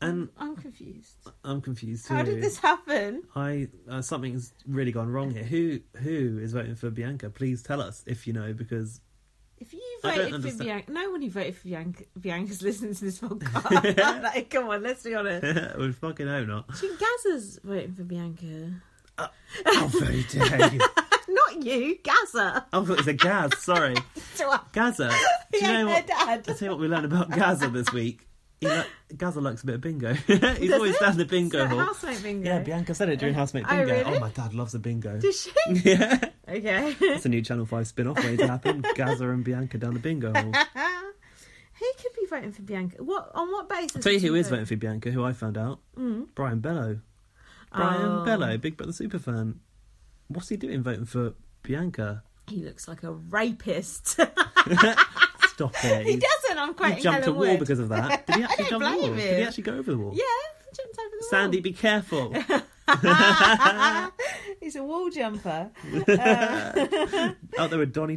S2: And
S1: I'm confused.
S2: I'm confused too.
S1: How did this happen?
S2: I uh, something's really gone wrong here. Who who is voting for Bianca? Please tell us if you know because
S1: If you
S2: I don't
S1: voted for
S2: understand.
S1: Bianca, no one who voted for Bianca, Bianca's listening to this podcast. like, come on, let's be honest.
S2: we fucking hope not.
S1: She Gaza's voting for Bianca.
S2: How very dare you?
S1: Not you, Gaza.
S2: Oh, it's a Gaz. Sorry,
S1: So I
S2: Gaza. Do you
S1: yeah,
S2: know
S1: her
S2: what?
S1: dad.
S2: I'll tell you what we learned about Gaza this week. He li- Gaza likes a bit of bingo. He's always
S1: it?
S2: down the bingo
S1: That
S2: hall.
S1: housemate bingo.
S2: Yeah, Bianca said it during Housemate
S1: Oh,
S2: Bingo.
S1: really?
S2: my dad loves a bingo.
S1: Does she?
S2: yeah.
S1: Okay.
S2: It's a new Channel 5 spin off waiting to happen. Gaza and Bianca down the bingo hall.
S1: who could be voting for Bianca? What on what basis?
S2: I'll tell you who is
S1: vote?
S2: voting for Bianca, who I found out. Brian Bellow. Brian
S1: Mm-hmm. Oh.
S2: Bellow, Big Brother superfan. What's he doing voting for Bianca?
S1: He looks like a rapist.
S2: Stop it.
S1: he doesn't. I'm quite.
S2: He jumped a
S1: Helen
S2: wall
S1: Wood.
S2: because of that. Did he actually
S1: don't
S2: jump the
S1: blame
S2: wall?
S1: him.
S2: Did he actually go over the wall?
S1: Yeah, he jumped over the wall.
S2: Sandy, be careful.
S1: He's a wall jumper. Uh,
S2: Out there with Donny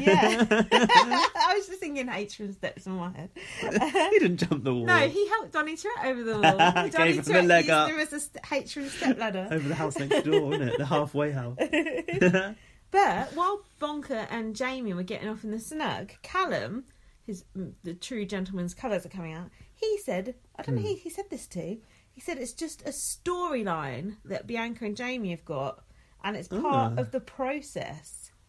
S1: Yeah. I was just thinking H from Steps in my head.
S2: he didn't jump the wall.
S1: No, he helped Donny Tourette over the wall. Donny
S2: Gave him the
S1: Tourette
S2: leg
S1: used
S2: up.
S1: him as a st- H from Step Ladder.
S2: Over the house next door, isn't it? The halfway house.
S1: But while Bonker and Jamie were getting off in the snug, Callum, his the true gentleman's colours are coming out. He said, I don't know
S2: Hmm.
S1: who he said this to. He said it's just a storyline that Bianca and Jamie have got, and it's part
S2: Ah.
S1: of the process.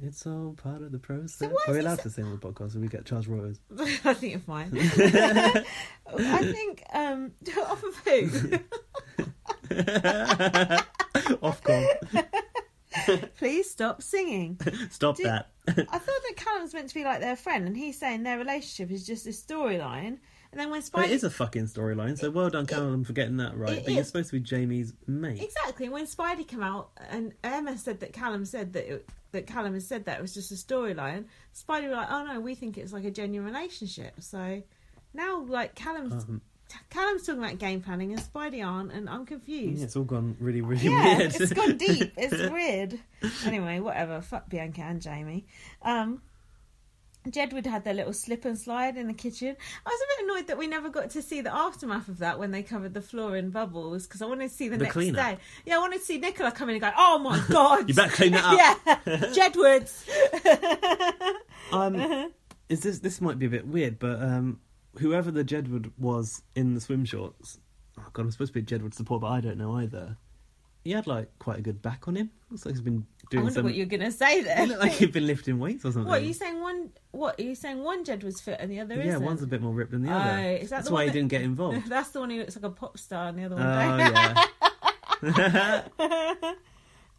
S2: It's all part of the process.
S4: why
S2: Are we
S4: is it
S2: allowed
S4: so-
S2: to sing on the podcast? Or we get Charles Royers?
S1: I think you're fine.
S4: I think um,
S1: Off of who?
S2: Off gone.
S1: Please stop singing.
S2: Stop
S1: Do-
S2: that.
S1: I thought that Callum's meant to be like their friend, and he's saying their relationship is just a storyline. And then when
S2: But
S1: Spidey
S2: it is a fucking storyline, so well done, Callum, for getting that right.
S1: it
S2: But you're
S1: is.
S2: supposed to be Jamie's mate.
S1: Exactly. When Spidey came out, and Emma said that Callum said that it, that Callum had said that it was just a storyline. Spidey were like, "Oh no, we think it's like a genuine relationship." So now, like Callum's
S2: Um,
S1: Callum's talking about game planning, and Spidey aren't, and I'm confused.
S2: yeah, it's all gone really, really
S1: Yeah,
S2: weird.
S1: it's gone deep. It's weird. Anyway, whatever. Fuck Bianca and Jamie. Um, Jedward had their little slip and slide in the kitchen. I was a bit annoyed that we never got to see the aftermath of that when they covered the floor in bubbles because I wanted to see the,
S2: The
S1: next
S2: cleanup.
S1: day. Yeah, I wanted to see Nicola come in and go, "Oh my god!"
S2: You better clean that up.
S1: Yeah, Jedwards. Uh-huh.
S2: Um, is this this might be a bit weird, but um, whoever the Jedward was in the swim shorts, oh god, I'm supposed to be a Jedward support, but I don't know either. He had like quite a good back on him. Looks like he's been
S1: I
S2: doing
S1: wonder
S2: some.
S1: what you're gonna say
S2: He
S1: there.
S2: looked like he'd been lifting weights or something.
S1: What are you saying? One. What are you saying? One Jedward's fit and the other
S2: yeah,
S1: isn't.
S2: one's a bit more ripped than the
S1: Oh,
S2: other.
S1: is that
S2: That's
S1: the
S2: why
S1: one
S2: he
S1: that-
S2: didn't get involved.
S1: That's the one who looks like a pop star, and the other
S2: Oh
S1: one. don't.
S2: yeah.
S1: Ah,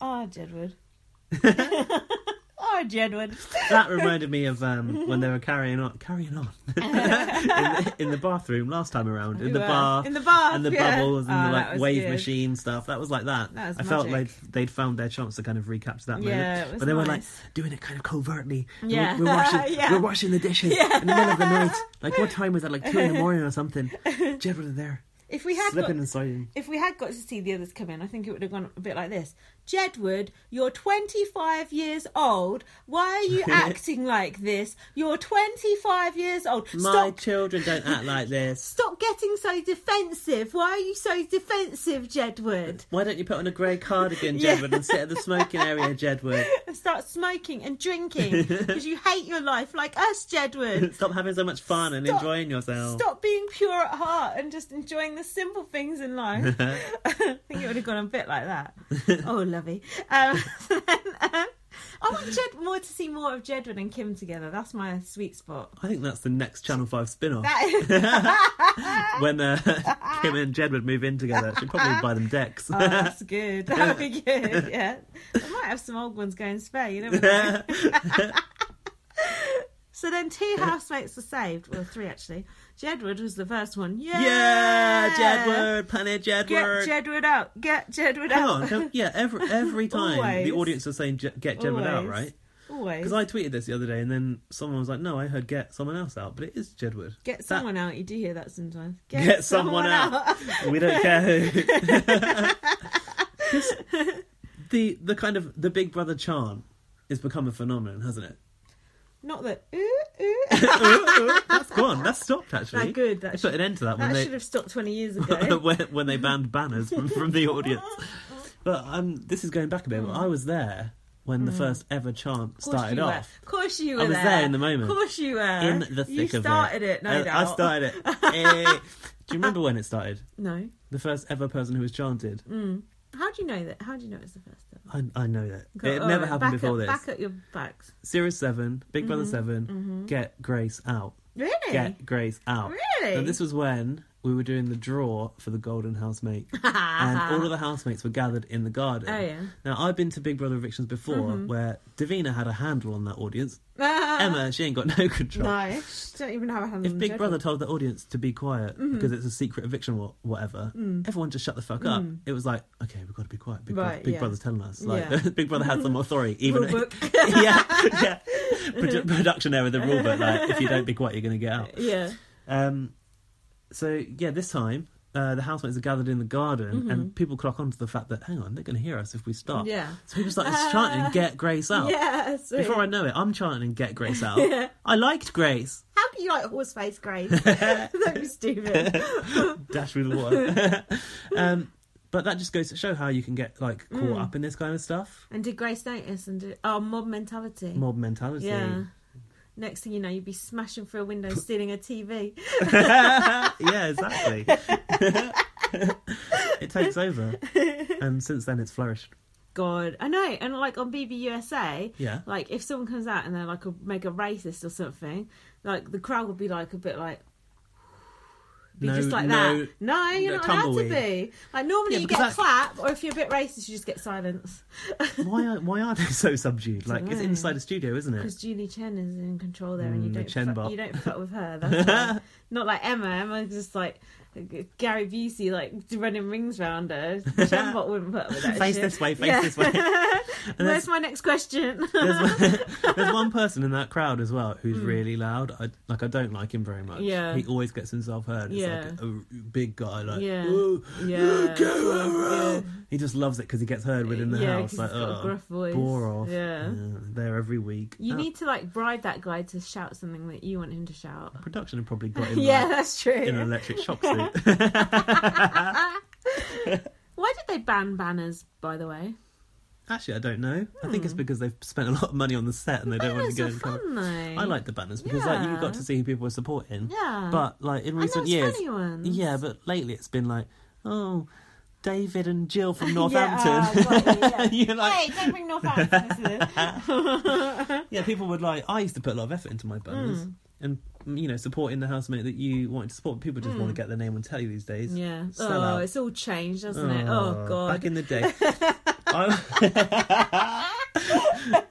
S1: Jedward. Ah, Jedward.
S2: that reminded me of um, when they were carrying on, carrying on in, the, in the bathroom last time around, in the
S1: Who else?
S2: bar,
S1: In the bath,
S2: and the
S1: yeah.
S2: bubbles and
S1: Ah,
S2: the
S1: that
S2: like
S1: was
S2: wave
S1: good.
S2: machine stuff. That was like that.
S1: That was
S2: I felt like
S1: magic.
S2: they'd found their chance to kind of recapture that moment,
S1: Yeah, it was
S2: but they were like
S1: nice.
S2: doing it kind of covertly. They were-
S1: Yeah.
S2: we're, washing,
S1: Yeah.
S2: we're washing the dishes in the middle of the night. Like what time was that? Like two in the morning or something. Jed was there,
S1: If we had
S2: slipping
S1: got,
S2: and sliding.
S1: if we had got to see the others come in, I think it would have gone a bit like this. Jedward, you're 25 years old. Why are you acting like this? You're 25 years old.
S2: My
S1: Stop
S2: children don't act like this.
S1: stop getting so defensive. Why are you so defensive, Jedward?
S2: Why don't you put on a grey cardigan,
S1: Yeah.
S2: Jedward, and sit at the smoking area, Jedward?
S1: And Start smoking and drinking because you hate your life like us, Jedward.
S2: Stop having so much fun and
S1: Stop.
S2: enjoying yourself.
S1: Stop being pure at heart and just enjoying the simple things in life. I think it would have gone a bit like that. oh, lovey. Um, I want Jed more to see more of Jedward and Kim together. That's my sweet spot.
S2: I think that's the next Channel 5 spin off.
S1: That is,
S2: When uh, Kim and Jed would move in together, she'd probably buy them decks.
S1: oh, that's good. That would be good. Yeah, I might have some old ones going spare. You never know. So then two housemates were saved. Well, three actually. Jedward was the first one. Yeah,
S2: yeah, Jedward, Planet
S1: Get
S2: Jedward.
S1: Jedward out. Get Jedward
S2: Hang
S1: out.
S2: on, don't- yeah, every, every time
S1: Always.
S2: the audience was saying Je- get Jedward out,
S1: Always.
S2: right?
S1: Always.
S2: Because I tweeted this the other day and then someone was like, no, I heard get someone else out, but it is Jedward.
S1: Get
S2: That-
S1: someone out. You do hear that sometimes.
S2: Get, someone, out. we don't care who. 'Cause the, the kind of the Big Brother chant has become a phenomenon, hasn't it?
S1: Not that. Ooh, ooh.
S2: that's gone. That's stopped actually.
S1: That good, that
S2: they put an end to that,
S1: That
S2: when
S1: should
S2: they
S1: have stopped 20 years ago.
S2: when, when they banned banners from, from the audience. But um, this is going back a bit.
S1: Hmm.
S2: But I was there when the first ever chant started
S1: you
S2: off.
S1: Were. Of course you were.
S2: I was there in the moment.
S1: Of course you were.
S2: In the thick
S1: you
S2: of it,
S1: started it. no
S2: I,
S1: doubt.
S2: I started it. Eh, do you remember when it started?
S1: No.
S2: The first ever person who was chanted.
S1: Hmm. How do you know that? How do you know it's the first time?
S2: I, I know that
S1: Go-
S2: it
S1: all
S2: never
S1: right,
S2: happened
S1: back
S2: before
S1: up,
S2: this.
S1: Back Mm-hmm. at your backs.
S2: Series Seven, Big Brother 7 Get Grace out.
S1: Really?
S2: Get Grace out.
S1: Really?
S2: Now, this was when we were doing the draw for the Golden Housemate, and all of the housemates were gathered in the garden.
S1: Uh-huh. Oh, yeah. Mm-hmm.
S2: Now, I've been to Big Brother evictions before where Davina had a handle on that audience.
S1: Ah,
S2: Emma, she ain't got no control.
S1: no. Don't even have a hand
S2: If
S1: on
S2: Big
S1: the
S2: Brother told the audience to be quiet
S1: Mm-hmm.
S2: because it's a secret eviction or whatever, everyone just shut the fuck up. It was like, okay, we've got to be quiet. Big, Brother-
S1: Mm. Right,
S2: Big
S1: yeah.
S2: Brother's telling us. Like,
S1: Yeah.
S2: Big Brother had some authority, even
S1: judgment. Rule book.
S2: yeah, yeah. Produ- production error, the rule, but like if you don't be quiet, you're going to get out.
S1: yeah.
S2: Um, so yeah, this time uh, the housemates are gathered in the garden, and people clock on to the fact that hang on, they're going to hear us if we stop.
S1: Mm-hmm. Yeah. Ah.
S2: So people started chanting "Get Grace out."
S1: Yeah. Sweet.
S2: Before I know it, I'm chanting "Get Grace out." I liked Grace.
S1: How can you like horse face Grace? Don't be stupid.
S2: Dash with water. um, but that just goes to show how you can get like caught
S1: Mm.
S2: up in this kind of stuff.
S1: And did Grace notice? And did, oh, mob mentality.
S2: Mob mentality.
S1: Yeah. Next thing you know, you'd be smashing through a window, stealing a TV.
S2: yeah, exactly. it takes over. And since then, it's flourished.
S1: god, I know. And like on BBUSA,
S2: Yeah.
S1: like if someone comes out and they're like a mega racist or something, like the crowd would be like a bit like. Be
S2: No-
S1: just like
S2: no-
S1: that. No, you're
S2: no
S1: not allowed to
S2: tumbleweed.
S1: be. Like normally
S2: Yeah,
S1: you
S2: because
S1: get a
S2: that-
S1: clap, or if you're a bit racist, you just get silence.
S2: why are why are they so subdued? Like it's
S1: Dunno.
S2: inside a studio, isn't
S1: Because
S2: it?
S1: Julie Chen is in control there, and you
S2: Mm, the
S1: don't
S2: Chen
S1: fu-
S2: bot.
S1: you don't fuck with her. That's why. Not like Emma. Emma's just like Gary Busey, like running rings round her. Chen bot wouldn't put up with that.
S2: Face
S1: shit.
S2: this way, face
S1: Yeah.
S2: this way.
S1: Where's my next question?
S2: There's, there's one person in that crowd as well who's really loud. I like I don't like him very much.
S1: Hmm. Yeah.
S2: he always gets himself heard. It's
S1: Yeah.
S2: like a r- big guy. Like
S1: Yeah.
S2: "Whoa,
S1: Yeah.
S2: go
S1: Yeah.
S2: around." He just loves it because he gets heard within the
S1: Yeah, 'cause
S2: house.
S1: he's
S2: Like
S1: got a
S2: oh,
S1: gruff voice."
S2: bore off.
S1: Yeah.
S2: there every week.
S1: You
S2: Oh,
S1: need to like bribe that guy to shout something that you want him to shout.
S2: production had probably got him
S1: yeah,
S2: like,
S1: that's true.
S2: in an electric shock suit.
S1: Why did they ban banners, by the way?
S2: Actually, I don't know. I think it's
S1: Hmm.
S2: because they've spent a lot of money on the set and they don't want to
S1: Banners
S2: go
S1: are
S2: and
S1: fun
S2: cover.
S1: though.
S2: I like the banners because like you
S1: Yeah.
S2: got to see who people were supporting.
S1: Yeah.
S2: But like
S1: I
S2: in
S1: know
S2: recent
S1: it's
S2: years,
S1: funny ones.
S2: yeah. But lately, it's been like, oh, David and Jill from
S5: Yeah,
S2: Northampton.
S5: oh, right, yeah.
S2: You're like-
S5: hey, don't bring Northampton into this.
S2: yeah, people would like. I used to put a lot of effort into my banners
S1: Hmm.
S2: and you know supporting the housemate that you wanted to support. People just want to get their name on telly these days.
S1: Hmm. Yeah.
S2: Sell
S1: oh,
S2: out.
S1: it's all changed, hasn't it? Oh god.
S2: Back in the day, I,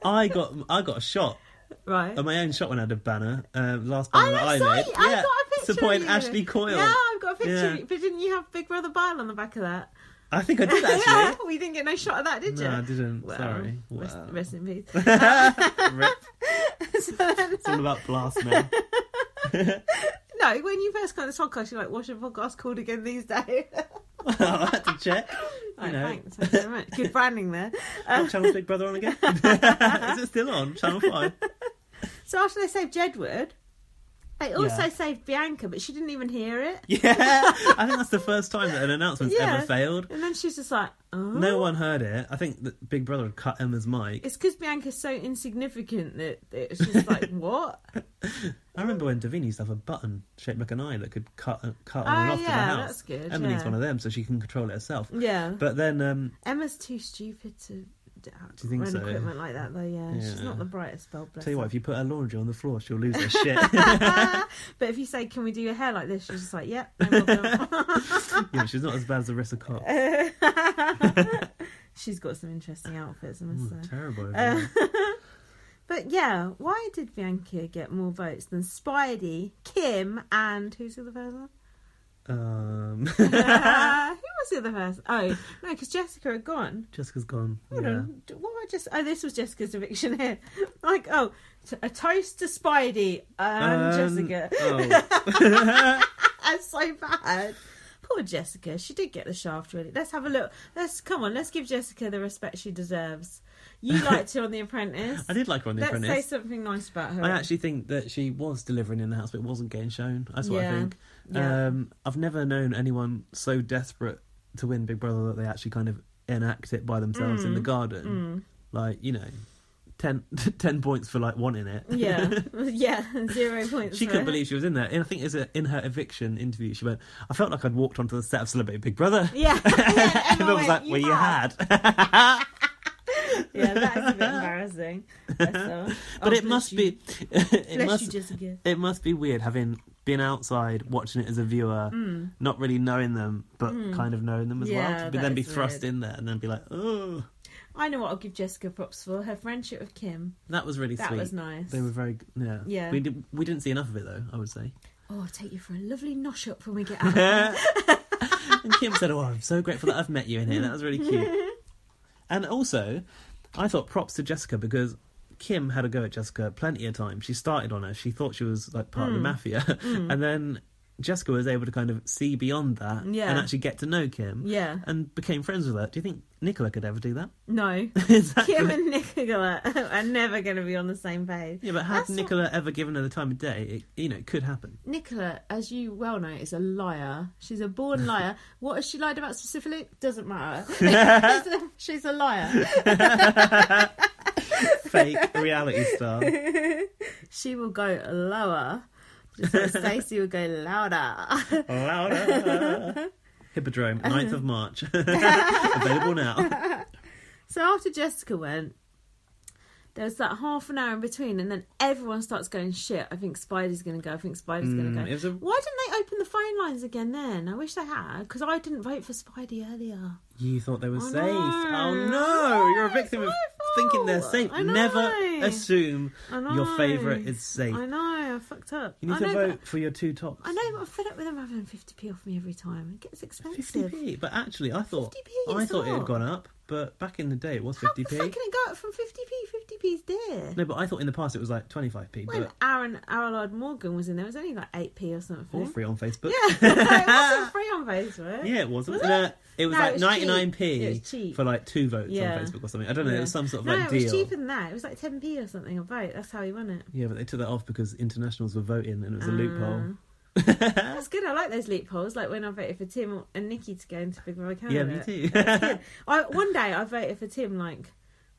S2: I got I got a shot
S1: right.
S2: Uh, my own shot when I had a banner. Um, last banner that I
S1: I
S2: made.
S1: saw you. I got a picture
S2: Supporting
S1: of you.
S2: Ashley Coyle.
S1: Yeah, I've got a picture.
S2: Yeah.
S1: of you. But didn't you have Big Brother Bile on the back of that?
S2: I think I did
S1: yeah,
S2: actually.
S1: we didn't get no shot of that, did you?
S2: no, I didn't.
S1: Well,
S2: Sorry.
S1: Rest,
S2: Wow.
S1: rest in peace.
S2: Rip.
S1: So then-
S2: It's all about blast now.
S1: no, when you first got this podcast, you're like, "What's your podcast called again these days?"
S2: I had to check. You
S1: Like,
S2: know,
S1: Thanks, thanks very much. Good branding there. Uh,
S2: what channel's Big Brother on again? Is it still on? Channel Five.
S1: So after they saved Jedward, they also
S2: Yeah.
S1: saved Bianca, but she didn't even hear it.
S2: Yeah, I think that's the first time that an announcement's
S1: Yeah.
S2: ever failed.
S1: And then she's just like, "Oh."
S2: No one heard it. I think that Big Brother had cut Emma's mic.
S1: It's because Bianca's so insignificant that it's just like, what?
S2: I remember when Davina used to have a button shaped like an eye that could cut uh, cut on
S1: Ah,
S2: and off to the
S1: yeah,
S2: house.
S1: that's good,
S2: Emily's
S1: yeah.
S2: one of them, so she can control it herself.
S1: Yeah.
S2: But then, um,
S1: Emma's too stupid to d- uh,
S2: Do you think
S1: run
S2: so?
S1: equipment like that, though. Yeah, she's
S2: Yeah.
S1: not the brightest bulb. Bless
S2: tell you what,
S1: her.
S2: if you put her laundry on the floor, she'll lose her shit.
S1: but if you say, "Can we do your hair like this?" She's just like, "Yeah." No problem."
S2: yeah, she's not as bad as Arissa Cox.
S1: she's got some interesting outfits, I must
S2: Mm,
S1: say.
S2: terrible.
S1: Uh,
S2: isn't it?
S1: but yeah, why did Bianca get more votes than Spidey, Kim, and who's the other person?
S2: um,
S1: Uh, who was the other person? Oh no, because Jessica had gone.
S2: Jessica's gone.
S1: Hold
S2: yeah.
S1: on. d- What were just? Oh, this was Jessica's eviction here. Like, oh, t- a toast to Spidey and
S2: Um,
S1: Jessica.
S2: oh.
S1: That's so bad. Poor Jessica. She did get the shaft, really. Let's have a look. Let's come on. Let's give Jessica the respect she deserves. You liked her on The Apprentice.
S2: I did like her on The
S1: Let's
S2: Apprentice.
S1: say something nice about her.
S2: I actually think that she was delivering in the house, but it wasn't getting shown. That's what I
S1: Yeah.
S2: think.
S1: Yeah.
S2: Um, I've never known anyone so desperate to win Big Brother that they actually kind of enact it by themselves
S1: Mm,
S2: in the garden. Like, you know, 10, 10 points for like wanting it.
S1: Yeah, yeah. Zero points.
S2: She
S1: for
S2: couldn't
S1: her.
S2: believe she was in there. And I think it was a, in her eviction interview, she went, I felt like I'd walked onto the set of Celebrity Big Brother.
S1: Yeah. yeah
S2: and I was
S1: went, Oh,
S2: like, well, you had.
S1: Yeah, that's a bit embarrassing. That's all.
S2: but
S1: Oh,
S2: it must
S1: bless you.
S2: be. it
S1: Bless
S2: must,
S1: you, Jessica.
S2: it must be weird having been outside watching it as a viewer,
S1: Mm.
S2: not really knowing them, but kind of knowing them as
S1: Hmm. Yeah,
S2: well. But
S1: that
S2: then be
S1: is
S2: thrust
S1: weird.
S2: in there and then be like, oh,
S1: I know what I'll give Jessica props for her friendship with Kim.
S2: that was really
S1: That
S2: sweet.
S1: was nice.
S2: They were very g- yeah.
S1: Yeah.
S2: We did, we didn't see enough of it though. I would say.
S1: Oh, I'll take you for a lovely nosh up when we get out.
S2: and Kim said, "Oh, I'm so grateful that I've met you in here. That was really cute." and also, I thought props to Jessica because. Kim had a go at Jessica plenty of times. She started on her. She thought she was like part of
S1: Mm.
S2: the mafia, and then Jessica was able to kind of see beyond that
S1: Yeah.
S2: and actually get to know Kim.
S1: yeah.
S2: and became friends with her. Do you think Nicola could ever do that?
S1: No.
S2: Exactly.
S1: Kim and Nicola are never going to be on the same page.
S2: yeah, but had
S1: That's what-
S2: Nicola ever given her the time of day, it, you know, it could happen.
S1: Nicola, as you well know, is a liar. She's a born liar. what has she lied about specifically? Doesn't matter. She's a liar.
S2: Fake reality star.
S1: She will go lower. Just like Stacey will go louder.
S2: Louder. Hippodrome, 9th of March. Available now.
S1: So after Jessica went, there was that half an hour in between, and then everyone starts going, shit, I think Spider's going to go, I think Spider's going to
S2: Mm,
S1: go.
S2: it was a-
S1: Why didn't they open the phone lines again then? I wish they had, because I didn't vote for Spidey earlier.
S2: You thought they were
S1: I
S2: safe.
S1: know.
S2: Oh
S1: I
S2: no, you're a
S1: know,
S2: victim of
S1: it's my
S2: thinking they're
S1: fault.
S2: safe.
S1: I
S2: Never
S1: know.
S2: assume
S1: I know.
S2: your favourite is safe.
S1: I know, I fucked up.
S2: You need
S1: I
S2: to
S1: know, but-
S2: vote for your two tops.
S1: I know, but I'm fed up with them having 50p off me every time. It gets expensive.
S2: 50p, but actually, I thought
S1: 50p
S2: I
S1: is
S2: thought it
S1: not.
S2: had gone up, but back in the day it was
S1: How the fuck can
S2: 50p.
S1: it go up from 50p? 50p's dear.
S2: No, but I thought in the past it was like 25p,
S1: When
S2: but
S1: Aaron Aralard Morgan was in there, it was only like 8p or something.
S2: all free on Facebook.
S1: Yeah, it wasn't free on Facebook.
S2: Yeah, it wasn't.
S1: Was
S2: No, it? was
S1: No,
S2: like
S1: it was
S2: 99p
S1: cheap. It was cheap.
S2: for like two votes
S1: Yeah.
S2: on Facebook or something. I don't know,
S1: Yeah.
S2: it was some sort of
S1: no,
S2: like
S1: it was
S2: deal.
S1: cheaper than that. It was like 10p or something a vote. That's how he won it.
S2: Yeah, but they took that off because internationals were voting and it was a
S1: Ah.
S2: loophole.
S1: That's good. I like those loopholes. Like when I voted for Tim and Nikki to go into Big Brother
S2: yeah,
S1: Canada.
S2: me too.
S1: I, one day I voted for Tim like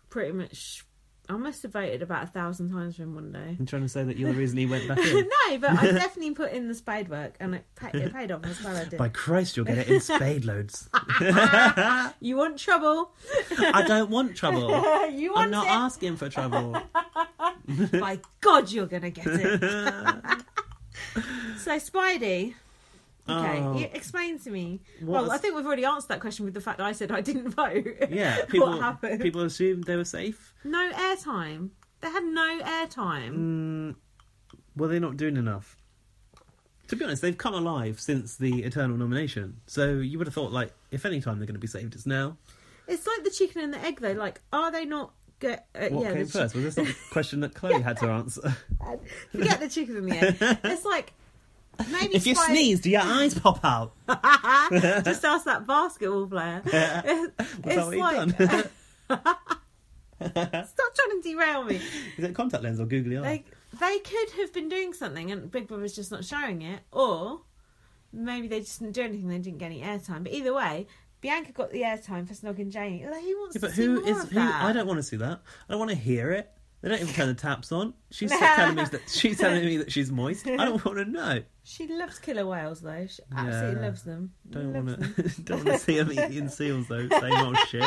S1: pretty much. I must have voted about a thousand times for him one day.
S2: I'm trying to say that you're the reason he went back in.
S1: no, but I definitely put in the spade work and it, pa- it paid off as well. I did.
S2: By Christ, you'll get it in spade loads.
S1: You want trouble?
S2: I don't want trouble.
S1: you want
S2: I'm not
S1: it?
S2: asking for trouble.
S1: By God, you're gonna get it. so, Spidey. Okay,
S2: Oh.
S1: you explain to me.
S2: What
S1: well,
S2: was-
S1: I think we've already answered that question with the fact that I said I didn't vote.
S2: Yeah, people
S1: what happened?
S2: people assumed they were safe.
S1: No airtime. They had no airtime.
S2: Mm, were they not doing enough? To be honest, they've come alive since the Eternal nomination. So you would have thought, like, if any time they're going to be saved, it's now.
S1: It's like the chicken and the egg, though. Like, are they not? Get, uh,
S2: What
S1: yeah,
S2: came
S1: the chi-
S2: first? Was this not the question that Chloe had to answer?
S1: forget the chicken and the egg. It's like maybe
S2: if you
S1: Spidey-
S2: sneeze, do your eyes pop out?
S1: just ask that basketball player. It's
S2: what you've
S1: like- Stop trying to derail me.
S2: Is it contact lens or googly eye?
S1: They they could have been doing something and Big Brother's just not showing it, or maybe they just didn't do anything. They didn't get any airtime. But either way, Bianca got the airtime for snogging Jamie. Like, who wants
S2: Yeah, but
S1: to see
S2: who
S1: more
S2: is
S1: of
S2: who?
S1: that?
S2: I don't want to see that. I don't want to hear it. They don't even turn the taps on. She's telling me that she's telling me that she's moist. I don't want to know.
S1: She loves killer whales though. She absolutely
S2: Yeah.
S1: loves them.
S2: Don't
S1: Loves
S2: want
S1: them.
S2: to. Don't want to see them eating seals though. Same old shit.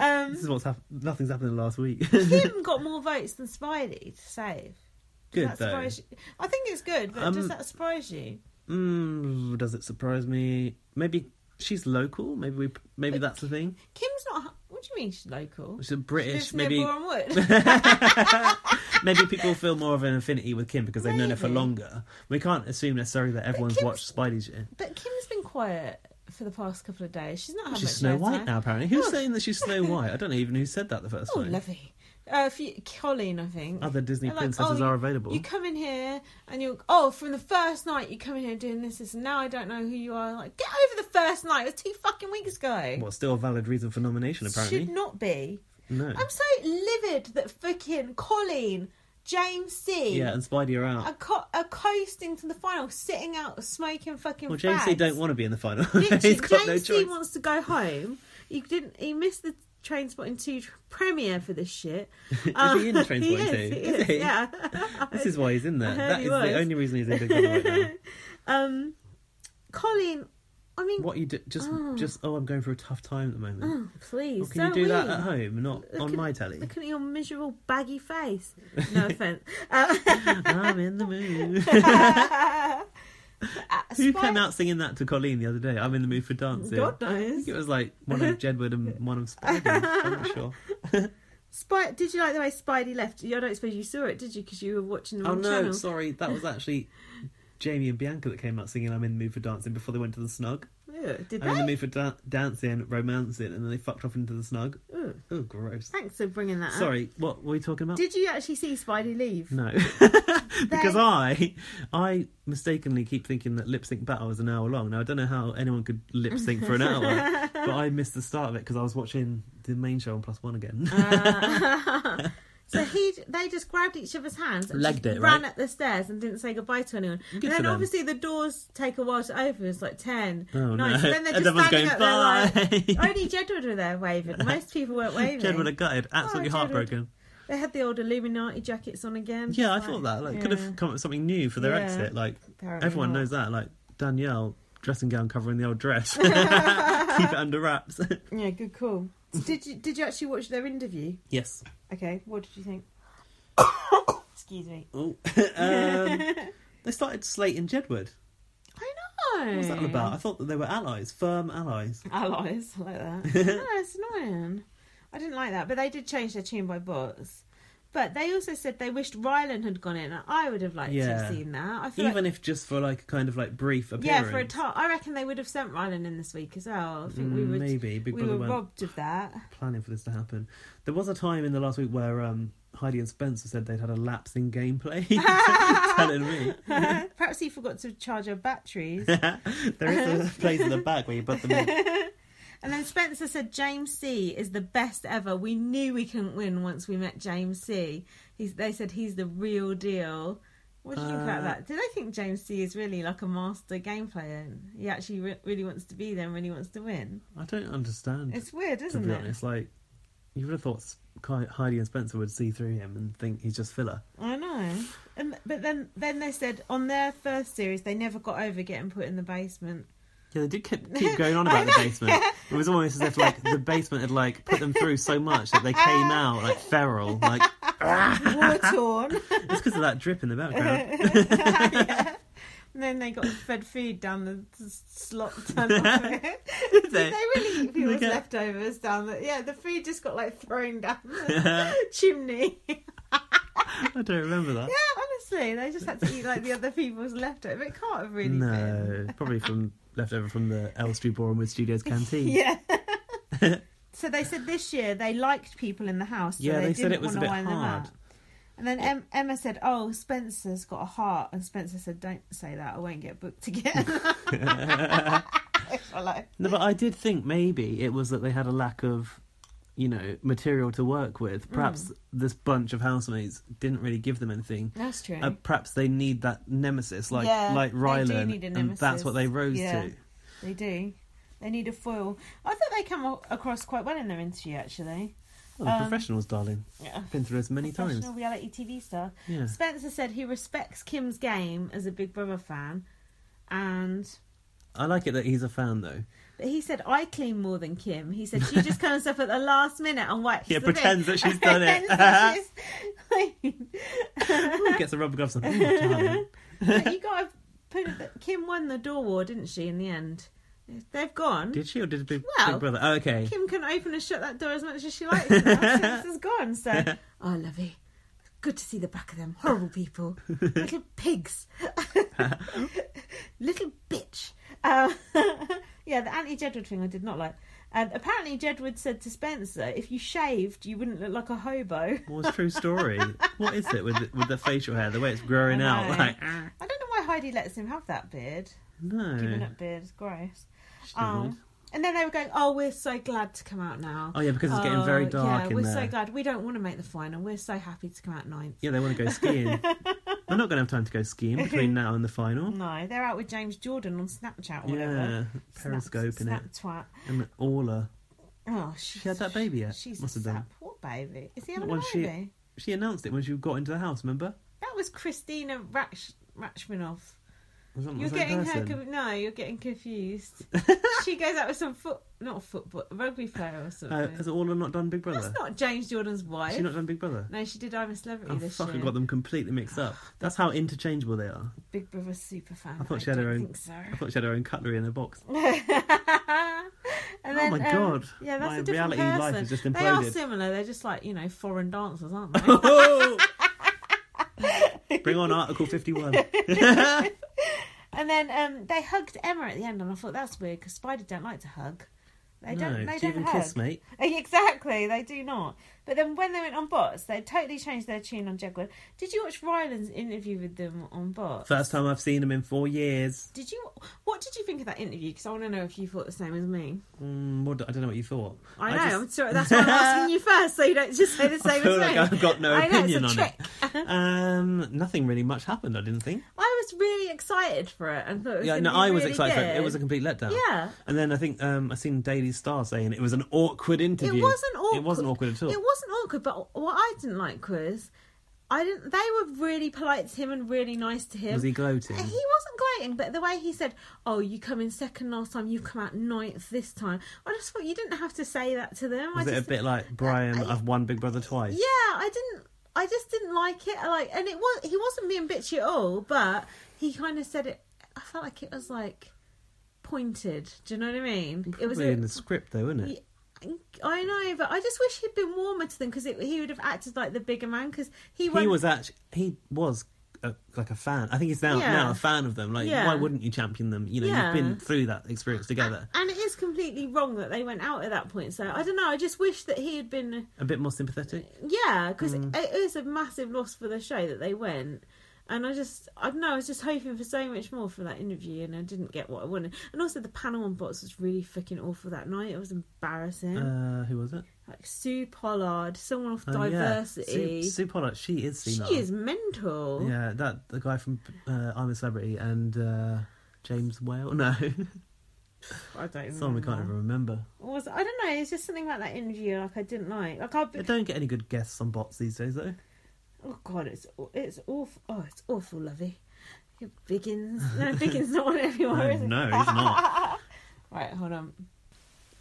S1: Um,
S2: This is what's happened. Nothing's happened in the last week.
S1: Kim got more votes than Spidey to save. Does
S2: Good
S1: that
S2: though.
S1: surprise you? I think it's good, but does
S2: Um,
S1: that surprise you?
S2: Mm, does it surprise me? Maybe she's local. Maybe we. Maybe that's the thing.
S1: Kim's not. What do you mean she's local?
S2: She's a
S1: She
S2: British.
S1: lives near
S2: Maybe
S1: Boreham Wood.
S2: maybe people feel more of an affinity with Kim because they've known her for
S1: Maybe.
S2: longer. We can't assume necessarily that everyone's
S1: Kim's-
S2: watched Spidey's shit.
S1: but Kim's been quiet for the past couple of days. She's not had
S2: She's
S1: much
S2: Snow
S1: airtime.
S2: White now, apparently. Who's
S1: Oh.
S2: saying that she's Snow White? I don't know even who said that the first
S1: Oh,
S2: time.
S1: lovely. Uh, for you, Colleen, I think.
S2: Other Disney
S1: They're like,
S2: princesses
S1: oh,
S2: are available.
S1: You come in here and you're oh, from the first night you come in here doing this, this, and now I don't know who you are. Like, get over the first night. It was two fucking weeks ago.
S2: Well, still a valid reason for nomination, apparently.
S1: Should not be.
S2: No.
S1: I'm so livid that fucking Colleen, James C.
S2: Yeah, and Spidey are out.
S1: Are, co- are coasting to the final, sitting out, smoking fucking.
S2: Well, James C
S1: fags.
S2: don't want to be in the final.
S1: Literally,
S2: He's got
S1: James
S2: no
S1: C
S2: choice.
S1: wants to go home. He didn't. He missed the train spotting two tr- premiere for this shit.
S2: is he in Trainspotting
S1: uh, he is,
S2: 2?
S1: he
S2: Is
S1: is,
S2: he?
S1: Yeah.
S2: This is why he's in there.
S1: I heard
S2: That
S1: he
S2: is
S1: was.
S2: the only reason he's in Big Brother right now.
S1: um, Colin, I mean,
S2: What you do? Just, just. Oh, I'm going through a tough time at the moment.
S1: oh, please.
S2: Well, can you
S1: don't
S2: do that
S1: we?
S2: at home, not
S1: Look
S2: on
S1: at-
S2: my telly?
S1: Look at your miserable baggy face. No offense. Uh,
S2: I'm in the mood.
S1: uh,
S2: Who
S1: Spy-
S2: came out singing that to Colleen the other day? I'm in the mood for dancing.
S1: God
S2: I think
S1: knows.
S2: it was like one of Jedward and one of Spidey. I'm not sure.
S1: Spy- did you like the way Spidey left? I don't suppose you saw it, did you? Because you were watching the
S2: Oh
S1: wrong
S2: no,
S1: channel.
S2: sorry, that was actually Jamie and Bianca that came out singing "I'm in the mood for dancing" before they went to the snug.
S1: Ew, did
S2: I'm in the
S1: they?
S2: mood for da- dancing, romancing, and then they fucked off into the snug.
S1: Ooh,
S2: Oh, gross.
S1: thanks for bringing that up.
S2: Sorry, what were we talking about?
S1: Did you actually see Spidey leave?
S2: no, because I, I mistakenly keep thinking that lip sync battle is an hour long. Now I don't know how anyone could lip sync for an hour, but I missed the start of it because I was watching the main show on Plus One again.
S1: Uh, so he, they just grabbed each other's hands and
S2: Legged
S1: just
S2: it,
S1: ran
S2: right?
S1: up the stairs and didn't say goodbye to anyone. and
S2: for
S1: then
S2: them.
S1: obviously the doors take a while to open. It's like ten,
S2: Oh,
S1: nine.
S2: no.
S1: So then they're just
S2: Everyone's
S1: standing up
S2: going,
S1: there
S2: "Bye."
S1: like "Oh, only Jedward were there waving. Most people weren't waving.
S2: Jed would have gutted, absolutely
S1: Jedward.
S2: heartbroken.
S1: They had the old Illuminati jackets on again.
S2: Yeah, I
S1: Like,
S2: thought that. Like, could
S1: yeah.
S2: have come up with something new for their
S1: Yeah.
S2: exit. Like,
S1: Apparently
S2: everyone
S1: not.
S2: knows that. Like, Danielle dressing gown covering the old dress. keep it under wraps.
S1: Yeah, good call. did you did you actually watch their interview?
S2: yes.
S1: Okay, what did you think? Excuse me.
S2: Oh. um, they started Slate and Jedward.
S1: I know.
S2: What was that all about? I thought that they were allies, firm allies.
S1: Allies like that. no, it's annoying. I didn't like that, but they did change their tune by bots. But they also said they wished Ryland had gone in. I would have liked to
S2: Yeah.
S1: have seen that. I feel like-
S2: Even if just for like a kind of like brief appearance.
S1: yeah, for a time, I reckon they would have sent Ryland in this week as well. I think we
S2: Mm,
S1: would.
S2: Maybe Big
S1: we
S2: Brother
S1: were
S2: weren't
S1: robbed of that.
S2: planning for this to happen. There was a time in the last week where um, Heidi and Spencer said they'd had a lapse in gameplay. telling me.
S1: Perhaps he forgot to charge our batteries.
S2: there is a place in the back where you put them in.
S1: And then Spencer said, James C is the best ever. We knew we couldn't win once we met James C. He's, they said he's the real deal. What do you think
S2: Uh,
S1: about that? Do they think James C is really like a master game player? and He actually re- really wants to be there and really wants to win.
S2: I don't understand.
S1: It's weird,
S2: to
S1: isn't
S2: be
S1: it?
S2: honest, like you would have thought S- Ki- Heidi and Spencer would see through him and think he's just filler.
S1: I know. And, but then, then they said on their first series, they never got over getting put in the basement.
S2: Yeah, they did keep, keep going on about the basement. It was almost as if like the basement had like put them through so much that they came out like feral. Like "Ah!"
S1: War torn.
S2: it's because of that drip in the background.
S1: Yeah. And then they got fed food down the s- slot down the
S2: Did
S1: Did
S2: they?
S1: they really eat people's
S2: Okay.
S1: leftovers down the yeah, the food just got like thrown down the chimney. Yeah,
S2: I don't remember that.
S1: honestly, they just had to eat like the other people's leftover. It can't have really been.
S2: No, probably from left over from the Elstree Bournemouth Studios canteen.
S1: Yeah. so they said this year they liked people in the house. So
S2: Yeah,
S1: they,
S2: they said
S1: didn't
S2: it was a
S1: want to
S2: bit
S1: wind them
S2: hard.
S1: out. And then em- Emma said, "Oh, Spencer's got a heart," and Spencer said, "Don't say that. I won't get booked again." I like,
S2: No, but I did think maybe it was that they had a lack of, you know, material to work
S1: Mm.
S2: with. Perhaps this bunch of housemates didn't really give them anything.
S1: That's true.
S2: Uh, perhaps they need that nemesis, like
S1: Yeah,
S2: like
S1: they do
S2: Rylan,
S1: need a
S2: and that's what
S1: nemesis.
S2: they rose
S1: Yeah.
S2: to.
S1: They do. They need a foil. I thought they come a- across quite well in their interview, actually.
S2: Well, the
S1: Um,
S2: professionals, darling.
S1: Yeah.
S2: Been through this many times.
S1: Professional reality TV star.
S2: Yeah.
S1: Spencer said he respects Kim's game as a Big Brother fan, and
S2: I like it that he's a fan though.
S1: but he said I clean more than Kim. He said she just comes up at the last minute and wipes.
S2: Yeah,
S1: the bin."
S2: pretends that she's done it.
S1: Pretends that she's clean.
S2: Ooh, Gets a rubber gloves on. Oh, darling.
S1: but you got to put it. that- Kim won the door war, didn't she? In the end, they've gone.
S2: Did she or did Big,
S1: Well,
S2: Big Brother? Oh, okay.
S1: Kim can open and shut that door as much as she likes. and now Sense is gone. So, oh, lovey. Good to see the back of them. Horrible people. Little pigs. Little bitch. Um, yeah, the anti Jedward thing I did not like. And apparently, Jedward said to Spencer, if you shaved, you wouldn't look like a hobo.
S2: Well, it's a true story. what is it with the, with the facial hair? The way it's growing
S1: I
S2: out,
S1: know. Uh,
S2: like ah,
S1: I don't know why Heidi lets him have that beard.
S2: no.
S1: Giving up beard is gross.
S2: She didn't mind.
S1: Um, and then they were going, oh, we're so glad to come out now.
S2: Oh yeah, because it's getting very
S1: Oh,
S2: dark
S1: Yeah,
S2: in
S1: we're
S2: there.
S1: so glad. We don't want to make the final. We're so happy to come out ninth.
S2: Yeah, they want to go skiing. We're not going to have time to go skiing between now and the final.
S1: No, they're out with James Jordan on Snapchat or Mm, whatever.
S2: Yeah, periscoping
S1: Snap,
S2: it.
S1: Snap twat.
S2: And Orla,
S1: Oh, she's,
S2: had that baby yet?
S1: She's
S2: Must
S1: a
S2: have done.
S1: sap. What baby? Is he having
S2: Well,
S1: a
S2: she-
S1: baby?
S2: she announced it when she got into the house. Remember?
S1: That was Christina Ratch, Ratchmanoff.
S2: Was that- was
S1: You're
S2: that
S1: getting her.
S2: person?
S1: co- No, you're getting confused. she goes out with some foot, not football, rugby player or something.
S2: Uh, has Orla not done Big Brother?
S1: That's not James Jordan's
S2: Has
S1: wife.
S2: she not done Big Brother?
S1: No, she did I'm a Celebrity
S2: Oh
S1: this
S2: fuck! I
S1: year.
S2: got them completely mixed up. That's how interchangeable they are.
S1: Big Brother super fan.
S2: I thought she had her
S1: don't
S2: own-
S1: Think so.
S2: I thought she had her own cutlery in her box.
S1: and
S2: oh
S1: um,
S2: my god!
S1: Yeah, that's
S2: my
S1: a different
S2: reality
S1: person.
S2: life has just
S1: They are
S2: imploded.
S1: similar. They're just like you know foreign dancers, aren't they?
S2: Bring on Article Fifty One.
S1: and then um, they hugged Emma at the end, and I thought that's weird because Spider don't like to hug. They don't.
S2: no,
S1: They
S2: do you
S1: don't
S2: even
S1: hug.
S2: kiss, mate?
S1: Exactly, they do not. But then when they went on bots, they totally changed their tune on Jaguar. Did you watch Ryland's interview with them on bots?
S2: First time I've seen him in four years.
S1: Did you? What did you think of that interview? Because I want to know if you thought the same as me.
S2: Mm, what, do- I don't know what you thought.
S1: I know.
S2: just-
S1: I'm sorry. That's why I'm asking you first, so you don't just say the
S2: I
S1: same as me.
S2: feel like I've got no
S1: I know,
S2: opinion
S1: it's
S2: on
S1: a
S2: it. um, nothing really much happened. I didn't think.
S1: I was really excited for it and thought it was
S2: Yeah,
S1: gonna
S2: no,
S1: be
S2: I was
S1: really
S2: excited. For it. it
S1: good.
S2: was a complete letdown.
S1: yeah.
S2: And then I think um, I seen Daily Star saying it was an awkward interview.
S1: It wasn't awkward.
S2: It wasn't awkward at all.
S1: It wasn't awkward, but what I didn't like was I didn't. They were really polite to him and really nice to him. Uh,
S2: Was he gloating?
S1: He wasn't gloating, but the way he said, "Oh, you come in second last time. You come out ninth this time." I just thought you didn't have to say that to them.
S2: Was
S1: I
S2: it
S1: just,
S2: a bit like Brian? I've won Big Brother twice.
S1: Yeah, I didn't. I just didn't like it. I Like, and it was he wasn't being bitchy at all, but he kind of said it. I felt like it was like pointed. Do you know what I mean? it was.
S2: Probably
S1: a-
S2: in the script, though, isn't it?
S1: I know, but I just wish he'd been warmer to them because he would have acted like the bigger man. Because he,
S2: he
S1: won-
S2: was actually he was a, like a fan. I think he's now
S1: Yeah.
S2: now a fan of them. Like,
S1: Yeah.
S2: why wouldn't you champion them? You know,
S1: Yeah.
S2: you've been through that experience together.
S1: And it is completely wrong that they went out at that point. So I don't know. I just wish that he had been.
S2: A bit more sympathetic.
S1: Yeah, because
S2: Mm.
S1: it is a massive loss for the show that they went. And I just, I don't know, I was just hoping for so much more from that interview and I didn't get what I wanted. And also, the panel on bots was really freaking awful that night. It was embarrassing.
S2: Uh, who was it?
S1: like Sue Pollard, someone off
S2: Oh, yeah. Sue-
S1: diversity.
S2: Sue, Pollard. She is
S1: she
S2: senile.
S1: is mental.
S2: Yeah, that the guy from uh, I'm a Celebrity and uh, James Whale. No,
S1: I don't
S2: someone we can't
S1: remember.
S2: even remember.
S1: What was it? I don't know. It's just something about that interview. Like I didn't like. Like I.
S2: They don't get any good guests on bots these days, though.
S1: Oh God, it's aw- it's awful. Oh, it's awful, lovey. Biggins. No, Biggins not on anymore,
S2: No,
S1: is it?
S2: Oh, no, he's not.
S1: Right, hold on.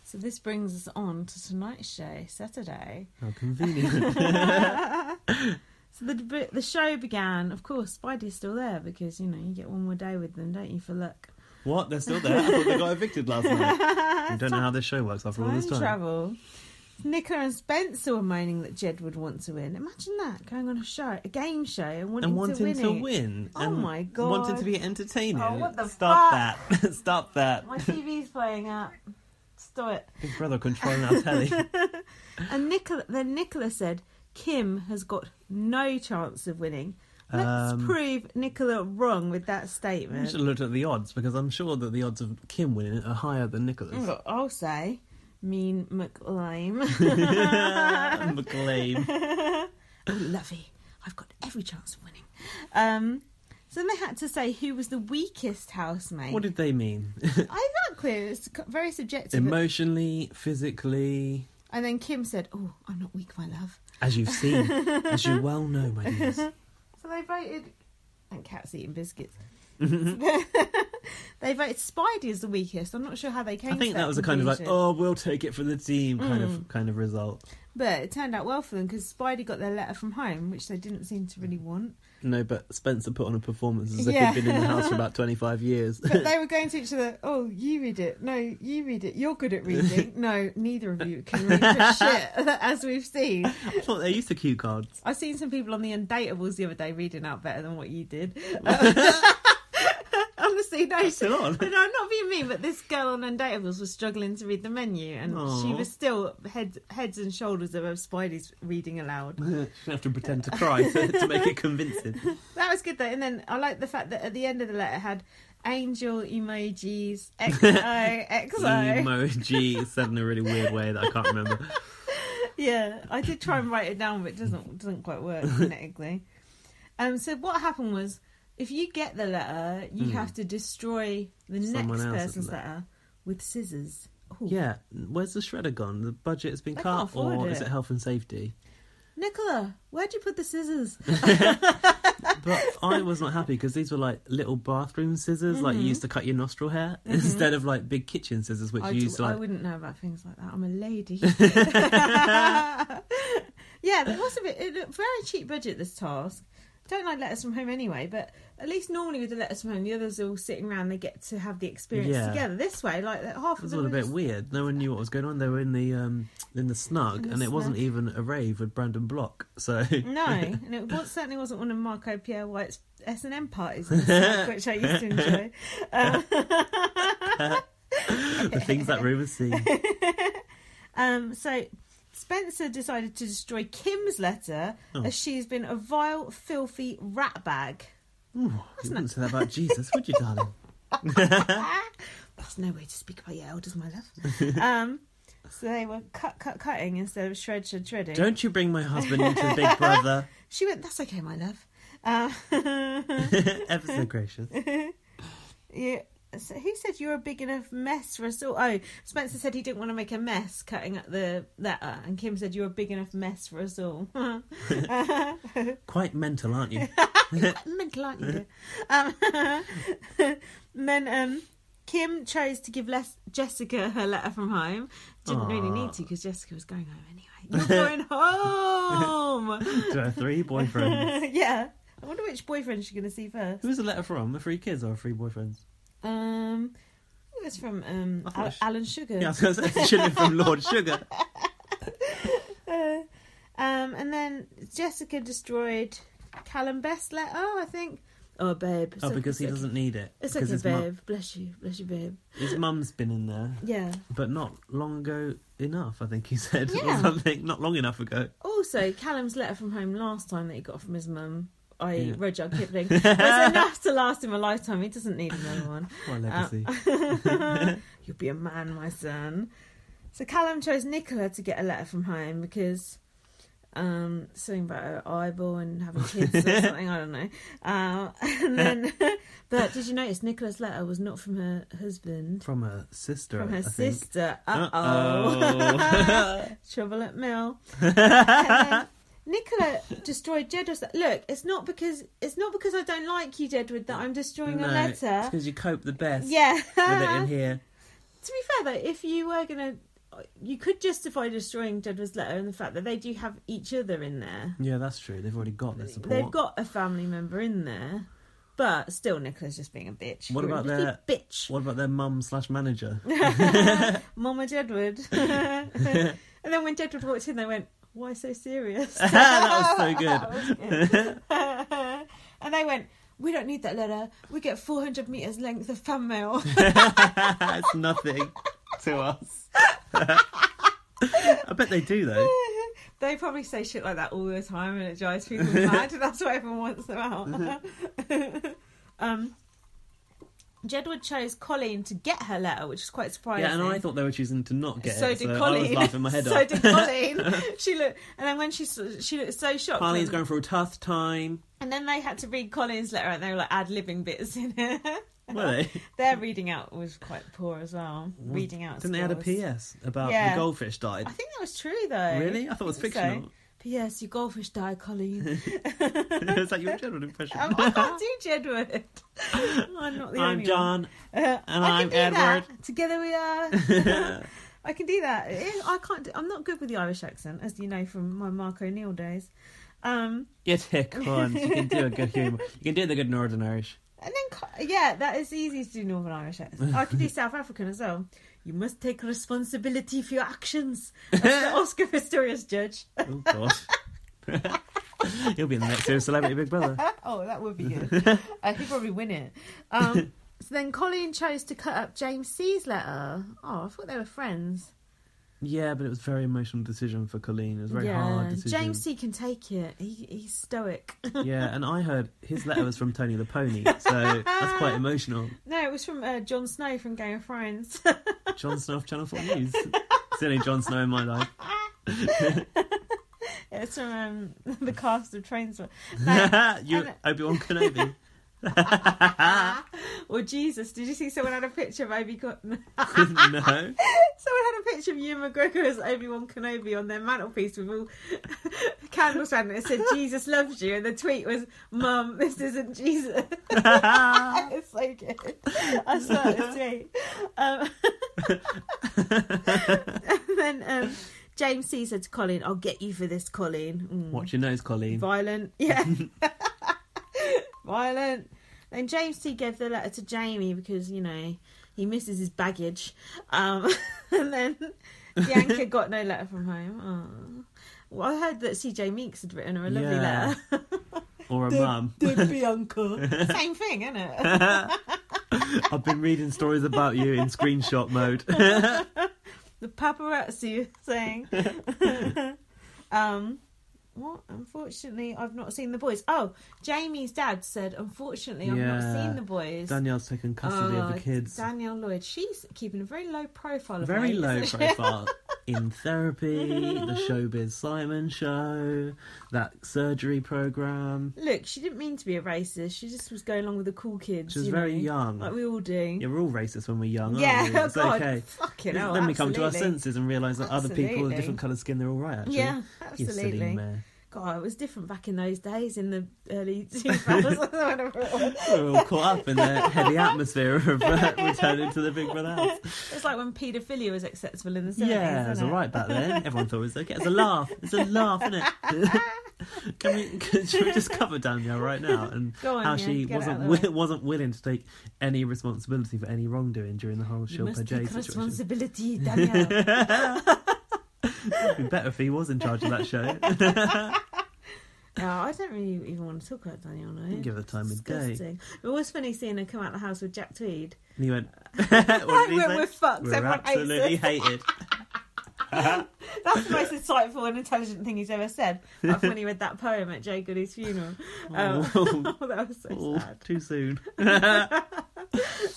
S1: So this brings us on to tonight's show, Saturday.
S2: How convenient.
S1: So the the show began. Of course, Spidey's still there because you know you get one more day with them, don't you? For luck.
S2: what? They're still there. I thought they got evicted last night. You don't know how this show works after all
S1: Time
S2: this time.
S1: travel. Nicola and Spencer were moaning that Jed would want to win. Imagine that going on a show, a game show, and wanting,
S2: and wanting
S1: to
S2: to
S1: win. it.
S2: win.
S1: Oh
S2: and
S1: my God.
S2: Wanting to be entertaining.
S1: Oh, what the
S2: Stop
S1: fuck?
S2: that. Stop that.
S1: My TV's playing up. Stop it.
S2: Big Brother controlling our telly.
S1: And Nicola, then Nicola said, Kim has got no chance of winning. Let's
S2: Um,
S1: prove Nicola wrong with that
S2: I
S1: statement.
S2: should have looked at the odds because I'm sure that the odds of Kim winning it are higher than Nicholas.
S1: Oh, I'll say, mean McLime.
S2: McLean.
S1: oh, lovey, I've got every chance of winning. Um, so then they had to say who was the weakest housemate.
S2: What did they mean?
S1: I that queer. It's very subjective.
S2: Emotionally, physically,
S1: and then Kim said, "Oh, I'm not weak, my love."
S2: as you've seen, as you well know, my dears.
S1: So they voted. And cats eating biscuits.
S2: Mm-hmm.
S1: they voted Spidey as the weakest. I'm not sure how they came.
S2: I think
S1: to
S2: that was a kind of like,
S1: conclusion.
S2: oh, we'll take it for the team kind
S1: Mm.
S2: of kind of result.
S1: But it turned out well for them because Spidey got their letter from home, which they didn't seem to really want.
S2: No, but Spencer put on a performance as if
S1: Yeah.
S2: he'd been in the house for about 25 years.
S1: But they were going to each other. Oh, you read it. No, you read it. You're good at reading. No, neither of you can read for shit, as we've seen.
S2: I thought they used to cue cards.
S1: I've seen some people on the Undateables the other day reading out better than what you did. Honestly, no.
S2: Still on.
S1: No, I'm not being mean, but this girl on Undateables was struggling to read the menu, and she
S2: Aw.
S1: was still head, heads and shoulders above Spidey's reading aloud.
S2: She's gonna have to pretend to cry to, to make it convincing.
S1: That was good though, and then I like the fact that at the end of the letter it had angel emojis, XO, XO.
S2: Emoji said in a really weird way that I can't remember.
S1: yeah, I did try and write it down, but it doesn't doesn't quite work phonetically. Um, so what happened was, if you get the letter, you have to destroy the
S2: Hmm. Someone
S1: next
S2: else's
S1: person's
S2: letter.
S1: letter. with scissors. Ooh.
S2: Yeah, where's the shredder gone? The budget's been
S1: They
S2: cut,
S1: can't afford
S2: or is
S1: it.
S2: it health and safety?
S1: Nicola, where'd you put the scissors?
S2: But I was not happy because these were like little bathroom scissors, like
S1: Mm-hmm.
S2: you used to cut your nostril hair, instead of like big kitchen scissors, which
S1: I,
S2: you used to
S1: I
S2: like.
S1: wouldn't know about things like that. I'm a lady. yeah, there was a bit it, looked very cheap budget this task. Don't like letters from home anyway, but at least normally with the letters from home, the others are all sitting around. They get to have the experience
S2: Yeah.
S1: together. This way, like half
S2: It
S1: of
S2: was
S1: them
S2: all a
S1: were
S2: bit
S1: just-
S2: weird. No one knew what was going on. They were in the um, in the snug,
S1: In the
S2: and it wasn't
S1: snug.
S2: even a rave with Brandon Block. So
S1: No, and it was, certainly wasn't one of Marco Pierre White's S and M parties, in the South, which I used to enjoy. Um,
S2: the things that room has seen.
S1: um, so Spencer decided to destroy Kim's letter
S2: Oh.
S1: as she's been a vile, filthy rat bag.
S2: Ooh, you wouldn't say that about Jesus, would you, darling?
S1: That's no way to speak about your elders, my love. um, so they were cut, cut, cutting instead of shred, shred, shredding.
S2: Don't you bring my husband into Big Brother.
S1: She went, "That's okay, my love." Uh,
S2: Ever so gracious.
S1: yeah, so who said you're a big enough mess for us all? Oh, Spencer said he didn't want to make a mess cutting up the letter, and Kim said you're a big enough mess for us all.
S2: Quite mental, aren't you?
S1: mental, aren't you? um, and then um, Kim chose to give Les- Jessica her letter from home. Didn't really
S2: Aw.
S1: need to because Jessica was going home anyway. You're going home.
S2: to her three boyfriends.
S1: yeah. I wonder which boyfriend she's going to see first.
S2: Who's the letter from? The three kids or three boyfriends?
S1: Um, it was from um,
S2: I thought
S1: Al-
S2: it sh-
S1: Alan Sugar.
S2: Yeah, I was going to say, it should have been from Lord Sugar.
S1: Uh, um, and then Jessica destroyed Callum Best's letter, I think. Oh, babe.
S2: Oh,
S1: It's
S2: because he
S1: it's
S2: doesn't need it.
S1: It's
S2: because
S1: okay,
S2: his, mum-
S1: babe. Bless you. Bless you, babe.
S2: his mum's been in there,
S1: Yeah.
S2: but not long ago enough, I think he said,
S1: Yeah.
S2: or something. Not long enough ago.
S1: Also, Callum's letter from home last time that he got from his mum, i.e.
S2: Yeah.
S1: Rudyard Kipling, was enough to last him a lifetime. He doesn't need another one.
S2: What a legacy.
S1: Uh, You'll be a man, my son. So Callum chose Nicola to get a letter from home because um, something about her eyeball and having kids or something. I don't know. Um, and then, but did you notice Nicola's letter was not from her husband,
S2: From her sister,
S1: from her
S2: I think.
S1: sister? Uh oh,
S2: Uh-oh.
S1: trouble at mill. And then Nicola destroyed Jedward's. le- Look, it's not because it's not because I don't like you, Jedward, that I'm destroying
S2: no,
S1: a letter.
S2: because you cope the best
S1: Yeah,
S2: with it in here.
S1: to be fair though, if you were gonna, you could justify destroying Jedward's letter and the fact that they do have each other in there.
S2: Yeah, that's true. They've already got their support.
S1: They've got a family member in there, but still, Nicola's just being a bitch.
S2: What
S1: You're a
S2: about
S1: little
S2: their-
S1: bitch,
S2: What about their mum slash manager?
S1: Mama Jedward? and then when Jedward walked in, they went, "Why so serious?"
S2: that was so good.
S1: and they went. We don't need that letter. We get 400 metres length of fan mail.
S2: it's nothing to us. I bet they do though.
S1: they probably say shit like that all the time and it drives people mad. That's why everyone wants them out. um, Jedward chose Colleen to get her letter, which is quite surprising.
S2: Yeah, and I thought they were choosing to not get
S1: so
S2: it.
S1: did
S2: so I
S1: Colleen.
S2: was laughing my head
S1: so
S2: off.
S1: did Colleen. she looked, and then when she saw, she looked so shocked.
S2: Carly's
S1: when-
S2: going through a tough time.
S1: And then they had to read Colleen's letter, and they were like ad libbing bits in it.
S2: Were they?
S1: Their reading out was quite poor as well. Reading out.
S2: Didn't they add a
S1: skills.
S2: PS about
S1: Yeah.
S2: the goldfish died?
S1: I think that was true though.
S2: Really? I thought it was
S1: think so.
S2: fictional.
S1: P.S. Your goldfish died, Colleen.
S2: Is that your general impression?
S1: Um, I can't do Jedward. I'm not the
S2: I'm
S1: only one.
S2: John.
S1: Uh,
S2: And
S1: I can
S2: I'm
S1: do
S2: Edward.
S1: That. Together we are. I can do that. It- I can't. Do, I'm not good with the Irish accent, as you know from my Mark O'Neill days. Um,
S2: Get it, cons. You can do a good humour. You can do the good Northern Irish.
S1: and then, co- yeah, that is easy to do Northern Irish accent. I can do South African as well. You must take responsibility for your actions. That's the Oscar Pistorius judge.
S2: Oh God. He'll be in the next series of Celebrity Big Brother.
S1: oh, that would be good. I could probably win it. Um, so then Colleen chose to cut up James C's letter. Oh, I thought they were friends.
S2: Yeah, but it was a very emotional decision for Colleen. It was a very hard decision.
S1: James C can take it. He, he's stoic.
S2: Yeah, and I heard his letter was from Tony the Pony, so that's quite emotional.
S1: no, it was from uh, Jon Snow from Game of Thrones.
S2: Jon Snow of Channel 4 News. It's the only Jon Snow in my life.
S1: it's from um, the cast of Trains
S2: you,
S1: and-
S2: Obi-Wan Kenobi.
S1: or Jesus. Did you see someone had a picture of Obi? Someone
S2: no.
S1: had a picture of Ewan McGregor as Obi Wan Kenobi on their mantelpiece with all candles around it. It said Jesus loves you, and the tweet was, "Mum, this isn't Jesus." it's so good. I saw it tweet. Um, and then um, James C said to Colin, "I'll get you for this, Colin." Mm.
S2: Watch your nose, Colleen.
S1: Violent, yeah. Violent. Then James T gave the letter to Jamie because, you know, he misses his baggage. Um, and then Bianca got no letter from home. Aw. Well, I heard that CJ Meeks had written her a lovely
S2: Yeah. Or a mum.
S1: letter. Bianca. Same thing, isn't it?
S2: I've been reading stories about you in screenshot mode.
S1: the paparazzi thing. um, what? Unfortunately, I've not seen the boys. Oh, Jamie's dad said, unfortunately, I've not
S2: Yeah.
S1: seen the boys.
S2: Danielle's taken custody of
S1: Oh,
S2: the kids.
S1: Danielle Lloyd, she's keeping a very low profile. Of
S2: Very
S1: late,
S2: low
S1: isn't she?
S2: profile. in therapy, the Showbiz Simon show, that surgery program.
S1: Look, she didn't mean to be a racist. She just was going along with the cool kids.
S2: She was
S1: you
S2: very
S1: know,
S2: young.
S1: like we all do.
S2: You're all racist when we're young, aren't
S1: yeah,
S2: we?
S1: oh
S2: It's
S1: God,
S2: okay.
S1: fucking
S2: Then
S1: hell.
S2: we come to our
S1: absolutely.
S2: senses and realise that other people of
S1: Absolutely.
S2: different coloured skin, they're all right, actually.
S1: Yeah,
S2: You silly
S1: absolutely.
S2: mare.
S1: God, it was different back in those days in the early 2000s. whatever it was.
S2: We're all caught up in the heavy atmosphere of uh, returning to the Big Brother house.
S1: It's like when paedophilia was acceptable in the 70s.
S2: Yeah, it was
S1: isn't
S2: all right back then. Everyone thought it was okay. It's a laugh. It's a laugh, isn't it? Can we, can, should we just cover Danielle right now and
S1: Go on,
S2: how
S1: yeah,
S2: she
S1: get it out
S2: wasn't
S1: of the
S2: wi- wasn't willing to take any responsibility for any wrongdoing during the whole
S1: You
S2: Shilpa
S1: must
S2: J
S1: take
S2: situation?
S1: responsibility, Danielle.
S2: It'd be better if he was in charge of that show.
S1: no, I don't really even want to talk about Danielle, no.
S2: Give her the time of day.
S1: Disgusting. It was funny seeing her come out of the house with Jack Tweed.
S2: And he went, what did he
S1: We're-
S2: say?
S1: we're fucked,
S2: We're
S1: everyone hates
S2: absolutely hated.
S1: That's the most insightful and intelligent thing he's ever said. That's when he read that poem at Jay Goody's funeral. Um,
S2: Oh.
S1: oh, that was so
S2: Oh,
S1: sad.
S2: too soon.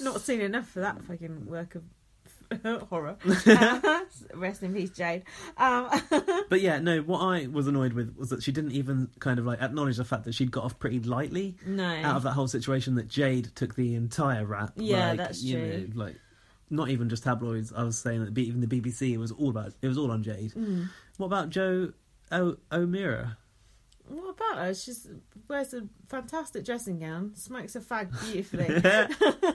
S1: Not seen enough for that fucking work of horror. Uh, rest in peace, Jade. Um,
S2: But yeah, no, what I was annoyed with was that she didn't even kind of like acknowledge the fact that she'd got off pretty lightly
S1: no.
S2: out of that whole situation that Jade took the entire rap.
S1: Yeah,
S2: like,
S1: that's
S2: you
S1: true.
S2: Know, like, not even just tabloids. I was saying that even the BBC, it was all about it was all on Jade. What about Joe o- O'Meara?
S1: What about her? She's wears a fantastic dressing gown, smokes a fag beautifully.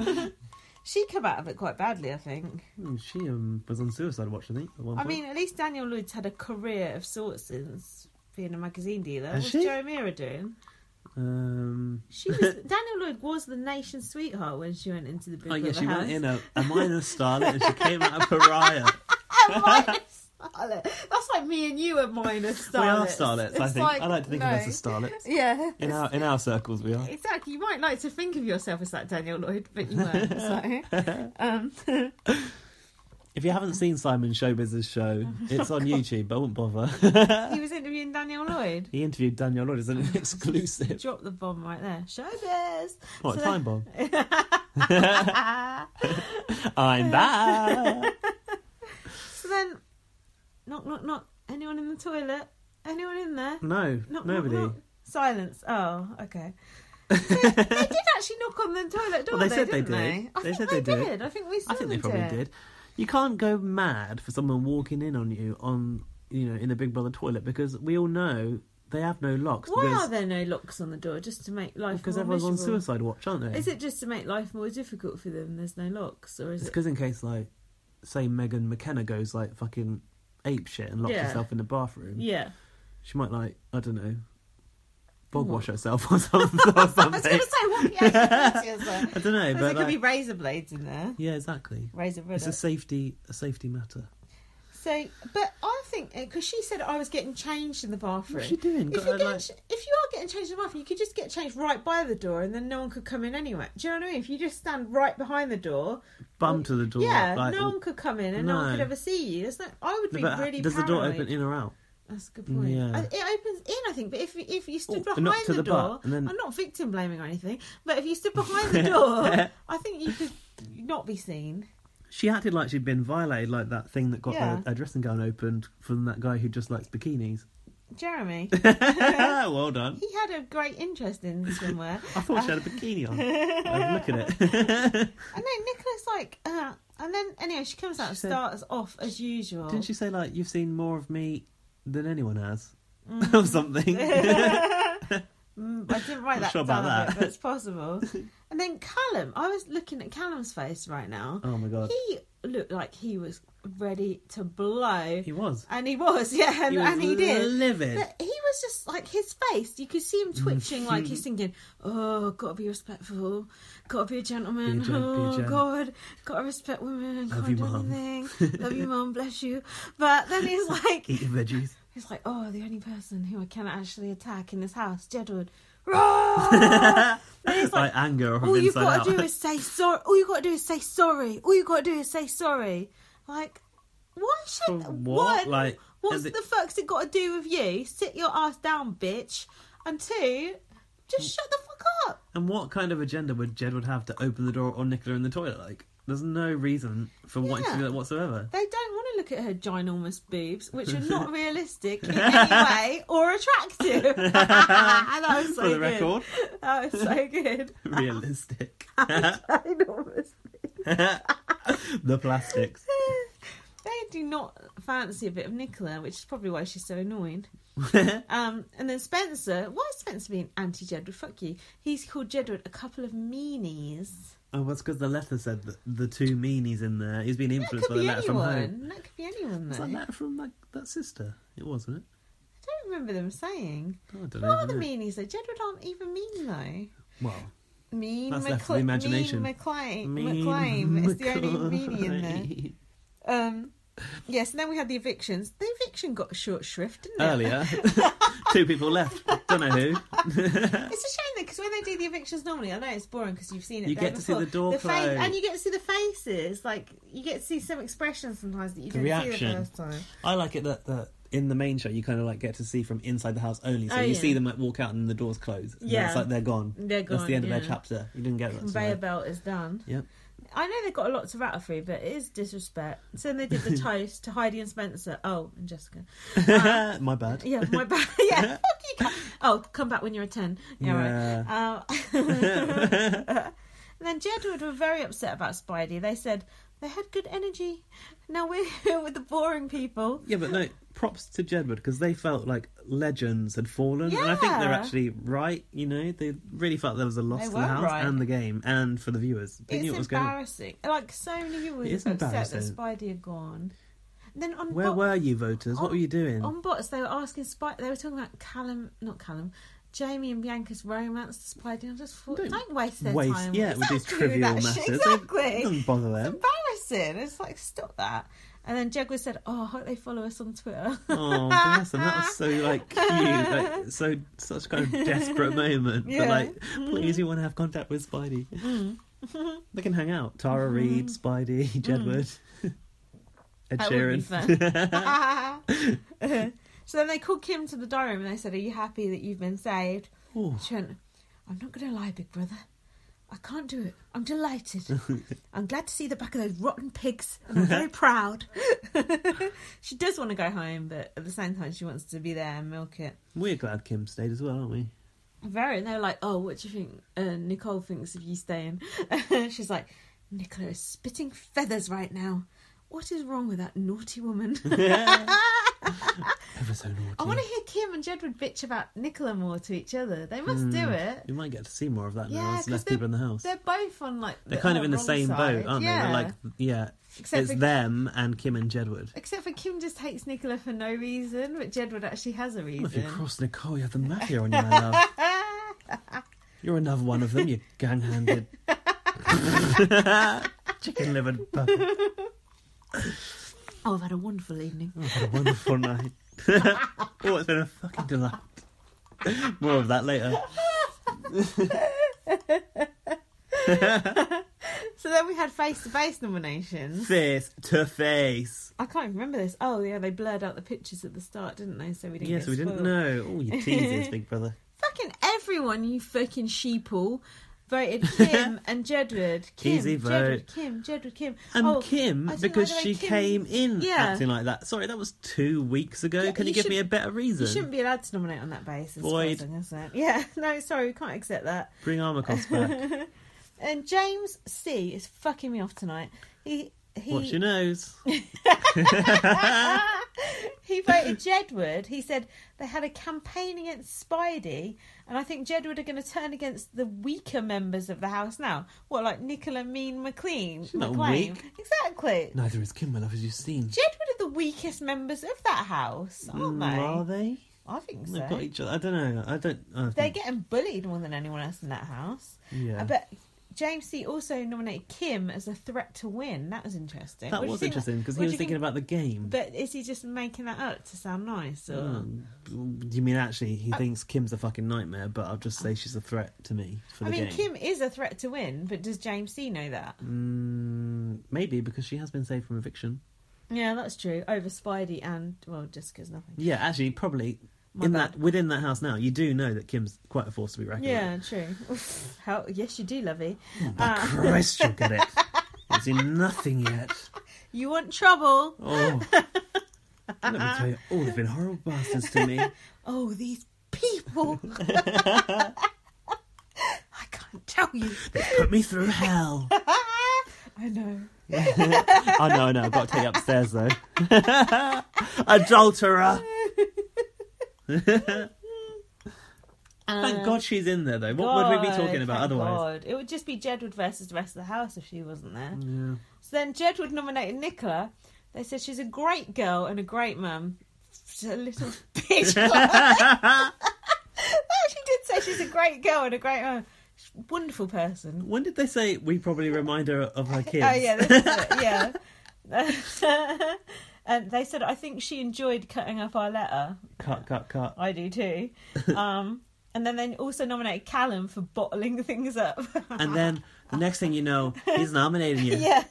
S2: Hmm,
S1: she came out of it quite badly, I think.
S2: she um, was on suicide watch, I think. At one
S1: I
S2: point.
S1: mean, at least Daniel Lloyd's had a career of sorts since being a magazine dealer.
S2: Has
S1: What's
S2: she?
S1: Joe Mira doing?
S2: um,
S1: She was Daniel Lloyd was the nation's sweetheart when she went into the Big
S2: oh yeah,
S1: Brother
S2: she
S1: house.
S2: went in a, a minor starlet and she came out a pariah.
S1: a minor starlet. That's like me and you are minor starlets.
S2: We are starlets, I
S1: It's
S2: think. I like to think of us
S1: no.
S2: as starlets.
S1: Yeah.
S2: In our in our circles, we are.
S1: Exactly. You might like to think of yourself as that Daniel Lloyd, but you weren't. So, um,
S2: If you haven't seen Simon Showbiz's show, it's on YouTube. But I wouldn't bother.
S1: he was interviewing Daniel Lloyd.
S2: he interviewed Daniel Lord as an exclusive.
S1: Drop the bomb right there. Showbiz.
S2: What
S1: So
S2: time bomb?
S1: Ah.
S2: I'm back.
S1: So then, knock, knock, knock. Anyone in the toilet? Anyone in there?
S2: No,
S1: Knock,
S2: nobody.
S1: Knock, knock. Silence. Oh, okay. they, they did actually knock on the toilet door.
S2: Well, they said they
S1: didn't
S2: did.
S1: They, I
S2: They
S1: think
S2: said
S1: they,
S2: they did.
S1: did. I think we saw
S2: I think they
S1: them
S2: probably
S1: do it.
S2: did. You can't go mad for someone walking in on you on you know in the Big Brother toilet because we all know they have no locks
S1: Why
S2: because,
S1: are there no locks on the door? Just to make life
S2: because
S1: more
S2: everyone's on
S1: miserable?
S2: suicide watch, aren't they?
S1: Is it just to make life more difficult for them? There's no locks, or is
S2: It's
S1: it?
S2: because in case like say Megan McKenna goes like fucking ape shit and locks
S1: Yeah.
S2: herself in the bathroom.
S1: Yeah.
S2: She might like I don't know, bog
S1: What?
S2: wash herself or something. Or
S1: I was
S2: something.
S1: going to say what the actuality is there.
S2: I don't know,
S1: There
S2: but
S1: could be
S2: like,
S1: razor blades in there.
S2: yeah, exactly.
S1: Razor
S2: It's a
S1: blades.
S2: safety a safety matter.
S1: So, but I think because she said I was getting changed in the bathroom.
S2: What's she doing?
S1: If,
S2: Got
S1: you're
S2: her,
S1: getting,
S2: like,
S1: if you are getting changed in the bathroom, you could just get changed right by the door, and then no one could come in anyway. Do you know what I mean? If you just stand right behind the door,
S2: bum to the door.
S1: yeah,
S2: like,
S1: no one could come in, and no, one
S2: No.
S1: could ever see you. There's no, I would
S2: No,
S1: be
S2: but
S1: really
S2: does
S1: paranoid.
S2: the door open in or out?
S1: That's a good point.
S2: Yeah.
S1: I- It opens in, I think, but if if you stood
S2: Oh, and
S1: behind
S2: up to
S1: the,
S2: the butt,
S1: door,
S2: and then-
S1: I'm not victim blaming or anything, but if you stood behind the door, I think you could not be seen.
S2: She acted like she'd been violated, like that thing that got
S1: Yeah.
S2: her, her dressing gown opened from that guy who just likes bikinis.
S1: Jeremy,
S2: well done.
S1: he had a great interest in swimwear.
S2: I thought she had a bikini on. I was looking at it.
S1: I know Nicola's like, uh, and then anyway, she comes out and
S2: She said-
S1: starts off as usual.
S2: Didn't she say like you've seen more of me than anyone has, or something?
S1: Mm, I didn't write that
S2: Not sure
S1: down,
S2: about
S1: a bit,
S2: that.
S1: but it's possible. and then Callum, I was looking at Callum's face right now.
S2: oh my god,
S1: He looked like he was ready to blow,
S2: he was.
S1: and he was, yeah, and he,
S2: He was
S1: and he did.
S2: livid.
S1: But he was just like his face. You could see him twitching, like he's thinking, "Oh, gotta be respectful, gotta be a gentleman.
S2: Be a gen- be a
S1: oh
S2: gen."
S1: God, gotta respect women.
S2: Love
S1: Can't
S2: you,
S1: do
S2: Mum.
S1: anything. Love you, mum. Bless you." But then he's like,
S2: Eat your veggies.
S1: he's like, "Oh, the only person who I can actually attack in this house, Jedward." Roar! And he's like,
S2: like, anger from
S1: all you've
S2: inside
S1: got
S2: out.
S1: to do is say sorry. All you've got to do is say sorry. All you've got to do is say sorry. Like, why should
S2: For what?
S1: One,
S2: Like,
S1: what's
S2: and
S1: the,
S2: the-
S1: fuck's it got to do with you? Sit your ass down, bitch. And two,
S2: Hmm.
S1: just shut the fuck up.
S2: And what kind of agenda would Jed would have to open the door or Nicola in the toilet? Like, There's no reason for wanting to
S1: Yeah.
S2: do that whatsoever.
S1: They don't want to look at her ginormous boobs, which are not realistic in any way or attractive. that was so
S2: for the
S1: good.
S2: record,
S1: That was so good.
S2: realistic.
S1: ginormous.
S2: the plastics.
S1: They do not fancy a bit of Nicola, which is probably why she's so annoyed. Um, and then Spencer, why is Spencer being anti Jedward? Fuck you. He's called Jedward a couple of meanies.
S2: Oh, well, it's because the letter said that the two meanies in there. He's been
S1: That
S2: influenced
S1: could
S2: by the
S1: be
S2: letter from home.
S1: anyone. That could be anyone,
S2: It's
S1: though.
S2: that
S1: I
S2: letter from like, that sister. It was, wasn't
S1: don't remember them saying.
S2: it? Oh, I don't
S1: What are the
S2: even know.
S1: meanies, though? Jedward aren't even mean, though.
S2: Well,
S1: Mean
S2: That's left to
S1: McCl-
S2: the imagination.
S1: Mean McClane.
S2: mean
S1: McClane. It's the only
S2: McClane.
S1: meanie in there. Um, yes, and then we had the evictions. The eviction got short shrift, didn't it?
S2: Earlier, two people left. Don't know who.
S1: It's a shame though, because when they do the evictions normally, I know it's boring because you've seen it.
S2: You
S1: there
S2: get to see
S1: before.
S2: the door
S1: fa-
S2: close.
S1: and you get to see the faces. Like you get to see some expressions sometimes that you
S2: The
S1: didn't see the
S2: reaction.
S1: first time.
S2: I like it that, that in the main show you kind of like get to see from inside the house only, so
S1: Oh,
S2: you
S1: yeah.
S2: see them like walk out and the doors close. And yeah,
S1: Yeah.
S2: it's like they're gone.
S1: They're
S2: That's the
S1: gone,
S2: end of
S1: yeah.
S2: their chapter. You didn't get that.
S1: Conveyor
S2: so-
S1: belt is done.
S2: Yep.
S1: I know they've got a lot to rattle through, but it is disrespect. So then they did the toast to Heidi and Spencer. Oh, and Jessica.
S2: My bad.
S1: Yeah, my bad. yeah, fuck you. cunt. Oh, come back when you're a ten. Yeah. right. Um, and then Jedward were very upset about Spidey. They said they had good energy. Now we're here with the boring people.
S2: Yeah, but no, props to Jedward because they felt like legends had fallen, and I think they're
S1: Yeah.
S2: actually right. You know, they really felt there was a loss
S1: They
S2: to the
S1: were
S2: house
S1: right.
S2: and the game, and for the viewers, they
S1: it's
S2: knew it was going.
S1: embarrassing. Like so many people
S2: It is
S1: were upset that
S2: embarrassing.
S1: Spidey had gone. And then on
S2: Where
S1: Bo-
S2: were you, voters? what
S1: on-
S2: were you doing?
S1: on bots they were asking Spidey. They were talking about Callum, not Callum. Jamie and Bianca's romance to Spidey. I just thought,
S2: Don't
S1: don't, waste their
S2: Waste,
S1: time.
S2: yeah, with these
S1: Exactly,
S2: trivial
S1: that shit.
S2: matters. They-
S1: Exactly.
S2: It doesn't bother them.
S1: It's embarrassing. It's like stop that. And then Jaguar said, "Oh, I hope they follow us on Twitter."
S2: Oh, bless them. That was so like cute, like so such kind of desperate moment. But
S1: Yeah. Mm-hmm.
S2: like, please, you want to have contact with Spidey? they can hang out. Tara
S1: Mm-hmm.
S2: Reid, Spidey, Jedward, Ed
S1: Mm. That would be
S2: Sheeran.
S1: so then they called Kim to the diary room and they said, "Are you happy that you've been saved?"
S2: Ooh.
S1: She went, "I'm not going to lie, Big Brother. I can't do it. I'm delighted. I'm glad to see the back of those rotten pigs, and I'm very proud." she does want to go home, but at the same time, she wants to be there and milk it.
S2: We're glad Kim stayed as well, aren't we?
S1: Very, and they're like, "Oh, what do you think uh, Nicole thinks of you staying?" She's like, "Nicola is spitting feathers right now. What is wrong with that naughty woman?"
S2: Ever so naughty.
S1: I want to hear Kim and Jedward bitch about Nicola more to each other. They must do it.
S2: We might get to see more of that now.
S1: Yeah,
S2: There's
S1: 'cause
S2: less
S1: they're-
S2: people in the house.
S1: They're both on like
S2: They're kind of in the
S1: wrong
S2: same
S1: side.
S2: boat, aren't
S1: yeah.
S2: they? They're like, yeah,
S1: Except
S2: it's
S1: for-
S2: them and Kim and Jedward.
S1: Except for Kim just hates Nicola for no reason, but Jedward actually has a
S2: Well, if you
S1: reason.
S2: cross Nicole, you have the mafia on you, my love. You're another one of them, you gang handed. Chicken livered puppet.
S1: oh, I've had a wonderful evening.
S2: Oh, what a wonderful night. oh, it's been a fucking delight. More of that later.
S1: So then we had face to face nominations.
S2: Face to face.
S1: I can't even remember this. Oh yeah, they blurred out the pictures at the start, didn't they? So we didn't.
S2: Yes,
S1: get
S2: we didn't
S1: spoiled.
S2: know. Oh, you teasers, big brother.
S1: Fucking everyone, you fucking sheeple, voted Kim and Jedward. Kim,
S2: Easy vote.
S1: Jedward, Kim, Jedward, Kim.
S2: And
S1: oh,
S2: Kim,
S1: I didn't
S2: because
S1: like the
S2: she
S1: way Kim-
S2: came in
S1: Yeah.
S2: acting like that. Sorry, that was two weeks ago.
S1: Yeah,
S2: Can
S1: you
S2: you, give me a
S1: shouldn't-
S2: better
S1: You shouldn't
S2: reason?
S1: be allowed to nominate on that basis.
S2: Void.
S1: Void. Yeah, no, sorry, we can't accept that.
S2: Bring Armacost back.
S1: And James C is fucking me off tonight. He he
S2: Watch your nose.
S1: he voted Jedward. He said they had a campaign against Spidey, and I think Jedward are going to turn against the weaker members of the house now. What like Nicola Mean McLean?
S2: not
S1: McLean.
S2: weak.
S1: Exactly.
S2: Neither is Kim, my love, as you've seen.
S1: Jedward are the weakest members of that house, aren't
S2: Mm, Are
S1: they?
S2: they?
S1: I think
S2: They've got
S1: so.
S2: each other. I don't know. I don't. I
S1: They're
S2: think-
S1: getting bullied more than anyone else in that house.
S2: yeah.
S1: But James C also nominated Kim as a threat to win. That was interesting. What
S2: That
S1: do you
S2: was
S1: think-
S2: interesting because
S1: what
S2: he
S1: do
S2: was
S1: you
S2: thinking
S1: think-
S2: about the game.
S1: But is he just making that up to sound nice? Or...
S2: Um,
S1: uh,
S2: you mean actually he thinks Kim's a fucking nightmare, but I'll just say she's a threat to me for
S1: I
S2: the
S1: mean,
S2: game.
S1: Kim is a threat to win, but does James C know that?
S2: Mm, maybe because she has been saved from eviction.
S1: Yeah, that's true. Over Spidey and well, Jessica's nothing.
S2: Yeah, actually, probably
S1: My
S2: in
S1: bad.
S2: that within that house now, you do know that Kim's quite a force to be reckoned
S1: Yeah, true. How? Yes, you do, Lovey.
S2: Hmm.
S1: Uh,
S2: with. By Christ, you'll get it. It's seen nothing yet.
S3: You want trouble?
S2: Oh. Let me tell you, oh, they've been horrible bastards to me.
S3: Oh, these people! I can't tell you.
S2: Put me through hell.
S3: I know.
S2: I know, I know. I've got to take you upstairs, though. Adulterer. Thank God she's in there, though. What would we be talking about
S1: Uh, thank
S2: otherwise?
S1: God. It would just be Jedward versus the rest of the house if she wasn't there.
S2: Yeah.
S1: So then Jedward nominated Nicola. They said she's a great girl and a great mum. She's a little bitch. she did say she's a great girl and a great mum. She's a Wonderful person.
S2: When did they say we probably remind her of her kids?
S1: Oh yeah, this is it. yeah. and they said I think she enjoyed cutting up our letter.
S2: Cut, cut, cut.
S1: I do too. Um, and then they also nominated Callum for bottling things up.
S2: And then the next thing you know, he's nominating you.
S1: yeah.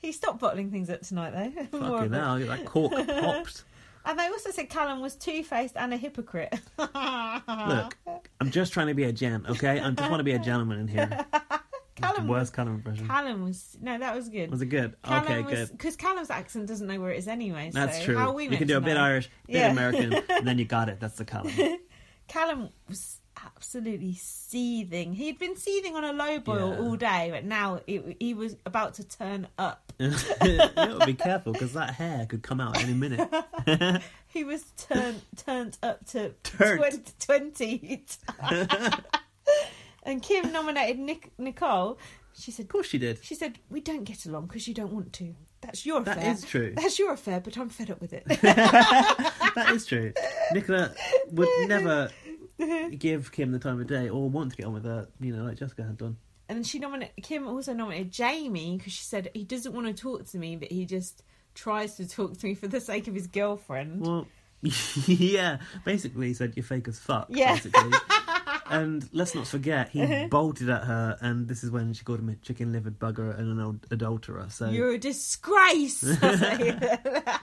S1: he stopped bottling things up tonight though. More
S2: Fucking
S1: of it.
S2: hell, get that cork popped.
S1: And they also said Callum was two faced and a hypocrite.
S2: Look, I'm just trying to be a gent, okay? I just want to be a gentleman in here.
S1: Callum
S2: Worst Callum impression.
S1: Callum was no, that was good.
S2: Was it good?
S1: Callum
S2: okay,
S1: was,
S2: good.
S1: Because Callum's accent doesn't know where it is anyway.
S2: That's
S1: so
S2: true.
S1: How are we
S2: you
S1: meant
S2: can do
S1: to
S2: a bit
S1: know?
S2: Irish, bit
S1: Yeah.
S2: American, and then you got it. That's the Callum.
S1: Callum was absolutely seething. He had been seething on a low boil
S2: Yeah.
S1: all day, but now it, he was about to turn up.
S2: It'll be careful because that hair could come out any minute.
S1: He was turned turned up to
S2: Turned.
S1: twen- twenty. and Kim nominated Nic- Nicole. She said,
S2: Of course she did.
S1: She said, "We don't get along because you don't want to. That's your
S2: That
S1: affair.
S2: is true.
S1: That's your affair, but I'm fed up with it."
S2: That is true. Nicola would never give Kim the time of day or want to get on with her, you know, like Jessica had done.
S1: and she nominated Kim also nominated Jamie because she said he doesn't want to talk to me, but he just tries to talk to me for the sake of his girlfriend.
S2: Well, yeah. Basically, he said you're fake as fuck.
S1: Yeah. Uh-huh.
S2: Basically. and let's not forget, he bolted at her, and this is when she called him a chicken livered bugger and an old adulterer. So
S1: You're a disgrace. yeah,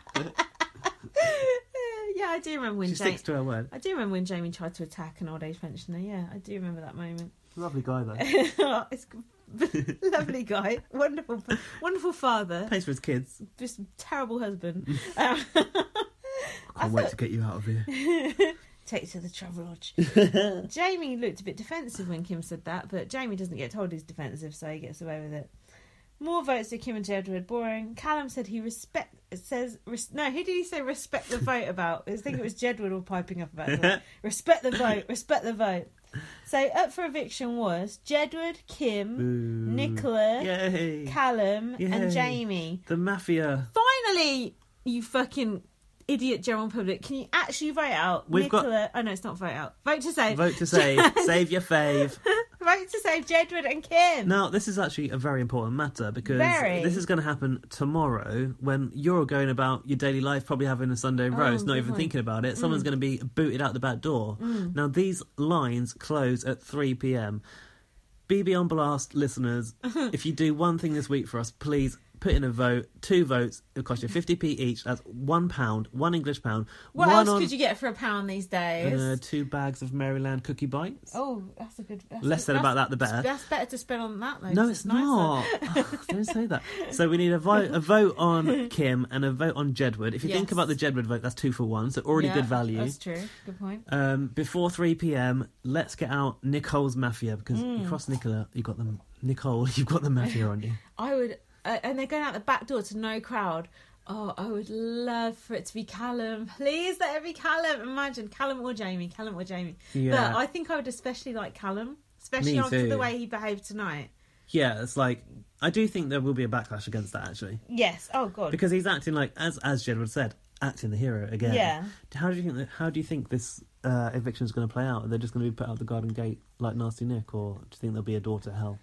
S1: I do remember when
S2: she
S1: Jamie.
S2: sticks to her word.
S1: I do remember when Jamie tried to attack an old age pensioner. Yeah, I do remember that moment.
S2: Lovely guy though.
S1: it's lovely guy, wonderful, wonderful father.
S2: Pays for his kids.
S1: just terrible husband. um, I
S2: Can't wait
S1: thought-
S2: to get you out of here.
S1: take to the travel lodge. Jamie looked a bit defensive when Kim said that, but Jamie doesn't get told he's defensive, so he gets away with it. More votes to Kim and Jedward. Boring. Callum said he respect says res, no. Who did he say respect the vote about? I think it was Jedward all piping up about that. respect the vote. Respect the vote. So up for eviction was Jedward, Kim,
S2: Ooh.
S1: Nicola,
S2: Yay.
S1: Callum,
S2: Yay.
S1: and Jamie.
S2: the mafia.
S1: Finally, you fucking idiot general public, can you actually vote out
S2: We've got-
S1: Nicola? Oh no, it's not vote out. Vote to save.
S2: Vote to save. save your fave.
S1: vote to save Jedward and Kim.
S2: Now, this is actually a very important matter because
S1: Very.
S2: this is going to happen tomorrow when you're going about your daily life, probably having a
S1: Oh,
S2: Sunday roast, not even
S1: God.
S2: thinking about it. Someone's
S1: Mm.
S2: going to be booted out the back door. Now, these lines close at 3 p.m. BB on Blast listeners, if you do one thing this week for us, please put in a vote. Two votes. It'll cost you 50p each. That's one pound, one English pound.
S1: What
S2: one
S1: else could you get for a pound these days?
S2: uh, two bags of Maryland cookie bites.
S1: oh, that's a good. That's
S2: Less said about that, the better.
S1: That's better to spend on that though.
S2: No,
S1: 'cause
S2: it's
S1: nicer.
S2: not. Don't say that. So we need a vote, a vote on Kim and a vote on Jedward. If you think
S1: Yes.
S2: about the Jedward vote, that's two for one, so already
S1: Yeah,
S2: good value.
S1: That's true. Good point.
S2: Um, before three p.m., let's get out Nicole's mafia because
S1: Mm.
S2: you cross Nicola, you got the Nicole, you've got the mafia on you.
S1: I would, uh, and they're going out the back door to no crowd. Oh, I would love for it to be Callum. Please let it be Callum. Imagine Callum or Jamie. Callum or Jamie.
S2: Yeah.
S1: But I think I would especially like Callum, especially
S2: Me
S1: after
S2: too.
S1: the way he behaved tonight.
S2: Yeah, it's like I do think there will be a backlash against that actually
S1: Yes. Oh God.
S2: because he's acting like as as Jedward said, acting the hero again.
S1: Yeah.
S2: How do you think that? How do you think this? Uh, eviction's going to play out. They're just going to be put out the garden gate like Nasty Nick, or do you think there'll be a door to hell?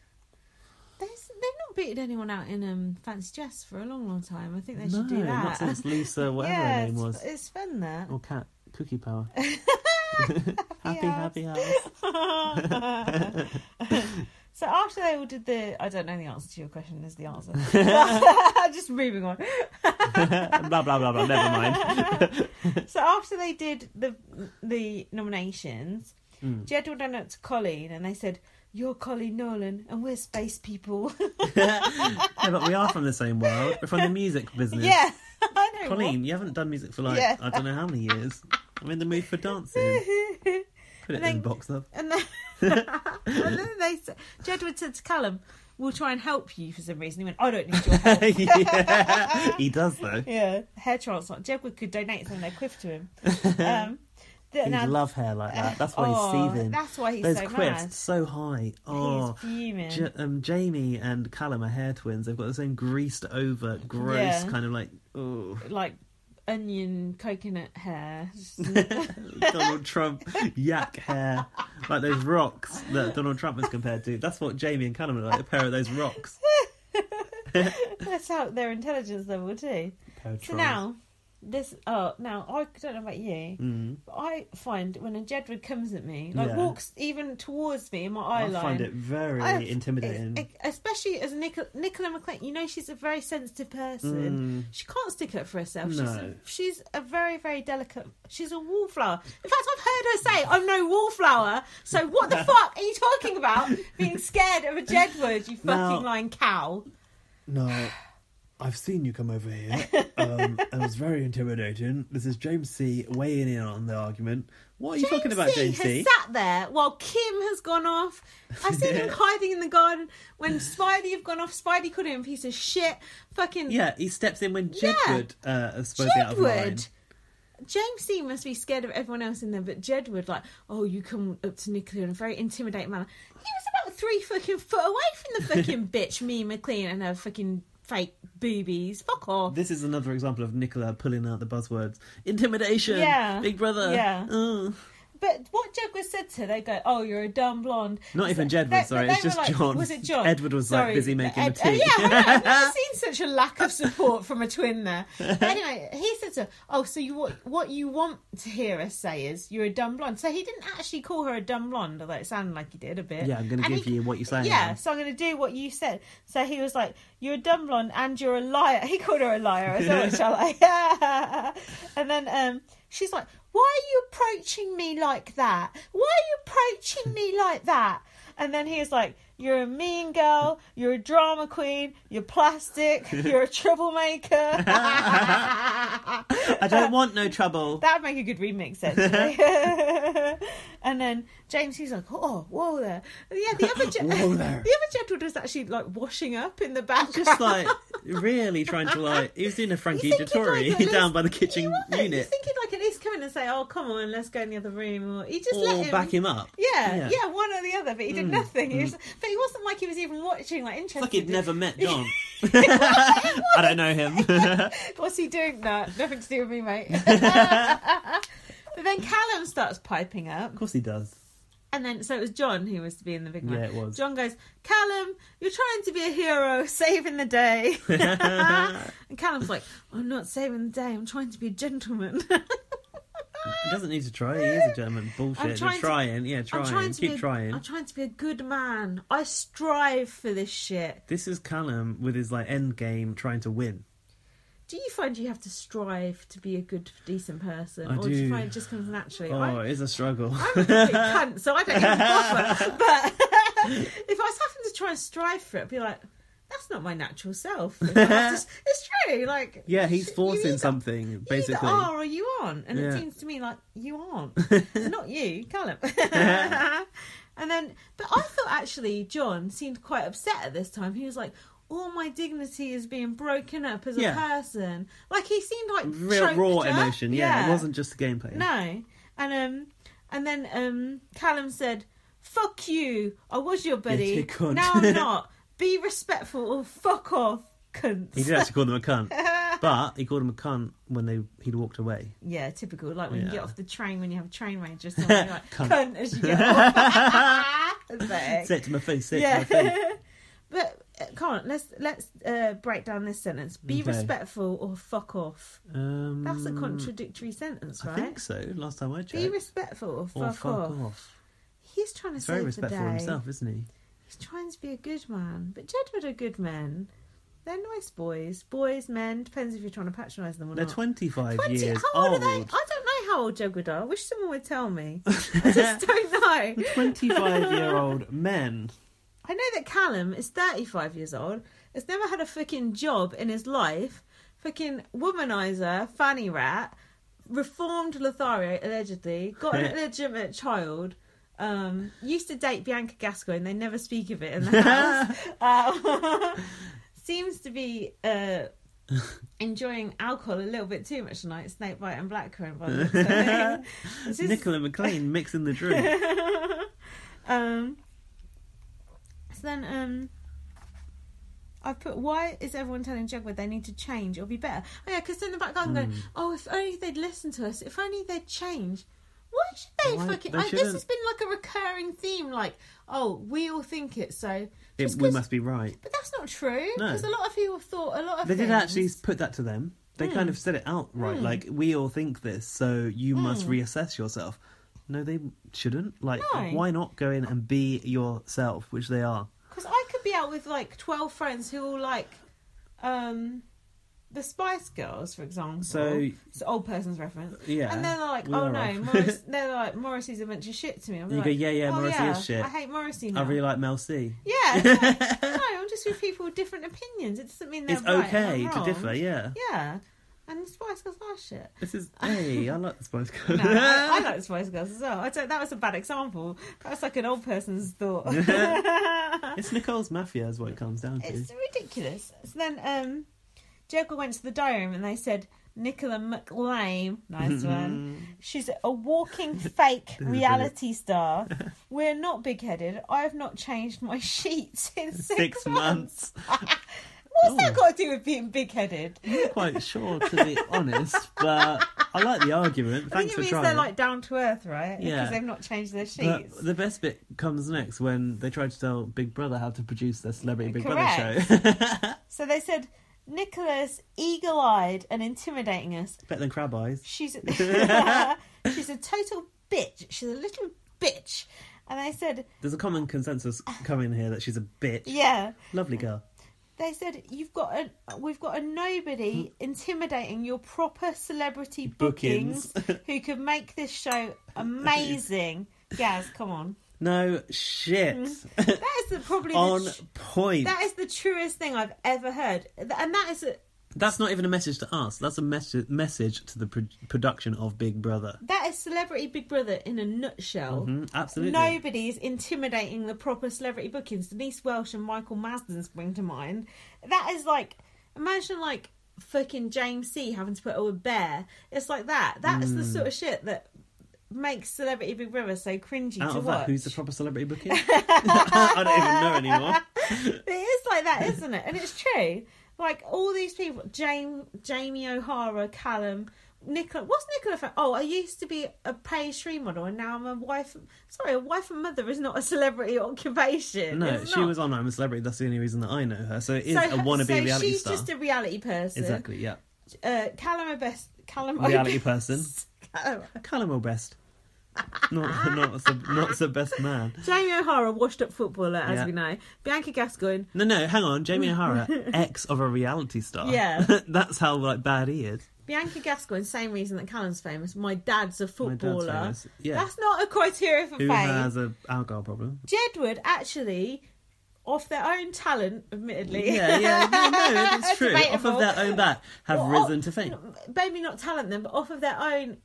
S1: There's, they've not beaten anyone out in um, fancy dress for a long, long time. I think they
S2: no,
S1: should do that.
S2: not since Lisa, whatever
S1: yeah,
S2: her name
S1: it's,
S2: was,
S1: it's fun that.
S2: or Cat Cookie Power. happy, happy hours. Oh.
S1: so after they all did the, I don't know the answer to your question. Is the answer? Just moving on.
S2: blah blah blah blah. Never mind.
S1: So after they
S2: Hmm.
S1: did the the nominations, Jedward went up to Colleen and they said, You're Colin Nolan, and we're space people.
S2: yeah, but we are from the same world. We're from the music business.
S1: yeah, I know. what-
S2: Colleen, you haven't done music for like
S1: Yeah.
S2: I don't know how many years. I'm in the mood for dancing. Put it
S1: And then-
S2: in box up.
S1: And then, and then they said, Jedward said to Callum, "We'll try and help you." For some reason, he went, "I don't need your help."
S2: yeah, he does though.
S1: yeah, hair transplant. Jedward could donate some of their quiff to him. Um, th-
S2: He'd
S1: now-
S2: love hair like that. That's why
S1: Oh,
S2: he's seething.
S1: That's why he's
S2: Those
S1: so
S2: quiffs
S1: mad.
S2: so high. Oh,
S1: he's fuming.
S2: J- um, Jamie and Callum are hair twins. They've got the same greased over, gross
S1: Yeah.
S2: kind of like oh
S1: like onion coconut hair.
S2: Donald Trump yak hair, like those rocks that Donald Trump was compared to. That's what Jamie and Callum are like. A pair of those rocks.
S1: That's how their intelligence level too.
S2: Pair of
S1: So
S2: trolls.
S1: now, this. Oh, now I don't know about you.
S2: Mm.
S1: but I find when a Jedward comes at me, like
S2: Yeah.
S1: walks even towards me in my eye
S2: I
S1: line,
S2: find it very
S1: I've-
S2: intimidating.
S1: e- especially as Nicola, Nicola McLean. You know, she's a very sensitive person.
S2: Mm.
S1: She can't stick up for herself. She's, a,
S2: No.
S1: she's a very, very delicate. She's a wallflower. In fact, I've heard her say, "I'm no wallflower." So what the fuck are you talking about? Being scared of a Jedward, you fucking
S2: Now-
S1: lying cow.
S2: No, I've seen you come over here. Um, it was very intimidating. This is James C. weighing in on the argument. What are you talking about, James C?
S1: has sat there while Kim has gone off. I've seen him hiding in the garden when Spidey have gone off. Spidey called him a piece of shit. Fucking
S2: Yeah, he steps in when
S1: Yeah.
S2: Jedward uh, is supposed to be out of line.
S1: Jedward. James C must be scared of everyone else in there, but Jedward, like, oh, you come up to Nicola in a very intimidating manner. He was about three fucking foot away from the fucking bitch, me McLean, and her fucking fake boobies. Fuck off.
S2: This is another example of Nicola pulling out the buzzwords. Intimidation.
S1: Yeah.
S2: Big brother.
S1: Yeah.
S2: Ugh.
S1: But what Jedward said to her, they go, oh, you're a dumb blonde.
S2: Not even
S1: So-
S2: Jedward,
S1: they-
S2: sorry,
S1: they
S2: it's
S1: were
S2: just
S1: like-
S2: John.
S1: Was it John?
S2: Edward was, like,
S1: Sorry,
S2: busy making
S1: Ed-
S2: the tea.
S1: Yeah, I know, I've never seen such a lack of support from a twin there. But anyway, he said to her, oh, so you what, what you want to hear us say is you're a dumb blonde. So he didn't actually call her a dumb blonde, although it sounded like he did a bit.
S2: Yeah, I'm going to
S1: And
S2: give
S1: he-
S2: you what you're saying.
S1: yeah, so I'm going to do what you said. So he was like, "You're a dumb blonde and you're a liar." He called her a liar as well, which I like. and then um, she's like, "Why are you approaching me like that? Why are you approaching me like that?" And then he was like, "You're a mean girl. You're a drama queen. You're plastic. You're a troublemaker."
S2: I don't want no trouble.
S1: That would make a good remix, actually. and then James, he's like, oh, whoa there. Yeah, the other, Je-
S2: Whoa there.
S1: the other gentleman was actually like washing up in the background.
S2: just like really trying to like he was doing a Frankie
S1: You think he'd
S2: Dettori
S1: like at least-
S2: down by the kitchen
S1: You were. You
S2: unit
S1: think he'd like at least come in and say, oh, come on, let's go in the other room. Or he just let
S2: or
S1: him.
S2: back him up.
S1: yeah, yeah,
S2: Yeah. Mm,
S1: one or the other, but he did nothing. He was, but he wasn't like he was even watching, like interested.
S2: It's like he'd never met John. I don't know him.
S1: What's he doing? That nothing to do with me, mate. but then Callum starts piping up.
S2: of course he does.
S1: And then, so it was John who was to be in the big one.
S2: Yeah, it was.
S1: John goes, Callum, you're trying to be a hero, saving the day. and Callum's like, I'm not saving the day, I'm trying to be a gentleman.
S2: He doesn't need to try. He is a German. Bullshit.
S1: I'm
S2: You're
S1: trying to-
S2: trying. Yeah, trying.
S1: I'm trying to
S2: Keep
S1: be a,
S2: trying.
S1: I'm trying to be a good man. I strive for this shit.
S2: This is Callum with his like end game trying to win.
S1: Do you find you have to strive to be a good, decent person?
S2: I
S1: or do you
S2: do.
S1: find it just comes naturally?
S2: Oh,
S1: I-
S2: it is a struggle.
S1: I'm a complete cunt, so I don't even bother. But if I was having to try and strive for it, I'd be like, that's not my natural self. If I have to- it's true. Like,
S2: yeah, he's
S1: you
S2: forcing
S1: either-
S2: something basically.
S1: You oh, either are or you aren't. And it
S2: Yeah.
S1: seems to me like you aren't. It's not you, Callum. and then, but I thought actually John seemed quite upset at this time. He was like, all my dignity is being broken up as
S2: Yeah.
S1: a person. Like he seemed like
S2: Real
S1: choked
S2: raw
S1: up.
S2: emotion. Yeah, it wasn't just the gameplay.
S1: No. And um and then um Callum said, Fuck you, I was your
S2: Yeah,
S1: buddy.
S2: you cunt."
S1: now I'm not. Be respectful or fuck off, cunts.
S2: He did actually call them a cunt, but he called them a cunt when they he'd walked away.
S1: Yeah, typical. Like when you
S2: Yeah.
S1: get off the train when you have a train rage or something you're like cunt.
S2: Cunt.
S1: as you get off. Pathetic.
S2: Say it to my face. Say it
S1: Yeah.
S2: to my face.
S1: but uh, come on, let's let's uh, break down this sentence. Be
S2: Okay.
S1: respectful or fuck off.
S2: Um,
S1: That's a contradictory sentence,
S2: I
S1: right?
S2: think so. Last time I checked.
S1: Be respectful or fuck,
S2: or fuck
S1: off.
S2: off.
S1: He's trying to
S2: He's very
S1: save the
S2: respectful
S1: day.
S2: of himself, isn't he?
S1: He's trying to be a good man, but Jedward are good men. They're nice boys. Boys, men, depends if you're trying to patronise them or
S2: They're
S1: not.
S2: 25
S1: 20
S2: years
S1: how old,
S2: old.
S1: are they? I don't know how old Jedward are. I wish someone would tell me. I just don't know.
S2: 25 year old men.
S1: I know that Callum is 35 years old, has never had a fucking job in his life, fucking womanizer, fanny rat, reformed Lothario allegedly, got an illegitimate child, um, used to date Bianca Gascoigne, they never speak of it in the house. Uh, seems to be uh, enjoying alcohol a little bit too much tonight, Snakebite and Blackcurrant by the looks of it. This is-
S2: Nicola McLean mixing the drink.
S1: um, so then, um, I put, why is everyone telling Jugwood they need to change or be better? Oh, yeah, because in the back garden,
S2: Hmm.
S1: going, oh, if only they'd listen to us, if only they'd change. Why should they
S2: Why-
S1: fucking.
S2: they
S1: I, this has
S2: shouldn't.
S1: been like a recurring theme, like, oh, we all think it, so.
S2: It,
S1: just
S2: we
S1: 'cause-
S2: must be right.
S1: But that's not true,
S2: No.
S1: because a lot of people thought a lot of
S2: They did
S1: things-
S2: actually put that to them. They kind
S1: Hmm.
S2: of said it out right, like we all think this, so you must reassess yourself. No, they shouldn't. Like,
S1: No.
S2: why not go in and be yourself, which they are.
S1: Because I could be out with like 12 friends who all like um, the Spice Girls, for example.
S2: So-
S1: It's an old person's reference.
S2: Yeah,
S1: And they're like,
S2: we
S1: oh
S2: are
S1: no,
S2: old."
S1: Morris, they're like, Morrissey's a bunch of shit to me. I'm
S2: You
S1: like,
S2: go, "Yeah, yeah,
S1: oh,
S2: Morrissey
S1: yeah,
S2: is shit."
S1: I hate Morrissey now.
S2: I really like Mel C.
S1: Yeah. it's like, no, I'm just with people with different opinions. It doesn't mean they're
S2: It's
S1: right and
S2: okay
S1: I'm
S2: to
S1: wrong.
S2: differ, yeah.
S1: Yeah. And the Spice Girls are shit.
S2: This is hey, I like the Spice Girls.
S1: No, I, I like the Spice Girls as well. I don't, that was a bad example. That was like an old person's thought.
S2: it's Nicole's Mafia, is what it comes down to.
S1: It's ridiculous. So then, um, Joker went to the diary room and they said Nicola McLean, nice
S2: Mm-hmm.
S1: one. She's a walking fake
S2: is
S1: reality star. We're not big headed. I have not changed my sheets in six,
S2: Six
S1: months.
S2: months.
S1: What's that
S2: Oh.
S1: got to do with being big headed?
S2: I'm not quite sure, to be honest, but I like the argument.
S1: I think
S2: Thanks
S1: it
S2: for
S1: means
S2: trying.
S1: they're like down to earth, right?
S2: Yeah.
S1: Because they've not changed their sheets.
S2: But the best bit comes next when they try to tell Big Brother how to produce their Celebrity Big
S1: Correct.
S2: Brother show.
S1: So they said Nicola's eagle eyed and intimidating us.
S2: Better than Crab Eyes.
S1: She's a, she's a total bitch. She's a little bitch. And I said,
S2: There's a common consensus coming here that she's a bitch.
S1: yeah.
S2: Lovely girl.
S1: They said you've got a we've got a nobody intimidating your proper celebrity bookings,
S2: Bookings.
S1: who could make this show amazing. Gaz, come on.
S2: No shit.
S1: That is the, probably
S2: On
S1: the, tr-
S2: point.
S1: that is the truest thing I've ever heard. And that is a,
S2: That's not even a message to us. That's a message message to the pro- production of Big Brother.
S1: that is celebrity Big Brother in a nutshell.
S2: Mm, absolutely.
S1: Nobody is intimidating the proper celebrity bookings. Denise Welsh and Michael Masden spring to mind. That is like, imagine like fucking James C having to put oh, a bear. It's like that. That's the
S2: Hmm.
S1: sort of shit that makes Celebrity Big Brother so cringy
S2: Out
S1: to
S2: of
S1: watch.
S2: that, who's the proper celebrity booking? I don't even know anymore.
S1: it is like that, isn't it? And it's true. Like all these people, Jame, Jamie O'Hara, Callum, Nicola. What's Nicola? For? Oh, I used to be a paid stream model, and now I'm a wife. Sorry, a wife and mother is not a celebrity occupation.
S2: No,
S1: It's
S2: she
S1: not.
S2: was on I'm a Celebrity. That's the only reason that I know her. So it is
S1: So
S2: a
S1: her-
S2: wannabe
S1: so
S2: reality
S1: she's
S2: star.
S1: just a reality person.
S2: Exactly, yeah.
S1: Uh, Callum, a best Callum
S2: Reality person.
S1: Callum.
S2: Callum O'Best. Not, not, the, not the best man.
S1: Jamie O'Hara, washed up footballer, as
S2: Yeah.
S1: we know. Bianca Gascoigne,
S2: No, no, hang on. Jamie O'Hara, ex of a reality star.
S1: Yeah.
S2: That's how like bad he is.
S1: Bianca Gascoigne, same reason that Callum's famous. My dad's a footballer.
S2: famous, yeah.
S1: That's not a criteria for
S2: Who
S1: fame.
S2: has a alcohol problem?
S1: Jedward actually, off their own talent, admittedly.
S2: Yeah, yeah, no, no, it's true. Off
S1: Debatable.
S2: of their own bat, have
S1: Well,
S2: risen
S1: off-
S2: to fame.
S1: Maybe not talent then, but off of their own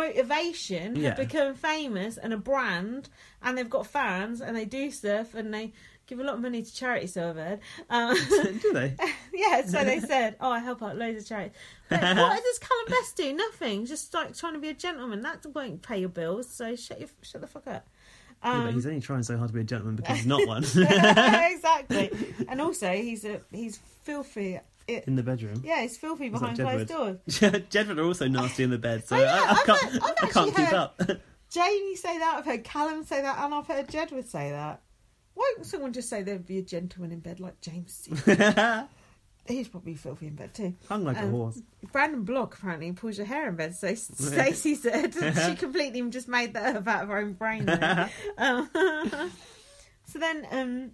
S1: motivation,
S2: Yeah.
S1: have become famous and a brand, and they've got fans, and they do stuff, and they give a lot of money to charity. So I've heard. Um,
S2: Do they?
S1: yeah, so they said, "Oh, I help out loads of charities." But what does Callum Best do? Nothing. Just like trying to be a gentleman. That won't pay your bills. So shut your, shut the fuck up.
S2: Yeah,
S1: Um,
S2: but he's only trying so hard to be a gentleman because he's not one
S1: exactly. And also, he's a he's filthy. It,
S2: in the bedroom.
S1: yeah, he's filthy behind
S2: Jedward.
S1: closed doors.
S2: Jedford are also nasty in the bed, so
S1: Oh, yeah,
S2: I, I
S1: I've
S2: can't,
S1: heard- I've
S2: I can't
S1: actually
S2: keep
S1: heard-
S2: up.
S1: Jamie say that. I've heard Callum say that, and I've heard Jedward say that. Won't someone just say there'd be a gentleman in bed like James? C? He's probably filthy in bed too.
S2: Hung like
S1: Um,
S2: a horse.
S1: Brandon Block apparently pulls your hair in bed. So Stacey said she completely just made that up out of her own brain. then. um, so then, um,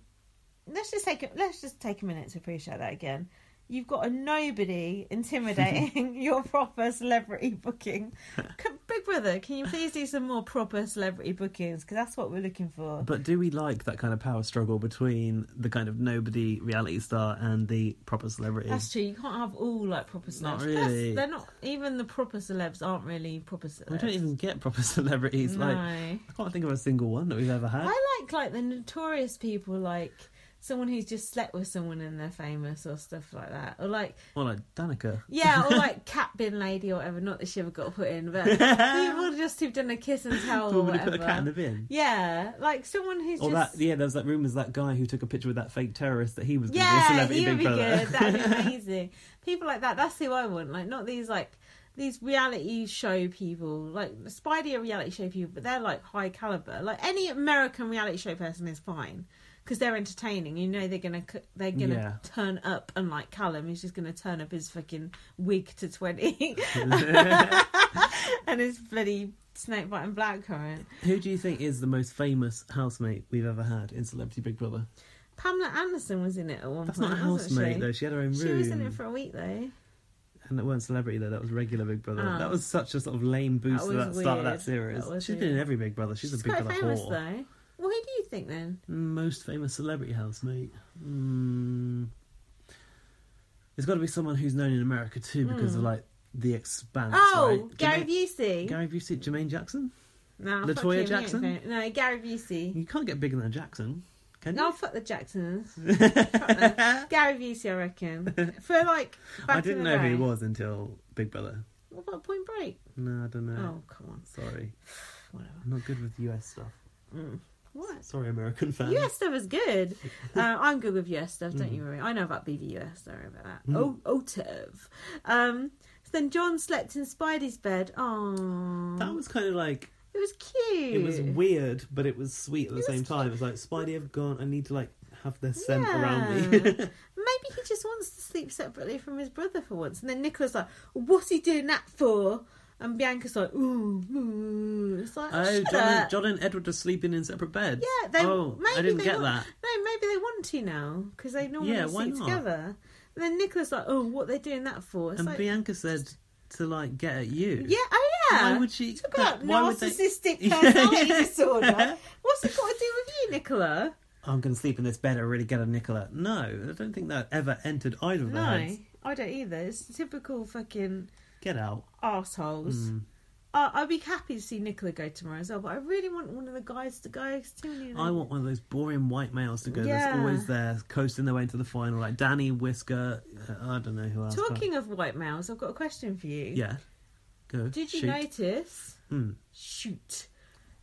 S1: let's just take a, let's just take a minute to appreciate that again. You've got a nobody intimidating your proper celebrity booking. C- Big Brother, can you please do some more proper celebrity bookings? Because that's what we're looking for.
S2: But do we like that kind of power struggle between the kind of nobody reality star and the proper celebrity?
S1: That's true. You can't have all like proper celebs.
S2: Not
S1: Plus,
S2: really.
S1: They're not even the proper celebs aren't really proper celebs.
S2: we don't even get proper celebrities.
S1: no.
S2: Like I can't think of a single one that we've ever had.
S1: I like like the notorious people, like someone who's just slept with someone and they're famous or stuff like that, or like
S2: Or like Danica.
S1: yeah, or like cat bin lady or whatever. Not that she ever got put in, but people just who've done a kiss and tell or
S2: Probably put a
S1: whatever.
S2: cat in the bin.
S1: yeah, like someone who's
S2: Or
S1: Oh, just
S2: that yeah, there was that rumors that guy who took a picture with that fake terrorist that he was going to be a
S1: yeah,
S2: celebrity
S1: he would
S2: Big
S1: be
S2: Brother.
S1: good. That'd be amazing. people like that. That's who I want. Like not these like. These reality show people, like Spidey are reality show people, but they're like high caliber. Like any American reality show person is fine because they're entertaining. You know they're gonna c- they're gonna
S2: Yeah.
S1: turn up, unlike Callum, who's just gonna turn up his fucking wig to twenty and his bloody snake biting blackcurrant.
S2: Who do you think is the most famous housemate we've ever had in Celebrity Big Brother?
S1: Pamela Anderson was in it at one
S2: That's
S1: point.
S2: not a
S1: wasn't
S2: housemate
S1: she?
S2: though. She had her own room,
S1: She was in it for a week though.
S2: and that weren't Celebrity though. That was regular Big Brother.
S1: Ah.
S2: That was such a sort of lame boost
S1: That
S2: to that
S1: was
S2: start of
S1: weird.
S2: that series.
S1: That was
S2: She's been in
S1: weird.
S2: every Big Brother. She's,
S1: She's
S2: a Big
S1: quite
S2: Brother
S1: famous
S2: whore. Mm,
S1: though. Well, who do you think then?
S2: Most famous celebrity housemate. Mm. There's got to be someone who's known in America too because of like the expanse.
S1: Hmm. oh,
S2: right?
S1: Gary
S2: Jermaine-
S1: Busey.
S2: Gary Busey, Jermaine Jackson.
S1: no,
S2: Latoya
S1: fuck him, he ain't
S2: Jackson?
S1: fam- No, Gary Busey.
S2: You can't get bigger than Jackson, can you?
S1: No, fuck the Jacksons. Fuck them. Gary Busey, I reckon. For like, back
S2: I didn't
S1: in
S2: know
S1: the
S2: who he
S1: day.
S2: was until Big Brother.
S1: What about Point Break?
S2: No, I don't know.
S1: Oh, come on.
S2: Sorry,
S1: Whatever. Mm.
S2: I'm not good with US stuff.
S1: What?
S2: Sorry, American fans.
S1: US stuff is good. Uh, I'm good with US stuff,
S2: Mm.
S1: don't you worry. I know about BBUS, don't worry about that. Oh, Otav. Um, so then John slept in Spidey's bed. Oh,
S2: That was kind of like
S1: it was cute.
S2: it was weird, but it was sweet at the
S1: It was
S2: same time. It was like Spidey have gone. I need to like have their scent around
S1: Yeah.
S2: me.
S1: Maybe he just wants to sleep separately from his brother for once. And then Nicola's like, "What's he doing that for?" And Bianca's like, "Ooh, ooh." it's like,
S2: Oh,
S1: shut
S2: John and,
S1: up."
S2: John and Edward are sleeping in separate beds.
S1: yeah, they.
S2: oh,
S1: maybe
S2: I didn't
S1: they
S2: get
S1: want,
S2: that.
S1: No, maybe they want to now because they normally
S2: Yeah, why
S1: sleep
S2: not?
S1: together. And then Nicola's like, "Oh, what they doing that for?" It's
S2: And
S1: like,
S2: Bianca said to like get at you.
S1: yeah, oh yeah.
S2: Why would she?
S1: Talk
S2: that-
S1: about
S2: why would they-
S1: narcissistic
S2: Yeah.
S1: personality disorder. What's it got to do with you, Nicola?
S2: I'm going to sleep in this bed. I really get a Nicola. No, I don't think that ever entered either of their
S1: No,
S2: heads.
S1: I don't either. It's typical fucking
S2: Get out.
S1: assholes.
S2: Mm.
S1: Uh, I'd be happy to see Nicola go tomorrow as well, but I really want one of the guys to go. 'cause too many of them-
S2: I want one of those boring white males to go. That's
S1: Yeah.
S2: always there, coasting their way into the final, like Danny Whisker. uh, I don't know who else. but-
S1: Talking of white males, I've got a question for you.
S2: Yeah. Go.
S1: Did you
S2: shoot.
S1: notice?
S2: Hmm.
S1: Shoot.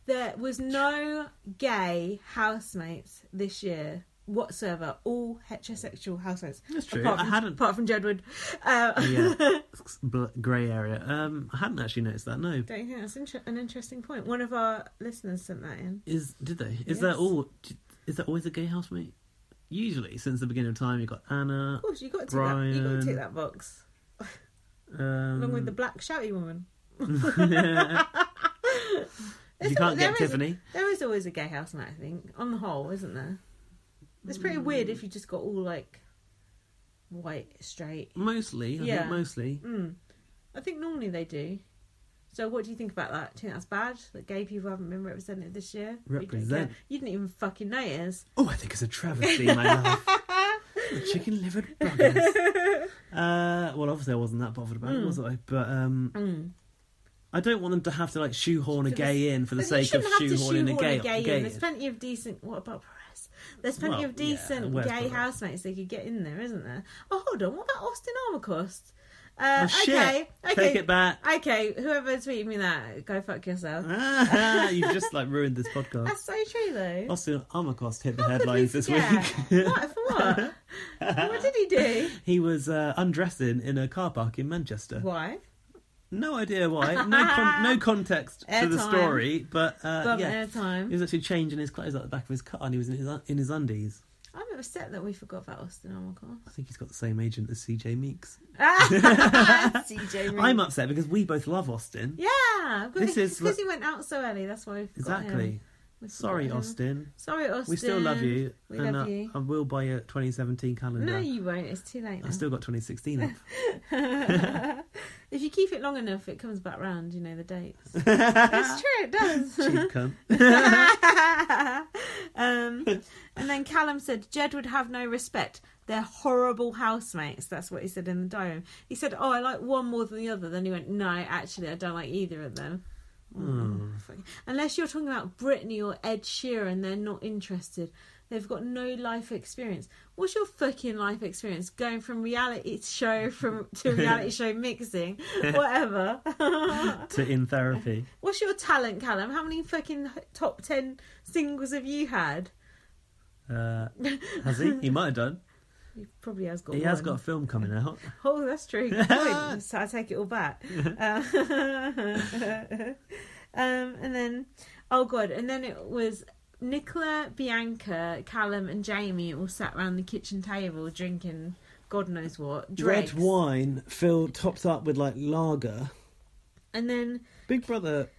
S1: There was no gay housemates this year whatsoever. All heterosexual housemates.
S2: That's true.
S1: Apart
S2: I
S1: from,
S2: hadn't.
S1: Apart from Jedward. Uh,
S2: yeah. Bl- Grey area. Um, I hadn't actually noticed that. No.
S1: Don't you think that's inter- an interesting point? One of our listeners sent that in.
S2: Is did they? Is that
S1: Yes.
S2: all? Is that always a gay housemate? Usually, since the beginning of time, you've got Anna.
S1: Of course, you got to tick that. You got
S2: Brian.
S1: to tick that box
S2: Um,
S1: along with the black shouty woman.
S2: you
S1: It's
S2: can't
S1: all-
S2: get
S1: there is-
S2: Tiffany.
S1: There is always a gay housemate, I think, on the whole, isn't there? It's pretty weird
S2: Mm.
S1: if you just got all like white, straight.
S2: Mostly, I
S1: Yeah.
S2: think mostly.
S1: Mm. I think normally they do. So, what do you think about that? Do you think that's bad that gay people haven't been represented this year? You don't care.
S2: Represent.
S1: You didn't even fucking notice.
S2: Oh, I think it's a travesty, my love. The chicken livered buggers. uh, well, obviously, I wasn't that bothered about
S1: Hmm.
S2: it, was I? But um,
S1: Mm.
S2: I don't want them to have to like shoehorn a
S1: For the-
S2: gay in for the
S1: But you
S2: sake of
S1: shouldn't have to
S2: shoehorning a gay,
S1: in.
S2: gay
S1: There's
S2: in.
S1: plenty of decent. What about Perez? There's plenty
S2: Well,
S1: of
S2: yeah,
S1: decent
S2: where's
S1: gay
S2: Perez?
S1: housemates they could get in there, isn't there? Oh, hold on. What about Austin Armacost? Uh,
S2: Oh, shit.
S1: Okay, okay,
S2: Take it back.
S1: okay. Whoever tweeted me that, go fuck yourself.
S2: Ah, You've just like ruined this podcast.
S1: That's so true, though.
S2: Austin Armacost hit the
S1: How could we
S2: headlines this
S1: forget?
S2: week.
S1: what for what? what did he do?
S2: he was uh, undressing in a car park in Manchester.
S1: Why?
S2: No idea why. No, con- no context to the
S1: Airtime.
S2: story, but uh,
S1: Bum
S2: yeah, he
S1: airtime.
S2: was actually changing his clothes at the back of his car, and he was in his, in his undies.
S1: I'm upset that we forgot about Austin Armacost.
S2: I think he's got the same agent as CJ Meeks.
S1: CJ. Reed.
S2: I'm upset because we both love Austin.
S1: Yeah,
S2: This
S1: this
S2: is
S1: is because
S2: li-
S1: he went out so early. That's why we forgot him.
S2: Exactly.
S1: We forgot
S2: Sorry,
S1: him.
S2: Austin.
S1: Sorry, Austin.
S2: We still love you,
S1: We
S2: and
S1: love
S2: I,
S1: you.
S2: I will buy you a 2017 calendar.
S1: No, you won't. It's too late now.
S2: I've still got 2016 up.
S1: it's If you keep it long enough, it comes back round. You know the dates.
S6: It's true, it does.
S2: Cheap cunt.
S1: um, and then Callum said, Jed would have no respect. They're horrible housemates. That's what he said in the diary room. He said, Oh, I like one more than the other. Then he went, No, actually, I don't like either of them. Fuck. Unless you're talking about Britney or Ed Sheeran, they're not interested. They've got no life experience. What's your fucking life experience? Going from reality show from to reality show mixing, whatever.
S2: to in therapy.
S1: What's your talent, Callum? How many fucking top ten singles have you had?
S2: Uh, has he? He might have done.
S1: He probably has got.
S2: He has
S1: one.
S2: got a film coming out.
S1: Oh, that's true. Good point. so I take it all back. Uh, um, and then, oh god, and then it was Nicola, Bianca, Callum, and Jamie all sat round the kitchen table drinking God knows what. Dregs.
S2: Red wine filled, topped up with like lager.
S1: And then
S2: Big Brother.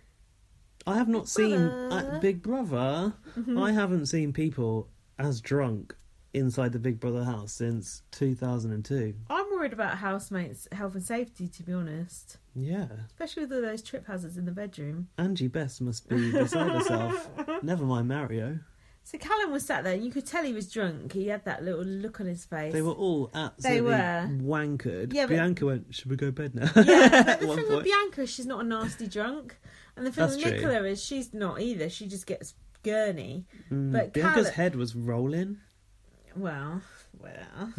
S2: I have not seen
S1: Brother. Mm-hmm.
S2: uh, Big Brother. I haven't seen people as drunk inside the Big Brother house since 2002.
S1: I'm worried about housemates' health and safety, to be honest,
S2: Yeah.
S1: especially with all those trip hazards in the bedroom.
S2: Angie Best must be beside herself. Never mind Mario.
S1: So Callum was sat there, and you could tell he was drunk. He had that little look on his face.
S2: They were all absolutely
S1: were.
S2: wankered.
S1: Yeah, but-
S2: Bianca went, Should we go bed now?
S1: Yeah, but the
S2: At one
S1: thing with
S2: point.
S1: Bianca, is she's not a nasty drunk, and the thing
S2: That's
S1: with
S2: true.
S1: Nicola is she's not either. She just gets gurney.
S2: Mm,
S1: but
S2: Bianca's
S1: Callum-
S2: head was rolling.
S1: Well, well,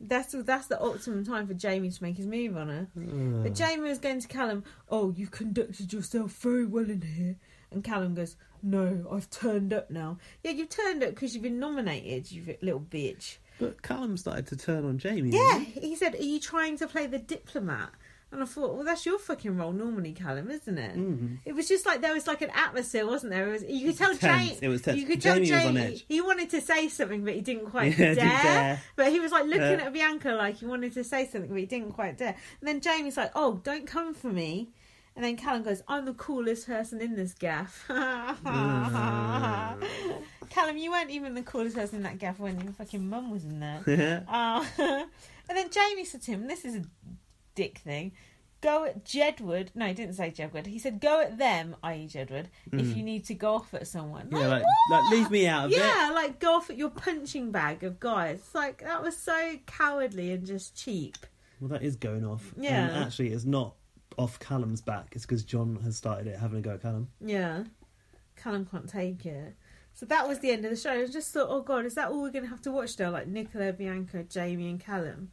S1: that's that's the optimum time for Jamie to make his move on her.
S2: Ugh.
S1: But Jamie was going to Callum. Oh, you conducted yourself very well in here, and Callum goes, "No, I've turned up now. Yeah, you've turned up because you've been nominated, you little bitch."
S2: But Callum started to turn on Jamie.
S1: Yeah, he said, "Are you trying to play the diplomat?" And I thought, well, that's your fucking role normally, Callum, isn't it?
S2: Mhm.
S1: It was just like there was like an atmosphere, wasn't there? It was, you could tell
S2: Tense.
S1: Jamie.
S2: It was tense.
S1: You could tell
S2: Jamie was on
S1: Jamie-
S2: edge.
S1: He wanted to say something, but he didn't quite
S2: Yeah,
S1: dare.
S2: didn't dare.
S1: But he was like looking
S2: Yeah.
S1: at Bianca like he wanted to say something, but he didn't quite dare. And then Jamie's like, "Oh, don't come for me." And then Callum goes, "I'm the coolest person in this gaff."
S2: Mm.
S1: Callum, you weren't even the coolest person in that gaff when your fucking mum was in there.
S2: Yeah.
S1: Oh.
S6: Ah. And then Jamie said to him, "This is a dick thing. Go at Jedward. No, he didn't say Jedward. He said go at them, i.e. Jedward, if
S2: Mm.
S6: you need to go off at someone.
S2: Yeah, like, like, leave me out of it.
S1: Yeah, like go off at your punching bag of guys. It's Like that was so cowardly and just cheap.
S2: Well, that is going off.
S1: Yeah.
S2: And actually, it's not off Callum's back. It's because John has started it, having a go at Callum.
S1: Yeah, Callum can't take it. So that was the end of the show. I just thought, oh god, is that all we're going to have to watch now? Like Nicola, Bianca, Jamie, and Callum,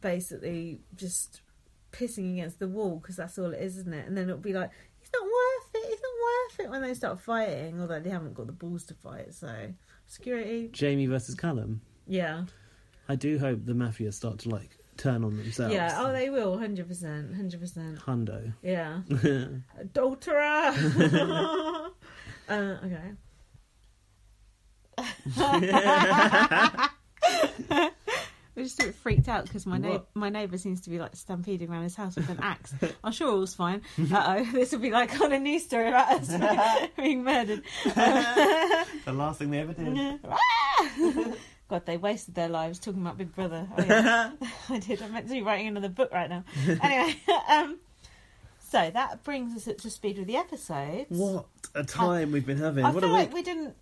S1: basically just pissing against the wall because that's all it is, isn't it? And then it'll be like, it's not worth it. It's not worth it when they start fighting, although they haven't got the balls to fight. So security,
S2: Jamie versus Callum.
S1: yeah,
S2: I do hope the mafia start to like turn on themselves.
S1: yeah. Oh, they will, hundred percent, hundred percent.
S2: Hundo.
S1: Yeah. Adulterer. uh, okay. We're just a bit freaked out because my neighbor,
S2: What?
S1: my neighbour seems to be like stampeding around his house with an axe. I'm sure all's fine. Uh oh, this will be like on a news story about us being murdered.
S2: the last thing they ever did.
S6: God, they wasted their lives talking about Big Brother. Oh, yeah. I did. I'm meant to be writing another book right now. anyway, um, so that brings us up to speed with the episodes.
S2: what a time we've been having.
S6: I
S2: what
S6: feel
S2: a week.
S6: like we didn't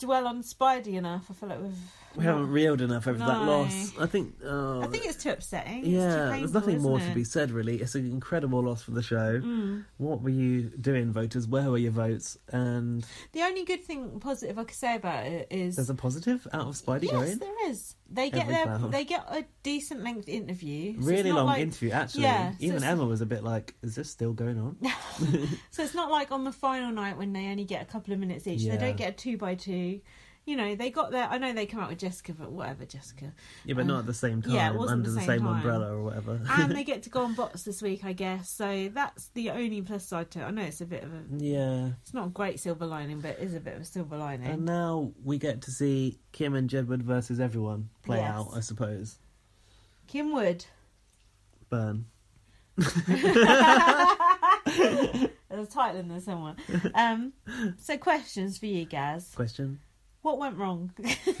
S6: dwell on Spidey enough. I feel like we've.
S2: we haven't reeled enough over that
S6: No.
S2: loss. I think. Oh,
S1: I think it's too upsetting.
S2: yeah,
S1: it's too painful,
S2: there's nothing more
S1: isn't
S2: to
S1: it?
S2: be said, really. It's an incredible loss for the show.
S1: Mm.
S2: What were you doing, voters? Where were your votes? And
S6: The only good thing positive I could say about it is
S2: there's a positive out of Spidey
S6: yes,
S2: going.
S6: there is. They get
S2: Every
S6: their
S2: clown.
S6: they get a decent length interview. So it's
S2: Really
S6: not
S2: long
S6: like,
S2: interview, actually.
S6: Yeah, so
S2: Even
S6: it's-
S2: Emma was a bit like, "Is this still going on?"
S6: So it's not like on the final night when they only get a couple of minutes each.
S2: Yeah.
S6: They don't get a two by two. You know, they got their. I know they come out with Jessica, but whatever, Jessica.
S2: Yeah, but not at the same time,
S6: Uh, yeah, it wasn't
S2: under
S6: the
S2: the same,
S6: same time.
S2: umbrella or whatever.
S6: and they get to go on bots this week, I guess. So that's the only plus side to it. I know it's a bit of a.
S2: yeah.
S6: It's not a great silver lining, but it is a bit of a silver lining.
S2: And now we get to see Kim and Jedward versus everyone play
S6: Yes.
S2: out, I suppose.
S6: Kim Wood.
S2: Burn.
S6: There's a title in there somewhere. Um, so questions for you guys.
S2: Question?
S6: What went wrong?
S2: what?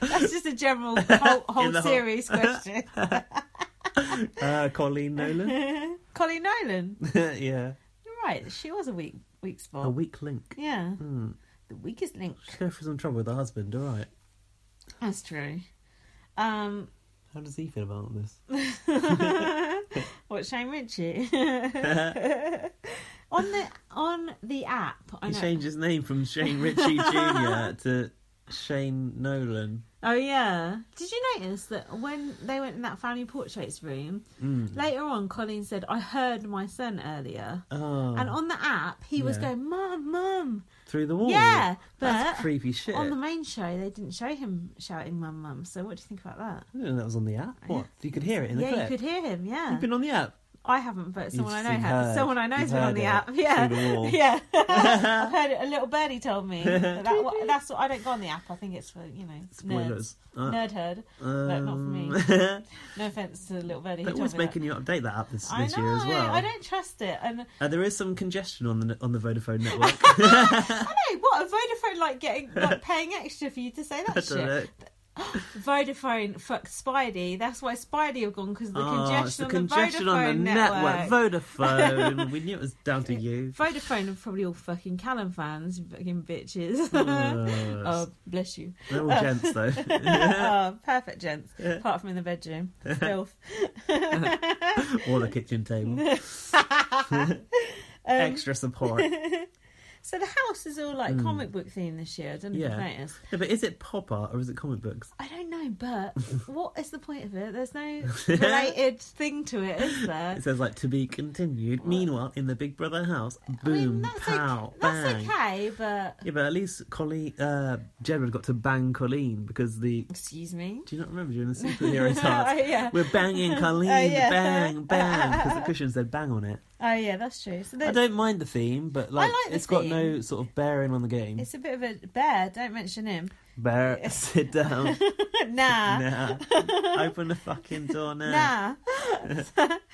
S6: That's just a general whole, whole
S2: In the whole-
S6: series question.
S2: Uh, Colleen Nolan.
S1: Colleen Nolan.
S2: yeah.
S1: You're right. She was a weak weak spot.
S2: A weak link.
S1: yeah.
S2: Hmm.
S1: The weakest link.
S2: She's going through some trouble with her husband, all right.
S1: That's true. Um,
S2: How does he feel about this?
S1: what Shane Ritchie on the on the app? I
S2: He
S1: know.
S2: changed his name from Shane Ritchie Jr. to Shane Nolan.
S1: Oh yeah. Did you notice that when they went in that family portraits room
S2: Mm.
S1: later on, Colleen said, "I heard my son earlier,"
S2: Oh,
S1: and on the app he was
S2: Yeah.
S1: going, "Mum, mum."
S2: through the wall.
S1: Yeah,
S2: That's
S1: but
S2: creepy shit.
S1: On the main show, they didn't show him shouting "mum, mum." So what do you think about that?
S2: I didn't know that was on the app. What? You could hear it in the
S1: yeah,
S2: clip.
S1: you could hear him. Yeah,
S2: You've been on the app.
S1: I haven't, but someone I
S2: You've-
S1: know
S2: you've
S1: has.
S2: heard-
S1: Someone I know's
S2: you've
S1: been on
S2: heard
S1: the
S2: it
S1: app. Yeah,
S2: through the wall.
S1: yeah. I've heard it. A little birdie told me. That, that- that's what I don't go on the app. I think it's for you know
S2: Spoilers.
S1: Nerds.
S2: Uh,
S1: Nerd herd. no, not for me.
S2: um,
S1: No offense to little birdie. who
S2: They're
S1: told
S2: always
S1: me that.
S2: making you update that app this,
S1: I
S2: this
S1: know.
S2: year as well.
S1: I don't trust it. And
S2: Uh, there is some congestion on the on the Vodafone network.
S1: hey, what? A Vodafone like getting like paying extra for you to say
S2: I
S1: that
S2: don't
S1: shit.
S2: know.
S1: Vodafone fucked Spidey. That's why Spidey have gone because the
S2: Oh,
S1: congestion
S2: it's the
S1: on
S2: congestion
S1: the Vodafone
S2: on the
S1: network.
S2: network. Vodafone. we knew it was down to you.
S1: Vodafone are probably all fucking Callum fans, you fucking bitches.
S2: Uh,
S1: oh, bless you.
S2: They're all gents though.
S1: oh, perfect gents. Apart from in the bedroom. Filth.
S2: or the kitchen table. Extra support.
S1: Um, So the house is all like comic book theme this year. I don't know if
S2: Hmm. Yeah.
S1: you've noticed.
S2: No, but is it pop art or is it comic books?
S1: I don't know, but what is the point of it? There's no related thing to it, is there?
S2: It says like to be continued. Meanwhile, in the Big Brother house, boom,
S1: I mean, that's,
S2: pow,
S1: okay,
S2: bang.
S1: that's okay, but
S2: Yeah, but at least Colleen, uh, Jedward got to bang Colleen because the.
S1: excuse me.
S2: Do you not remember during the superheroes hearts?
S1: Oh, yeah.
S2: We're banging Colleen,
S1: Oh, yeah.
S2: bang, bang, because the cushion said bang on it.
S1: Oh yeah, that's true. So
S2: I
S1: there's-
S2: don't mind the theme, but like,
S1: like the
S2: it's got no
S1: theme.
S2: sort of bearing on the game.
S1: it's a bit of a bear. Don't mention him.
S2: Bear, sit down.
S1: nah.
S2: nah, open the fucking door now.
S1: Nah.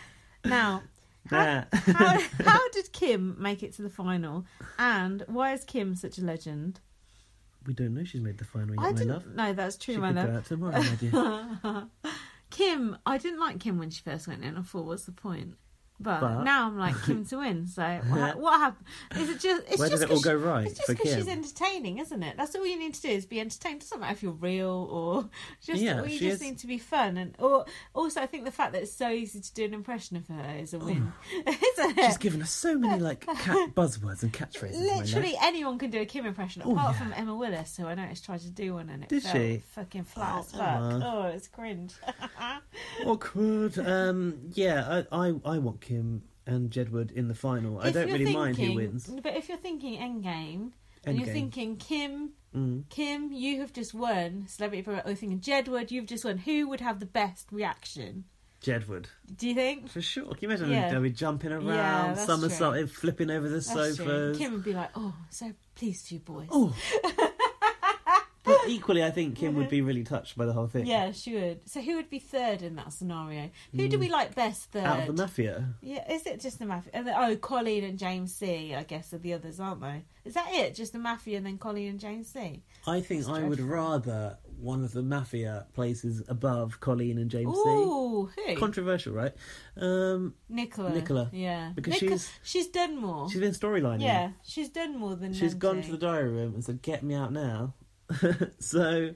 S1: now,
S2: Nah,
S1: how, how did Kim make it to the final? And why is Kim such a legend?
S2: we don't know she's made the final yet,
S1: I
S2: my
S1: didn't.
S2: love.
S1: No, that's
S2: She
S1: true,
S2: could
S1: my
S2: go
S1: love.
S2: out tomorrow, my dear.
S1: Kim, I didn't like Kim when she first went in. I thought, what's the point? But,
S2: But-
S1: now I'm like Kim to win. So what, what happened? Is it just? It's
S2: Where did
S1: just
S2: it all
S1: 'cause
S2: go
S1: she-
S2: right
S1: It's just
S2: for
S1: because she's
S2: Kim?
S1: entertaining, isn't it? That's all you need to do is be entertained. Doesn't matter if you're real or just.
S2: Yeah,
S1: or you
S2: she
S1: just
S2: is-
S1: need to be fun, and or also I think the fact that it's so easy to do an impression of her is a win, isn't it?
S2: Oh. She's given us so many like cat buzzwords and catchphrases. my love.
S1: Literally anyone can do a Kim impression, apart
S2: yeah.
S1: from Emma Willis, who I noticed tried to do one and it
S2: Did
S1: felt
S2: she?
S1: fucking flat as fuck.
S2: Aw.
S1: Oh, it's cringe.
S2: Awkward. Um, yeah, I, I, I want Kim and Jedward in the final. I
S1: If
S2: don't
S1: you're
S2: really mind who
S1: thinking-
S2: wins.
S1: But if you're thinking Endgame, and you're
S2: Endgame.
S1: thinking Kim,
S2: Mm.
S1: Kim, you have just won Celebrity Big Brother, or you're thinking Jedward, you've just won, who would have the best reaction?
S2: Jedward,
S1: Do you think?
S2: for sure. Can you imagine
S1: Yeah.
S2: they'll be jumping
S1: Yeah,
S2: around,
S1: that's
S2: somersaulting, flipping over the
S1: That's true.
S2: sofas?
S1: Kim would be like, oh, so pleased for you boys.
S2: Oh. but equally, I think Kim would be really touched by the whole thing.
S1: Mm-hmm. Yeah, she would. So who would be third in that scenario? Who do we like best third?
S2: Hmm. Out of the mafia.
S1: Yeah, is it just the mafia? And the, oh, Colleen and James C. I guess are the others, aren't they? Is that it? Just the mafia and then Colleen and James C.
S2: I think I would
S1: dreadful.
S2: rather one of the mafia places above Colleen and James
S1: Ooh, who?
S2: C. Controversial, right? Um,
S1: Nicola.
S2: Nicola.
S1: Yeah.
S2: Because
S1: Nicola-
S2: she's-
S1: she's done more.
S2: she's been storylining.
S1: yeah, she's done more than
S2: She's
S1: them
S2: gone
S1: two.
S2: to the diary room and said, "Get me out now." so,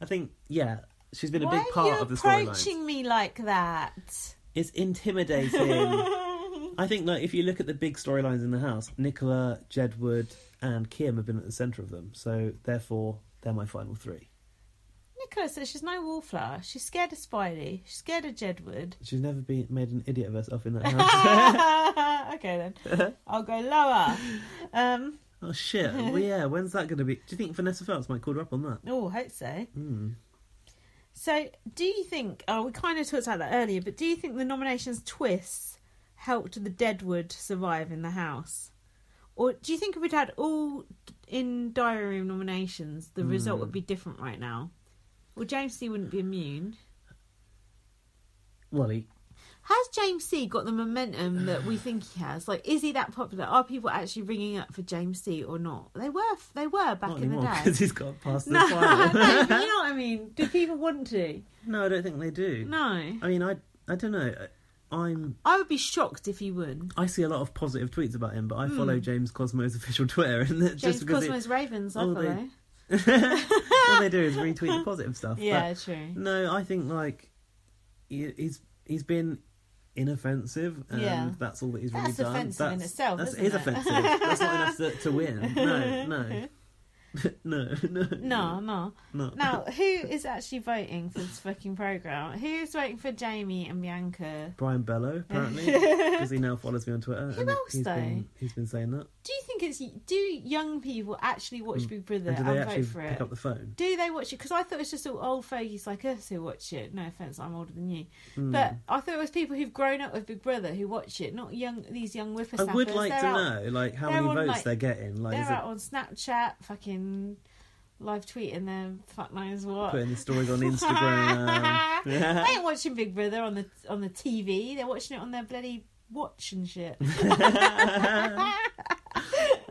S2: I think yeah, she's been a
S1: Why
S2: big
S1: are you
S2: part of the storyline.
S1: approaching me like that?
S2: It's intimidating. I think like if you look at the big storylines in the house, Nicola, Jedward, and Kim have been at the centre of them. So therefore, they're my final three.
S1: Nicola says she's no wallflower. She's scared of Spidey. She's scared of Jedward.
S2: She's never been made an idiot of herself in that house.
S1: okay then, I'll go lower. Um,
S2: oh shit! Well, yeah, when's that going to be? Do you think Vanessa Feltz might call her up on that?
S1: oh, hope so.
S2: Hmm.
S1: So, do you think? Oh, we kind of talked about that earlier, but do you think the nominations twists helped the Deadwood survive in the House, or do you think if we'd had all in diary room nominations, the result would be different right now? Well, James C wouldn't be immune.
S2: Well, he,
S1: Has James C got the momentum that we think he has? Like, is he that popular? Are people actually ringing up for James C or not? They were, they were back
S2: not
S1: in the
S2: anymore
S1: day.
S2: because he's got past
S1: No,
S2: the
S1: no,
S2: final.
S1: but you know what I mean. Do people want to?
S2: no, I don't think they do.
S1: No.
S2: I mean, I I don't know. I'm.
S1: I would be shocked if you would.
S2: I see a lot of positive tweets about him, but I follow James Cosmo's official Twitter, and that's
S1: Hmm. James
S2: just because it-
S1: Cosmos Ravens, I
S2: all
S1: follow.
S2: they- all they do is retweet the positive stuff.
S1: yeah,
S2: but
S1: true.
S2: no, I think like he, he's he's been inoffensive, and
S7: Yeah.
S2: that's all that he's
S7: That's
S2: really done.
S7: offensive in itself,
S2: That's
S7: isn't
S2: is
S7: it?
S2: offensive. that's not enough to, to win. No, no. no, no,
S1: No, no.
S2: no.
S1: Now, who is actually voting for this fucking program? Who's voting for Jamie and Bianca?
S2: Brian Bellow, apparently, because he now follows me on Twitter.
S1: Who
S2: and
S1: else,
S2: he's
S1: though?
S2: been, he's been saying that.
S1: Do you think it's do young people actually watch Big Brother
S2: Mm. and do
S1: and,
S2: they
S1: vote
S2: actually
S1: for
S2: pick
S1: it?
S2: up the phone?
S1: Do they watch it? Because I thought it's just all old fogies like us who watch it. No offense, I'm older than you,
S2: Hmm.
S1: but I thought it was people who've grown up with Big Brother who watch it, not young these young
S2: I
S1: whippersnappers.
S2: would like
S1: They're
S2: to
S1: out-
S2: know, like, how
S1: they're
S2: many
S1: on,
S2: votes
S1: like-
S2: they're getting. Like,
S1: They're
S2: is
S1: out
S2: it
S1: on Snapchat, fucking live tweeting their fuck knows what.
S2: putting the stories on Instagram?
S1: they ain't watching Big Brother on the on the TV. They're watching it on their bloody watch and shit.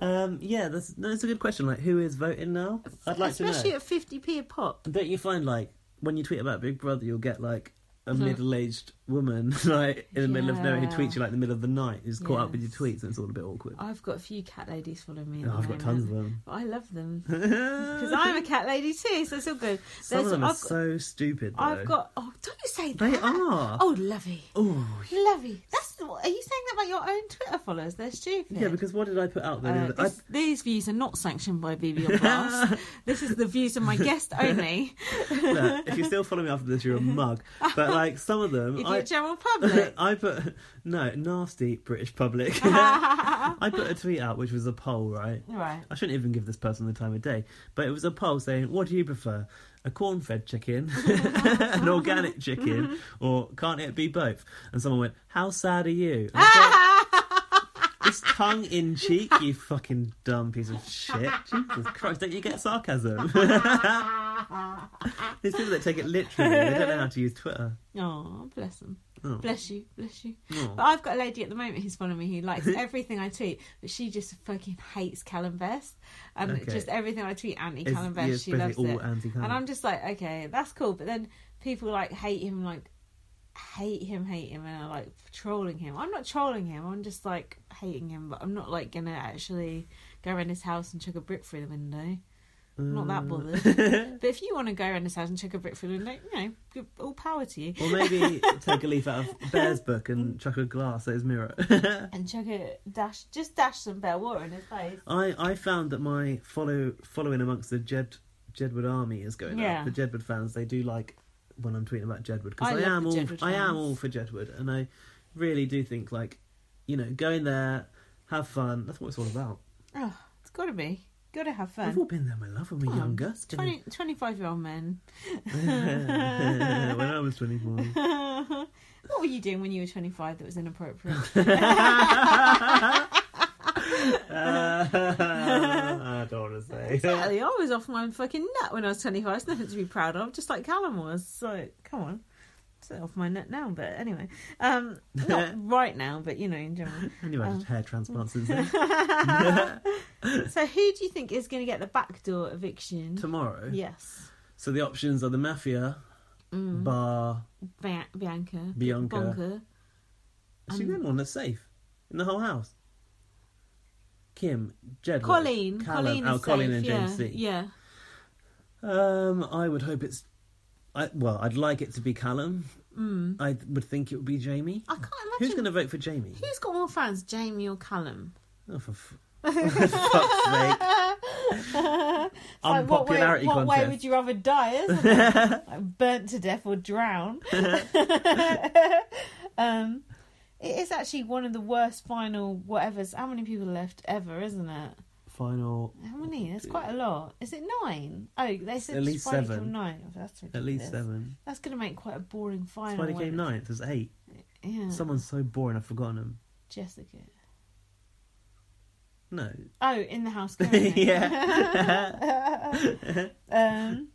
S2: um, yeah, that's no, it's a good question. Like, who is voting now? I'd like
S1: Especially
S2: to know.
S1: at fifty p a pop.
S2: Don't you find like when you tweet about Big Brother, you'll get like a middle-aged woman like in the middle of nowhere who
S1: Mm-hmm. Yeah.
S2: tweets you like in the middle of the night who's caught up with your
S1: Yes.
S2: tweets and it's all a bit awkward.
S1: I've got a few cat ladies following me. at
S2: Oh,
S1: the
S2: I've
S1: moment.
S2: got tons of them.
S1: But I love them because
S2: Because
S1: I'm a cat lady too, so it's all good.
S2: some of
S1: There's-
S2: them are
S1: I've,
S2: so stupid. Though.
S1: I've got. Oh, don't you say that?
S2: They are.
S1: Oh, lovey,
S2: Oh,
S1: lovey. That's the, are you saying that about your own Twitter followers? They're stupid.
S2: yeah. Because what did I put out there?
S1: Uh,
S2: the other-
S1: this- these views are not sanctioned by BB or Blast. this is the views of my guest only.
S2: I, look, if you still follow me after this, you're a mug. But like some of them,
S1: If you're
S2: I,
S1: general public,
S2: I put no nasty British public. I put a tweet out which was a poll, right?
S1: right?
S2: I shouldn't even give this person the time of day, but it was a poll saying, "What do you prefer, a corn-fed chicken, an organic chicken, or can't it be both?" And someone went, "How sad are you?" And I thought, It's tongue in cheek, you fucking dumb piece of shit. Jesus Christ, don't you get sarcasm? These people that take it literally, they don't know how to use Twitter.
S1: Oh, bless them.
S2: Oh.
S1: Bless you, bless you.
S2: Oh.
S1: But I've got a lady at the moment who's following me who likes everything I tweet, but she just fucking hates Callum Best. And
S2: Okay.
S1: just everything I tweet anti
S2: It's-
S1: Callum
S2: yeah, it's
S1: Best, she loves
S2: basically
S1: it.
S2: all anti-Callum.
S1: And I'm just like, okay, that's cool. But then people like hate him, like hate him, hate him, and are like trolling him. I'm not trolling him, I'm just like hating him, but I'm not like gonna actually go around his house and chuck a brick through the window. I'm not that
S2: Uh,
S1: bothered. but if you want to go around his house and chuck a brick through the window, you know, good- all power to you.
S2: Or maybe take a leaf out of Bear's book and chuck a glass at his mirror.
S1: and chuck a dash, just dash some bare water in his face.
S2: I, I found that my follow following amongst the Jed Jedward army is going
S1: Yeah.
S2: up. The Jedward fans they do like when I'm tweeting about Jedward because
S1: I
S2: I,
S1: love
S2: am
S1: the
S2: all
S1: Jedward
S2: I am
S1: fans.
S2: all for Jedward and I really do think like you know go in there have fun that's what it's all about.
S1: Oh, it's got to be. Got to have
S2: We've all
S1: fun.
S2: been there when love when we were
S1: Oh,
S2: younger. It's gonna-
S1: 20, 25 year old men.
S2: when I was twenty four.
S1: what were you doing when you were 25 that was inappropriate?
S2: I don't want to say.
S1: Exactly. I was off my fucking nut when I was 25. It's nothing to be proud of, just like Callum was. So, come on. It's not off my nut now, but anyway. Um, not right now, but you know, in general.
S2: Anyway, I had hair transplants since then. eh?
S1: So, who do you think is going to get the backdoor eviction?
S2: Tomorrow.
S1: Yes.
S2: So the options are the Mafia,
S1: Mm-hmm.
S2: Bar.
S1: Bia- Bianca.
S2: Bianca.
S1: Bonker.
S2: It's
S1: Um,
S2: the only one that's safe in the whole house. Kim, Jedward,
S1: Colleen.
S2: Callum,
S1: Colleen
S2: oh,
S1: is
S2: Colleen
S1: safe.
S2: and
S1: yeah.
S2: James C.
S1: Yeah.
S2: Um, I would hope it's. I, well, I'd like it to be Callum. Mm. I would think it would be Jamie.
S1: I can't imagine.
S2: Who's going to vote for Jamie?
S1: Who's got more fans, Jamie or Callum?
S2: Oh, for f- fuck's sake!
S7: Like, what way,
S2: Unpopularity
S7: what way
S2: contest.
S7: would you rather die? Isn't it? like, burnt to death or drown. um, it is actually one of the worst final whatever's. How many people are left ever, isn't it?
S2: Final,
S7: How many? That's quite a lot. Is it nine? Oh, they said
S2: At least
S7: Spidey
S2: seven.
S7: came nine. Oh, that's ridiculous.
S2: at least seven.
S7: That's going to make quite a boring final.
S2: Spidey
S7: won't
S2: came
S7: it?
S2: ninth. There's eight.
S7: Yeah.
S2: Someone's so boring. I've forgotten him.
S7: Jessica.
S2: No.
S7: Oh, in the house. currently.
S2: yeah.
S7: um,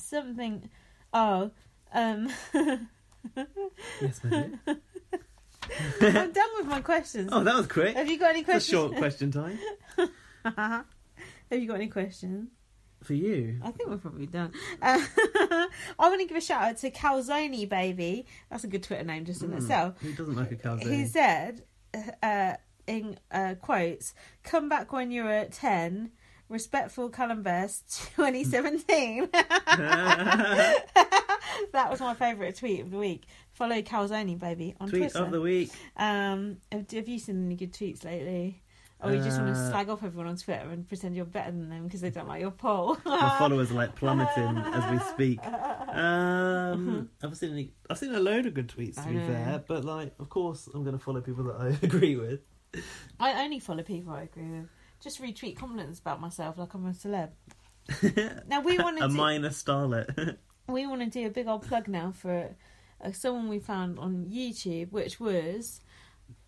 S7: something. Oh, um,
S2: yes, maybe.
S7: I'm done with my questions.
S2: Oh, that was quick.
S7: Have you got any
S2: That's
S7: questions?
S2: short question time.
S7: Have you got any questions?
S2: for you.
S3: I think we're probably done.
S1: Uh, I want to give a shout out to Calzoni Baby. That's a good Twitter name just in itself.
S2: Who Hmm. doesn't like a Mm. calzone?
S1: He said, uh, in uh, quotes, come back when you're at 10, respectful Cullen Best 2017. that was my favourite tweet of the week. Follow Calzoni Baby on
S2: Tweet
S1: Twitter.
S2: of the week.
S1: Um, have, have you seen any good tweets lately? Or you just want to
S2: Uh,
S1: slag off everyone on Twitter and pretend you're better than them because they don't like your poll.
S2: My followers are like plummeting as we speak. Um, I've seen any, I've seen a load of good tweets to
S1: I
S2: be
S1: know.
S2: fair, but like, of course, I'm going to follow people that I agree with.
S1: I only follow people I agree with. Just retweet compliments about myself like I'm a celeb. now we want to
S2: a
S1: do,
S2: minor starlet.
S1: we want to do a big old plug now for uh, someone we found on YouTube, which was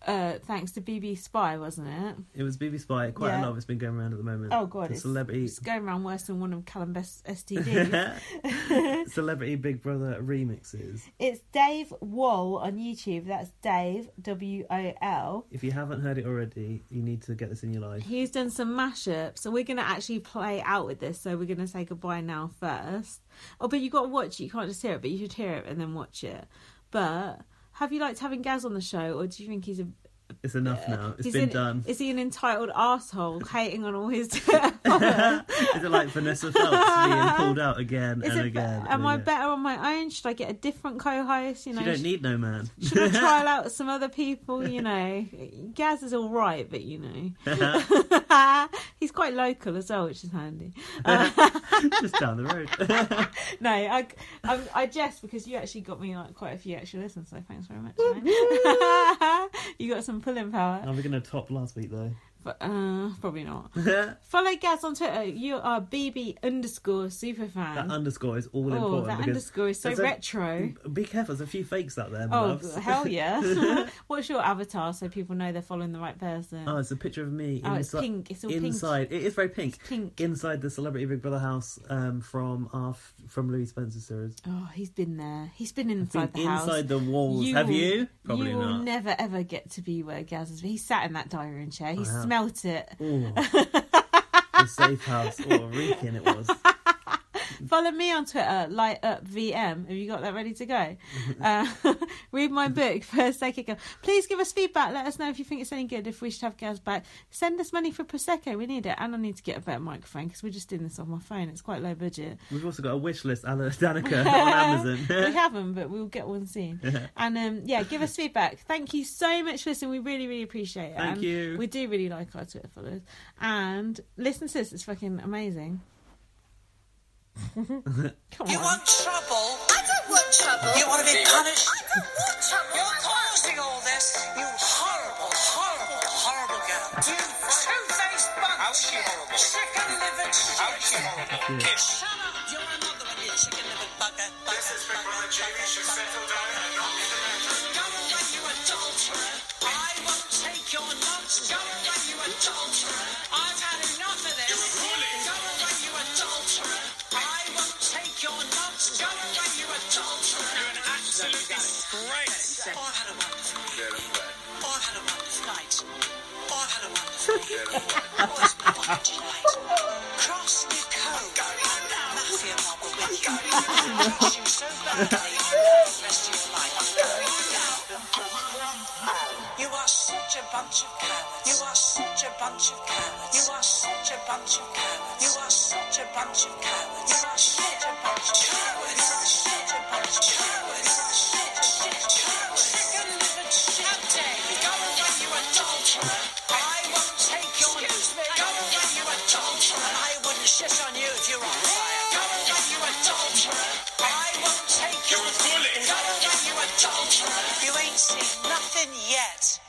S1: uh, thanks to BB Spy, wasn't it?
S2: it was BB Spy. Quite
S1: Yeah.
S2: a lot of it's been going around at the moment.
S1: Oh god,
S2: The
S1: it's,
S2: celebrity.
S1: it's going around worse than one of Callum Best's STDs.
S2: celebrity Big Brother remixes.
S1: it's Dave Wall on YouTube. That's Dave W O L.
S2: If you haven't heard it already, you need to get this in your life.
S1: He's done some mashups, so we're going to actually play out with this. So we're going to say goodbye now first. Oh, but you got to watch it. You can't just hear it, but you should hear it and then watch it. But have you liked having Gaz on the show, or do you think he's a
S2: It's enough now. It's
S1: he's
S2: been
S1: an-
S2: done.
S1: Is he an entitled asshole hating on all his followers?
S2: Is it like Vanessa Phelps being pulled out again
S1: Is
S2: and
S1: it,
S2: again? and
S1: am I
S2: again?
S1: better on my own? Should I get a different co-host? You know,
S2: You don't need no man.
S1: should I trial out some other people? You know, Gaz is all right, but you know, he's quite local as well, which is handy. Uh,
S2: Just down the road.
S1: No, I, I, I jest because you actually got me like quite a few extra listens, so thanks very much. mate. you got some pulling power,
S2: Are we going to top last week though?
S1: but uh, probably not. Follow Gaz on Twitter. You are BB underscore
S2: that
S1: superfan.
S2: underscore is all
S1: Oh,
S2: important
S1: that
S2: because
S1: underscore is so
S2: there's a-
S1: retro.
S2: be careful. There's a few fakes out there.
S1: Oh,
S2: loves.
S1: hell yeah. What's your avatar so people know they're following the right person?
S2: Oh, it's a picture of me.
S1: Oh, it's
S2: insi-
S1: pink. It's all pink.
S2: inside. It is very pink.
S1: Pink.
S2: Inside the Celebrity Big Brother house um, from our f- from Louis Spencer's series.
S1: Oh, he's been there. He's been
S2: Been
S1: inside the house.
S2: inside the walls.
S1: You
S2: Have
S1: will-
S2: you? Probably
S1: you will
S2: not.
S1: never ever get to be where Gaz is. He sat in that dining room chair. He
S2: I have.
S1: smelt it.
S2: Ooh. the safe house. Oh, reeking it was.
S1: Follow me on Twitter, light up VM. Have you got that ready to go? Uh, read my book, First Second Girl. Please give us feedback. Let us know if you think it's any good, if we should have Gaz back. Send us money for Prosecco. We need it. And I need to get a better microphone because we're just doing this on my phone. It's quite low budget.
S2: We've also got a wish list, Anna Danica, on
S1: we
S2: Amazon.
S1: haven't, but we'll get one soon. And um, yeah, give us feedback. Thank you so much for listening. We really, really appreciate it.
S2: Thank
S1: And
S2: you.
S1: We do really like our Twitter followers. And listen to this. It's fucking amazing. Come
S8: You
S1: on.
S8: want trouble?
S9: I don't want trouble.
S8: You want to be punished?
S9: I don't want trouble.
S8: You're causing all this, you horrible, horrible, horrible girl. You two-faced bunch. How is she horrible? Chicken liver How is she horrible? Shut up. You're another one, you chicken liver bugger. bugger this is bugger, Jamie should settle down and not be the matter. Go away, you adulterer. I won't take your nonsense. Go away, you adulterer. I've had enough of this. You're a bully. Go away, you adulterer. I won't take your nonsense. Go away, you adulterer. You're an absolute disgrace. I've had a wonderful I've had a wonderful night. I've had a wonderful evening. Always been wonderful night. Cross me code. Mafia mob will be you. Cross you so badly the rest of your life. You are such a bunch of cowards. You are such a bunch of cowards. You are such a bunch of cowards. You are such a bunch of cowards. You are shit a bunch of cowards. You are shit a bunch of cowards. You are shit, shit, cowards. Chicken livered shit. Go away, you adulterer. I won't take your Excuse me. Go away, you adulterer. I wouldn't shit on you if you were on fire. Go away, you adulterer. I won't take your You're a bully. Go away, you adulterer. You ain't seen nothing yet.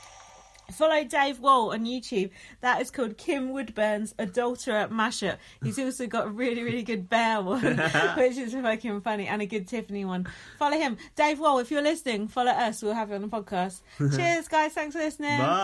S1: Follow Dave Wall on YouTube. That is called Kim Woodburn's Adulterer Mashup. He's also got a really, really good bear one, which is fucking funny, and a good Tiffany one. Follow him. Dave Wall, if you're listening, follow us. We'll have you on the podcast. Cheers, guys. Thanks for listening.
S2: Bye.